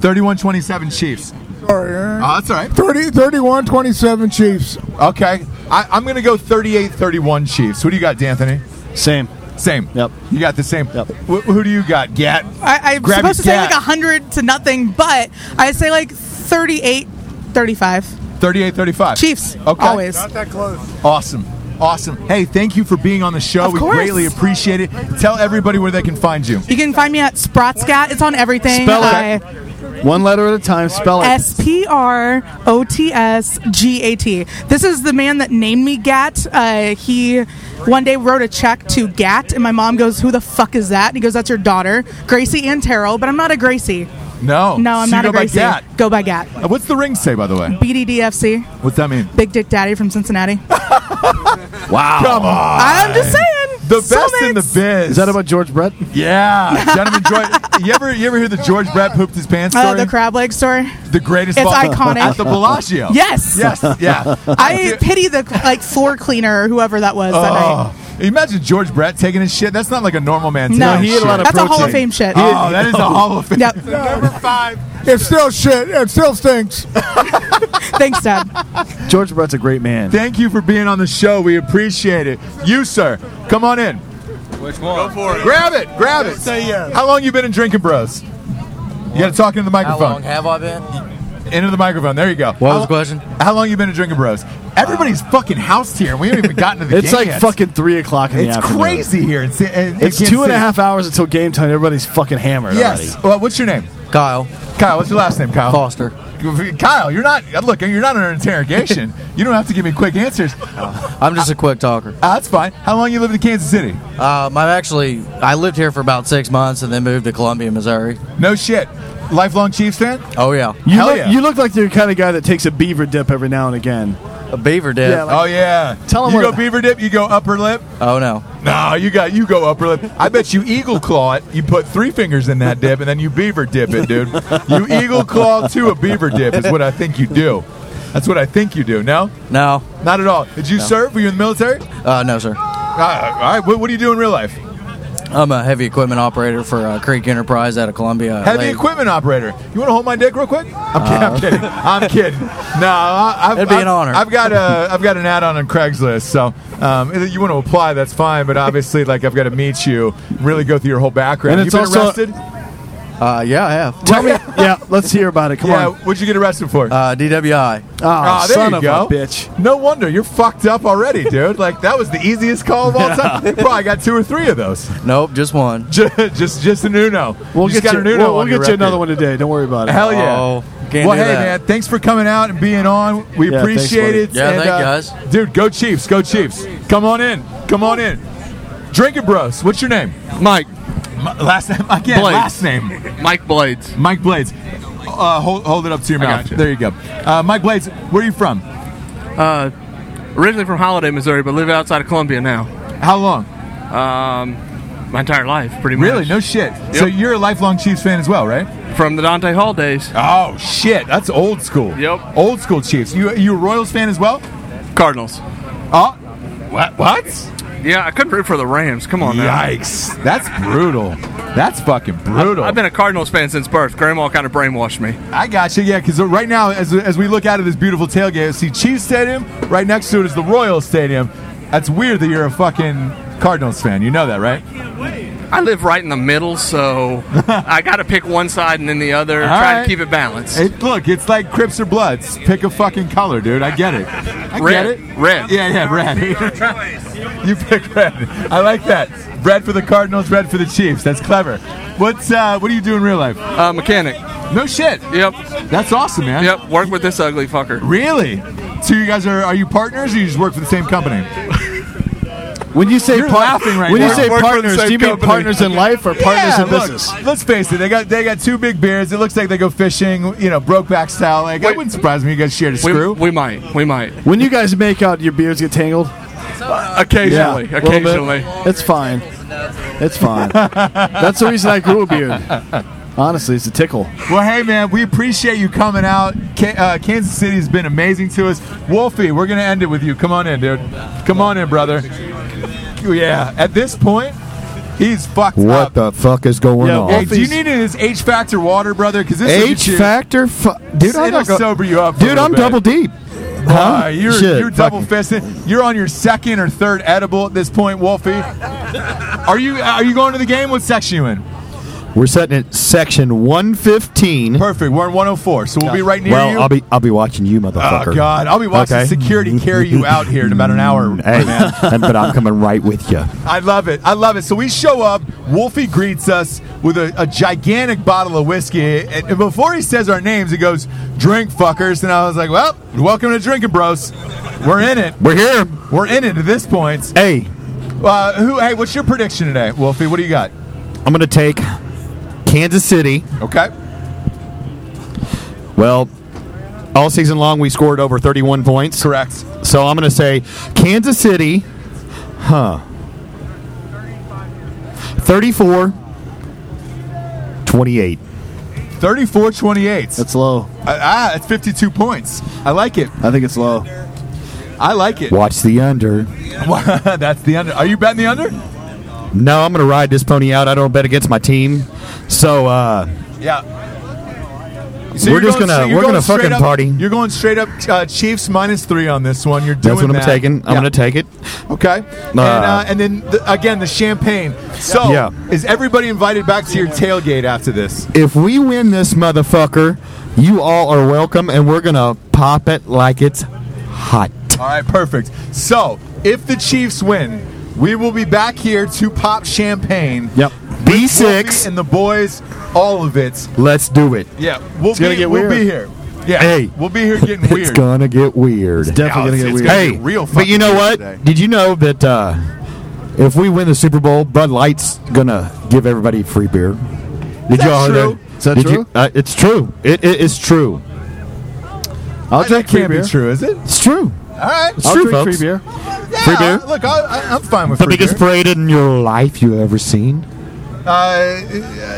D: 31-27 Chiefs.
A: Sorry, Aaron.
D: Oh, that's all right.
A: 30, 31 27 Chiefs.
D: Okay. I, I'm going to go 38-31 Chiefs. What do you got, D'Anthony?
E: him." Same.
D: Same.
E: Yep.
D: You got the same.
E: Yep.
D: Wh- who do you got? Gat.
F: I, I'm
D: Grab
F: supposed to
D: your
F: say like
D: cat.
F: 100 to nothing, but I say like 38, 35.
D: 38-35.
F: Chiefs,
D: Okay.
F: always.
D: Awesome. Awesome. Hey, thank you for being on the show.
F: Of
D: we
F: course.
D: greatly appreciate it. Tell everybody where they can find you.
F: You can find me at Sprotscat. It's on everything.
E: Spell it.
F: I-
E: One letter at a time. Spell it.
F: S P R O T S G A T. This is the man that named me Gat. Uh, he one day wrote a check to Gat, and my mom goes, "Who the fuck is that?" And he goes, "That's your daughter, Gracie and Terrell." But I'm not a Gracie.
D: No.
F: No, I'm
D: So
F: not
D: you
F: a
D: go by
F: Gracie.
D: Gat.
F: Go by Gat.
D: Uh, What's the ring say, by the way?
F: BDDFC,
D: What's that mean?
F: Big Dick Daddy from Cincinnati.
D: (laughs) Wow. Come on.
F: I'm just saying.
D: The
F: So
D: best in the
F: mixed.
D: biz.
E: Is that about George Brett?
F: (laughs)
D: Yeah. Gentlemen, Joy, you ever you ever hear the George Brett pooped his pants story?
F: Uh, the crab leg story.
D: The greatest.
F: It's
D: of all-
F: iconic.
D: (laughs) At the Bellagio.
F: Yes.
D: Yes. Yeah.
F: I pity the like floor cleaner or whoever that was that night.
D: Oh, imagine George Brett taking his shit. That's not like a normal man.
F: No,
D: taking
F: he had a
D: his shit.
F: lot of That's a Hall of protein. Fame shit.
D: Oh, that is a Hall of Fame.
F: Yep.
A: It's still shit. It still stinks.
F: Thanks, Dad.
E: George Brett's a great man.
D: Thank you for being on the show. We appreciate it. You, sir, come on in.
G: Which one?
D: Grab it. Grab it. How long you been in Drinking Bros? You got to talk into the microphone.
J: have I been?
D: Into the microphone. There you go.
J: What was the question?
D: How long you been in Drinking Bros? Everybody's fucking housed here. We haven't even gotten to the
E: (laughs) It's
D: game
E: like
D: yet.
E: fucking three o'clock in the
D: It's
E: afternoon.
D: crazy here. It's, uh,
E: It's two and a half hours until game time. Everybody's fucking hammered
D: Yes.
E: already.
D: Well, what's your name? Kyle. Kyle, what's your last name, Kyle? Foster. Kyle, you're not. Look, you're not
E: (laughs)
D: under interrogation. you don't have to give me quick answers.
K: I'm just a quick talker.
D: Ah, that's fine. How long you lived in Kansas City?
K: Um, I've actually I lived here for about six months and then moved to Columbia, Missouri.
D: No shit. Lifelong Chiefs fan?
K: Oh yeah.
E: You look, you look like the kind of guy that takes a beaver dip every now and again.
K: A beaver dip.
E: Yeah, like-
D: oh yeah.
E: Tell 'em
D: you
E: what-
D: go beaver dip. You go upper lip.
K: Oh no.
D: No, you got you go upper lip. I bet you eagle claw it. You put three fingers in that dip, and then you beaver dip it, dude. You eagle claw to a beaver dip is what I think you do. That's what I think you do. No,
K: no,
D: not at all. Did you
K: No.
D: serve? Were you in the military?
K: Uh, no, sir.
D: All right. all right. What, what do you do in real life?
K: I'm a heavy equipment operator for uh, Creek Enterprise out of Columbia. uh,
D: Heavy
K: Lake.
D: equipment operator. You want to hold my dick real quick? I'm kidding. I'm
K: Uh.
D: kidding.
E: (laughs)
D: I'm kidding. No, I, I've,
K: It'd be
D: I've-
K: an honor.
D: I've got a I've got an ad on on Craigslist. So um, if you want to apply, that's fine. But obviously, like I've got to meet you, really go through your whole background.
E: And it's
D: you been
E: also-
D: arrested.
K: Uh, yeah, I have.
E: Tell me. (laughs) yeah, let's hear about it. Come
D: yeah,
E: on.
D: what'd you get arrested for?
K: Uh, DWI.
E: Oh,
D: Ah, there
E: son
D: you
E: of
D: go.
E: a bitch.
D: No wonder you're fucked up already, dude. Like that was the easiest call of all time. You probably got two or three of those. (laughs)
K: Nope, just one.
D: Just just, just an Uno.
E: We'll
D: just
E: get
D: got
E: you.
D: an Uno
E: We'll,
D: on
E: we'll
D: your
E: get you another one
D: record.
E: today. Don't worry about it.
D: Hell yeah.
K: Oh, can't
D: well,
K: do
D: hey,
K: that.
D: man, thanks for coming out and being on. We
E: Yeah, thanks,
D: appreciate
E: buddy.
D: it.
K: Yeah,
D: and,
K: thank
D: uh,
K: you, guys.
D: Dude, go Chiefs. Go Chiefs. Come on in. Come on in. Drinking Bros, what's your name?
L: Mike.
D: last name? Again,
L: Blades.
D: last name.
L: Mike Blades.
D: Mike Blades. Uh, hold, hold it up to your
L: I
D: mouth.
L: gotcha.
D: There you go. Uh, Mike Blades, where are you from?
L: Uh, originally from Holiday, Missouri, but live outside of Columbia now.
D: How long?
L: Um, my entire life, pretty much.
D: Really? No shit. So
L: Yep.
D: you're a lifelong Chiefs fan as well, right?
L: From the Dante Hall days.
D: Oh shit, that's old school.
L: Yep.
D: Old school Chiefs. You you a Royals fan as well?
L: Cardinals.
D: Oh, what? What?
L: Yeah, I couldn't root for the Rams. Come on now.
D: Yikes! That's brutal. That's fucking brutal.
L: I've been a Cardinals fan since birth. Grandma kind of brainwashed me.
D: I got you. Yeah, because right now, as, as we look out of this beautiful tailgate, see Chiefs Stadium. Right next to it is the Royals Stadium. That's weird that you're a fucking Cardinals fan. You know that, right?
L: I live right in the
I: (laughs)
L: middle, so I got to pick one side and then the other.
D: All
L: try
D: right.
L: to keep it balanced.
D: It, look, it's like Crips or Bloods. Pick a fucking color, dude. I get it. I
L: Red.
D: get it.
L: Red.
D: Yeah, yeah, (laughs) red. You pick red. I like that. Red for the Cardinals, red for the Chiefs. That's clever. What's uh, what do you do in real life?
L: Uh, mechanic.
D: No shit.
L: Yep.
D: That's awesome, man.
L: Yep. Work with this ugly fucker.
D: Really? So you guys are are you partners or you just work for the same company?
E: When you say
D: You're
E: par-
D: laughing right
E: when
D: now.
E: you say
D: Work for the
E: partners,
D: same
E: do you mean
D: company.
E: partners in life or partners
D: Yeah,
E: in
D: look,
E: business?
D: let's face it, they got they got two big beards. It looks like they go fishing, you know, broke back style. Like I
L: Wait.
D: wouldn't surprise me you guys shared a
L: We,
D: screw.
L: we might. We might.
E: When you guys make out, your beards get tangled. Uh,
L: Occasionally.
E: a little bit.
L: occasionally.
E: It's fine. It's (laughs) fine. That's the reason I grew a beard. Honestly, it's a tickle.
D: Well, hey, man, we appreciate you coming out. Ca- uh, Kansas City has been amazing to us. Wolfie, we're going to end it with you. Come on in, dude. Come on in, brother. Yeah, at this point, he's fucked up.
H: the fuck is going
E: Yeah,
D: Hey,
E: Wolf-
D: do you need his H Factor water, brother? Because this
H: H
D: is
H: Factor, fu- dude. I'm
D: It'll
H: not go-
D: sober you up. for
H: dude,
D: a little
H: I'm
D: bit.
H: double deep.
D: Uh, you're
H: Shit,
D: you're double
H: fucking-
D: fisted. You're on your second or third edible at this point, Wolfie. Are you are you going to the game? What section you in?
H: We're setting it section 115.
D: Perfect. We're in 104, so we'll be right near
H: well,
D: you.
H: I'll be I'll be watching you, motherfucker.
D: Oh God! I'll be watching
H: Okay?
D: security carry you out here in about
H: (laughs)
D: an hour.
H: Mm,
D: (laughs)
H: Hey, and- but I'm coming right with you.
D: I love it. I love it. So we show up. Wolfie greets us with a, a gigantic bottle of whiskey, and and before he says our names, he goes, "Drink, fuckers!" And I was like, "Well, welcome to drinking, bros. We're in it.
H: We're here.
D: We're in it at this point."
H: Hey,
D: Uh, who? Hey, what's your prediction today, Wolfie? What do you got?
H: I'm gonna take Kansas City.
D: Okay.
H: Well, all season long we scored over 31 points.
D: Correct.
H: So I'm gonna say Kansas City, huh? 34, 28.
D: 34 28.
E: It's low.
D: Ah, it's 52 points. I like it.
E: I think it's low.
D: I like it.
H: Watch the under.
D: (laughs) That's the under. Are you betting the under?
H: No, I'm going to ride this pony out. I don't bet against my team. So, uh,
D: Yeah.
H: We're
D: you're
H: just
D: going-
H: gonna-
D: you're
H: we're
D: going
H: gonna
D: straight
H: fucking
D: up-
H: party.
D: You're going straight up uh, Chiefs minus three on this one. You're doing
H: that's what I'm
D: that.
H: taking. I'm
D: Yeah.
H: going to take it.
D: Okay. and, uh, and then the, again the champagne. So
H: Yeah.
D: is everybody invited back to your tailgate after this?
H: If we win this motherfucker, you all are welcome, and we're going to pop it like it's hot.
D: All right, perfect. So, if the Chiefs win, we will be back here to pop champagne.
H: Yep.
D: B6 and the boys, all of it.
H: Let's do it.
D: Yeah, we'll
H: It's
D: be
H: gonna get
D: we'll be
H: weird.
D: here. Yeah,
H: Hey.
D: we'll be here
H: (laughs)
D: getting
H: It's
D: weird.
H: gonna get weird.
D: It's definitely Yeah, gonna it's- get it's weird. gonna
H: Hey,
D: get real
H: but you
D: fucking
H: know
D: weird
H: what?
D: today.
H: Did you know that uh, if we win the Super Bowl, Bud Light's gonna give everybody free beer? Did
E: that
H: you all hear
E: true?
H: that?
E: Is that
H: Did
E: true?
H: You, uh, it's true. It, it is true. I'll
D: That can't be true, is it?
H: It's true.
D: All right,
H: It's true, folks.
D: Yeah,
H: Free beer?
D: Look, I, I, I'm fine with
H: The
D: free
H: biggest
D: beer.
H: parade in your life you ever seen.
D: Uh,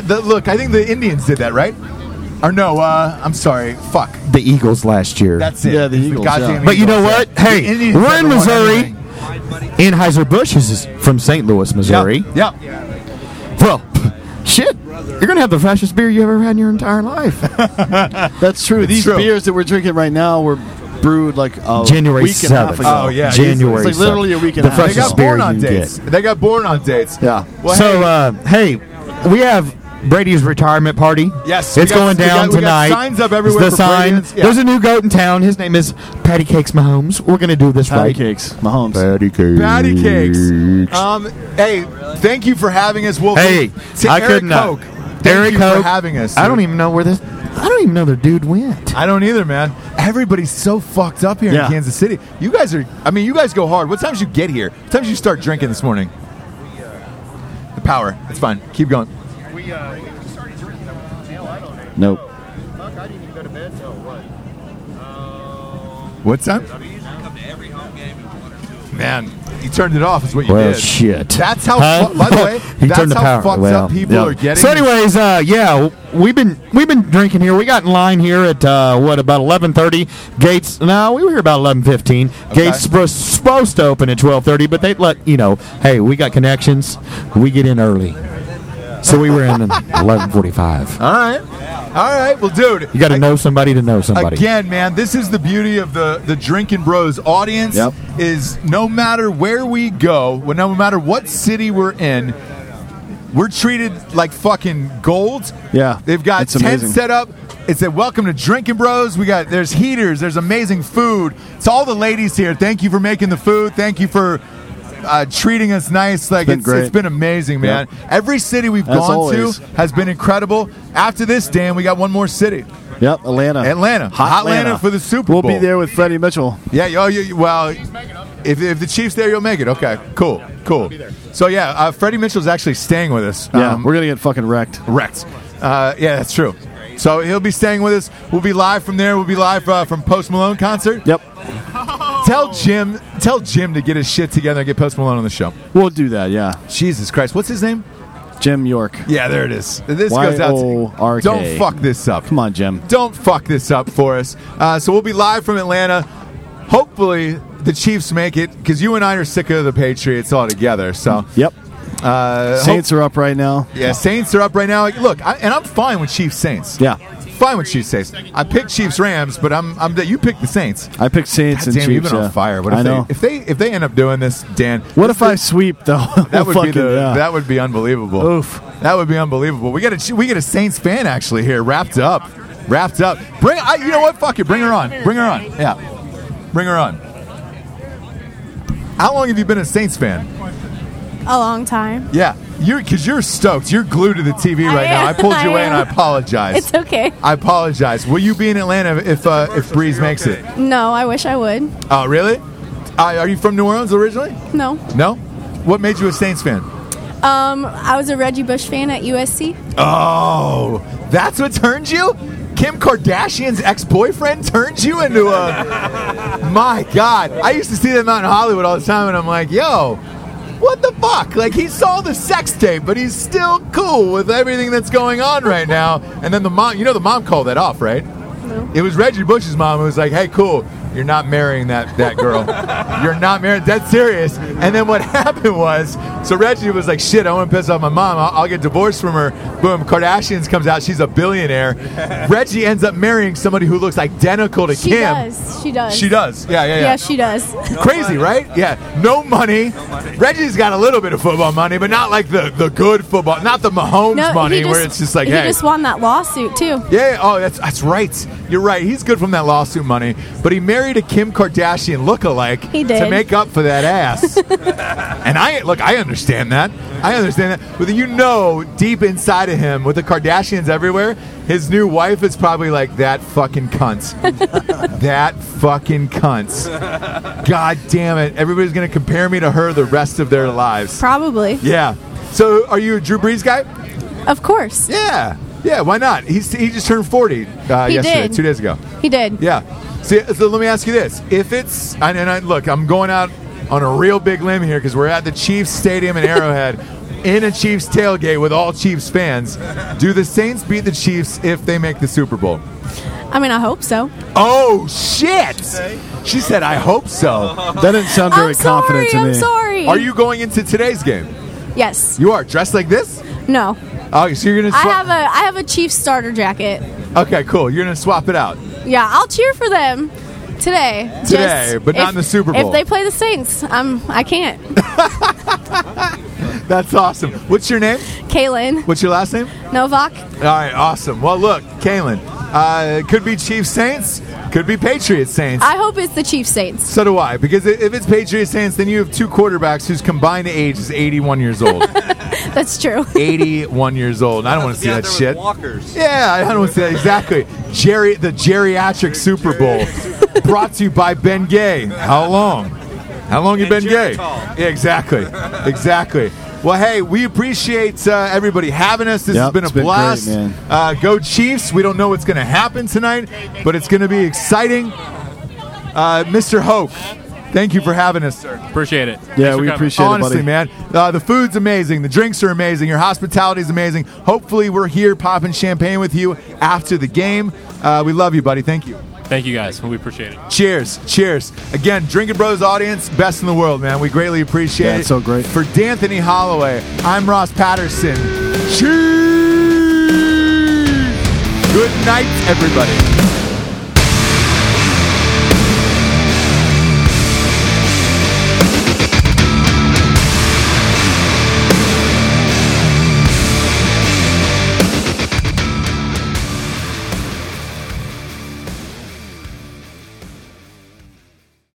D: the, look, I think the Indians did that, right? Or no? Uh, I'm sorry. Fuck.
H: The Eagles last year.
D: That's it. Yeah, the It's the Eagles, goddamn yeah.
H: But you know
D: Eagles,
H: what?
D: yeah. The
H: Hey,
D: Indians
H: we're in
D: never won
H: Missouri. Anheuser Busch is from St. Louis, Missouri.
D: Yep.
H: Well, (laughs) shit. You're gonna have the freshest beer you ever had in your entire life.
E: That's true. These beers that we're drinking right now were brewed like a
H: January
E: week and a half
H: 7th.
E: ago.
H: Oh, yeah, January
E: It's like literally a
H: 7th.
E: week and
H: The
E: a half.
H: freshest
E: ago.
H: beer
D: Born on
H: you
D: dates. They got born on dates.
H: Yeah.
D: Well,
H: so,
D: hey.
H: uh, hey, we have Brady's retirement party.
D: Yes, we
H: it's
D: got-
H: going
D: we got-
H: down
D: we got
H: tonight.
D: signs up everywhere
H: It's the
D: for
H: sign.
D: Brady's, yeah.
H: There's a new goat in town. His name is Patty Cakes Mahomes. We're gonna do this
D: Patty
H: right.
E: Cakes Mahomes.
H: Patty Cakes.
D: Patty cakes. Um, hey, thank you for having us, Wolf.
H: Hey,
D: to
H: I
D: Eric
H: couldn't.
D: Koch, thank
H: Eric
D: you
H: Koch,
D: for having us.
H: I don't
D: dude.
H: even know where this. I don't even know the dude went.
D: I don't either, man. Everybody's so fucked up here
H: Yeah.
D: in Kansas City. You guys are. I mean, you guys go hard. What time did you get here? What time did you start drinking this morning? The power. It's fine. Keep going.
M: Nope.
D: What time? Man, you turned it off. Is what you
H: Well,
D: did.
H: shit.
D: That's how.
H: Huh?
D: fu- by
H: (laughs)
D: the way,
H: he
D: that's
H: turned the
D: how
H: power.
D: fucked
H: well,
D: up people
H: yeah.
D: are getting.
H: So, anyways, uh, yeah, we've been we've been drinking here. We got in line here at uh, what about eleven thirty? Gates. No, we were here about eleven fifteen. Gates were supposed to open at twelve thirty, but they let you know. Hey, we got connections. We get in early, so we were
D: (laughs)
H: in at eleven forty five.
D: All right. All right. Well, dude.
H: You got to know somebody to know somebody.
D: Again, man, this is the beauty of the the Drinking Bros audience.
H: Yep.
D: Is no matter where we go, well, no matter what city we're in, we're treated like fucking gold.
E: Yeah,
D: They've got
E: it's
D: tents
E: amazing.
D: set up. It said, "Welcome to Drinking Bros." We got there's heaters. There's amazing food. It's all the ladies here. Thank you for making the food. Thank you for. Uh, treating us nice, like
E: been
D: it's,
E: great.
D: it's been amazing, man.
E: Yep.
D: Every city we've
E: As
D: gone
E: always.
D: to has been incredible. After this, Dan, we got one more city.
E: Yep, Atlanta.
D: Atlanta. Hot Atlanta for the Super
E: We'll
D: Bowl.
E: be there with Freddie Mitchell.
D: Yeah, yo, you, well, if, if the Chiefs there, you'll make it. Okay, cool, cool. So yeah, uh, Freddie Mitchell's actually staying with us. Um,
E: Yeah, Um, we're gonna get fucking wrecked.
D: Wrecked. Uh, yeah, that's true. So he'll be staying with us. We'll be live from there. We'll be live uh, from Post Malone concert.
E: Yep.
D: Tell Jim, tell Jim to get his shit together and get Post Malone on the show.
E: We'll do that. Yeah.
D: Jesus Christ, what's his name?
E: Jim York.
D: Yeah, there it is. This goes out to-
E: Y-O-R-K.
D: Don't fuck this up.
E: Come on, Jim.
D: Don't fuck this up for us. Uh, so we'll be live from Atlanta. Hopefully the Chiefs make it because you and I are sick of the Patriots altogether. So
E: yep.
D: Uh,
E: Saints are up right now.
D: hope- yeah, Saints are up right now. Like, Look, I, and I'm fine with Chiefs Saints.
E: Yeah.
D: Fine with Chiefs Saints. I picked Chiefs Rams, but I'm I'm you picked the Saints.
E: I picked Saints
D: God
E: and
D: damn,
E: Chiefs.
D: you've been
E: yeah.
D: on fire. What if
E: I know.
D: they if they if they end up doing this, Dan?
E: what if I sweep though? (laughs)
D: That would be
E: Oh, Fucking,
D: the,
E: yeah.
D: that would be unbelievable.
E: Oof.
D: That would be unbelievable. We got a we got a Saints fan actually here wrapped up, wrapped up. Bring I, you know what? Fuck it. Bring her on. Bring her on. Yeah, bring her on. How long have you been a Saints fan?
N: A long time.
D: Yeah, you're because you're stoked. You're glued to the TV right now.
N: am.
D: I pulled you
N: I
D: away and I
N: am.
D: apologize.
N: It's okay.
D: I apologize. Will you be in Atlanta if uh, if Breeze makes it?
N: No, I wish I would.
D: Oh, really? Uh, are you from New Orleans originally?
N: No.
D: No. What made you a Saints fan?
N: Um, I was a Reggie Bush fan at USC.
D: Oh, that's what turned you? Kim Kardashian's ex-boyfriend turned you into a My god. I used to see them out in Hollywood all the time and I'm like, "Yo, what the fuck? Like he saw the sex tape, but he's still cool with everything that's going on right now." And then the mom, you know the mom called that off, right? It was Reggie Bush's mom who was like, "Hey, cool, you're not marrying that
N: (laughs)
D: that girl. you're not married. That's serious." And then what (laughs) happened was, so Reggie was like, "Shit, I want to piss off my mom. I'll, I'll get divorced from her." Boom, Kardashians comes out. She's
N: (laughs)
D: a billionaire. Reggie ends up marrying somebody who looks identical to
N: She
D: Kim.
N: does. She does.
D: She does. Yeah, yeah, yeah.
N: Yeah, she
D: (laughs)
N: does.
D: Crazy, right? Yeah. No money. Reggie's got a little bit of football money, but not like the, the good football, not the Mahomes
N: No, he
D: money
N: just-
D: where it's just like,
N: he
D: hey,
N: just won that lawsuit too.
D: yeah. Oh, that's that's right. You're right. He's good from that lawsuit money, but he married married a Kim Kardashian lookalike
N: He did.
D: to make up for
N: (laughs)
D: that ass. and I look, I understand that. I understand that. But you know, deep inside of him, with the Kardashians everywhere, his new wife is probably like that fucking cunt.
N: (laughs)
D: that fucking cunt. God damn it! Everybody's gonna compare me to her the rest of their lives.
N: Probably.
D: Yeah. So, are you a Drew Brees guy?
N: Of course.
D: Yeah. Yeah. Why not? He's, he just turned forty uh,
N: He
D: yesterday,
N: did.
D: two days ago.
N: He did.
D: Yeah. See, so let me ask you this: If it's and, and I, look, I'm going out on a real big limb here because we're at the Chiefs Stadium
N: (laughs)
D: in Arrowhead, in a Chiefs tailgate with all Chiefs fans. Do the Saints beat the Chiefs if they make the Super Bowl?
N: I mean, I hope so.
D: Oh shit! She said, "I hope so."
N: Uh-huh.
D: That didn't sound
N: very I'm sorry, confident to I'm me. sorry.
D: Are you going into today's game?
N: Yes.
D: You are dressed like this.
N: No.
D: Oh, so you're gonna.
N: I have
D: Swap-
N: a I have a Chiefs starter jacket.
D: Okay, cool. You're gonna swap it out.
N: Yeah, I'll cheer for them today.
D: Today, but not in the Super Bowl.
N: If they play the Saints, I'm I can't.
D: (laughs) That's awesome. What's your name?
N: Kaylin
D: What's your last name?
N: Novak.
D: All right, awesome. Well, look, Kalen, uh, could be Chiefs Saints, could be Patriots Saints.
N: I hope it's the Chiefs Saints.
D: so do I, because i- if it's Patriots Saints, then you have two quarterbacks whose combined age is 81 years old.
N: That's true.
D: 81 years old. I don't want to see that shit.
J: Walkers.
D: Yeah, I don't want to say that. Exactly. Jerry, the geriatric Super Bowl, brought to you by Ben Gay. How long? How long you been gay? Yeah, exactly. Exactly. Well, hey, we appreciate uh, everybody having us. This has
C: Yep,
D: been a
C: it's been great,
D: blast.
C: man.
D: Uh, go Chiefs. We don't know what's going to happen tonight, but it's going to be exciting. Uh, Mr. Hoke, thank you for having us, sir.
G: Appreciate it. Thanks for coming.
D: Honestly, man, uh, the food's amazing. The drinks are amazing. Your hospitality is amazing. Hopefully, we're here popping champagne with you after the game. Uh, we love you, buddy. Thank you.
G: Thank you guys. We appreciate it.
D: Cheers. Cheers. Again, Drinking Bros audience, best in the world, man. We greatly appreciate
G: Yeah,
D: it.
G: it's so
D: great. For D'Anthony Holloway, I'm Ross Patterson. Cheers. Good night, everybody.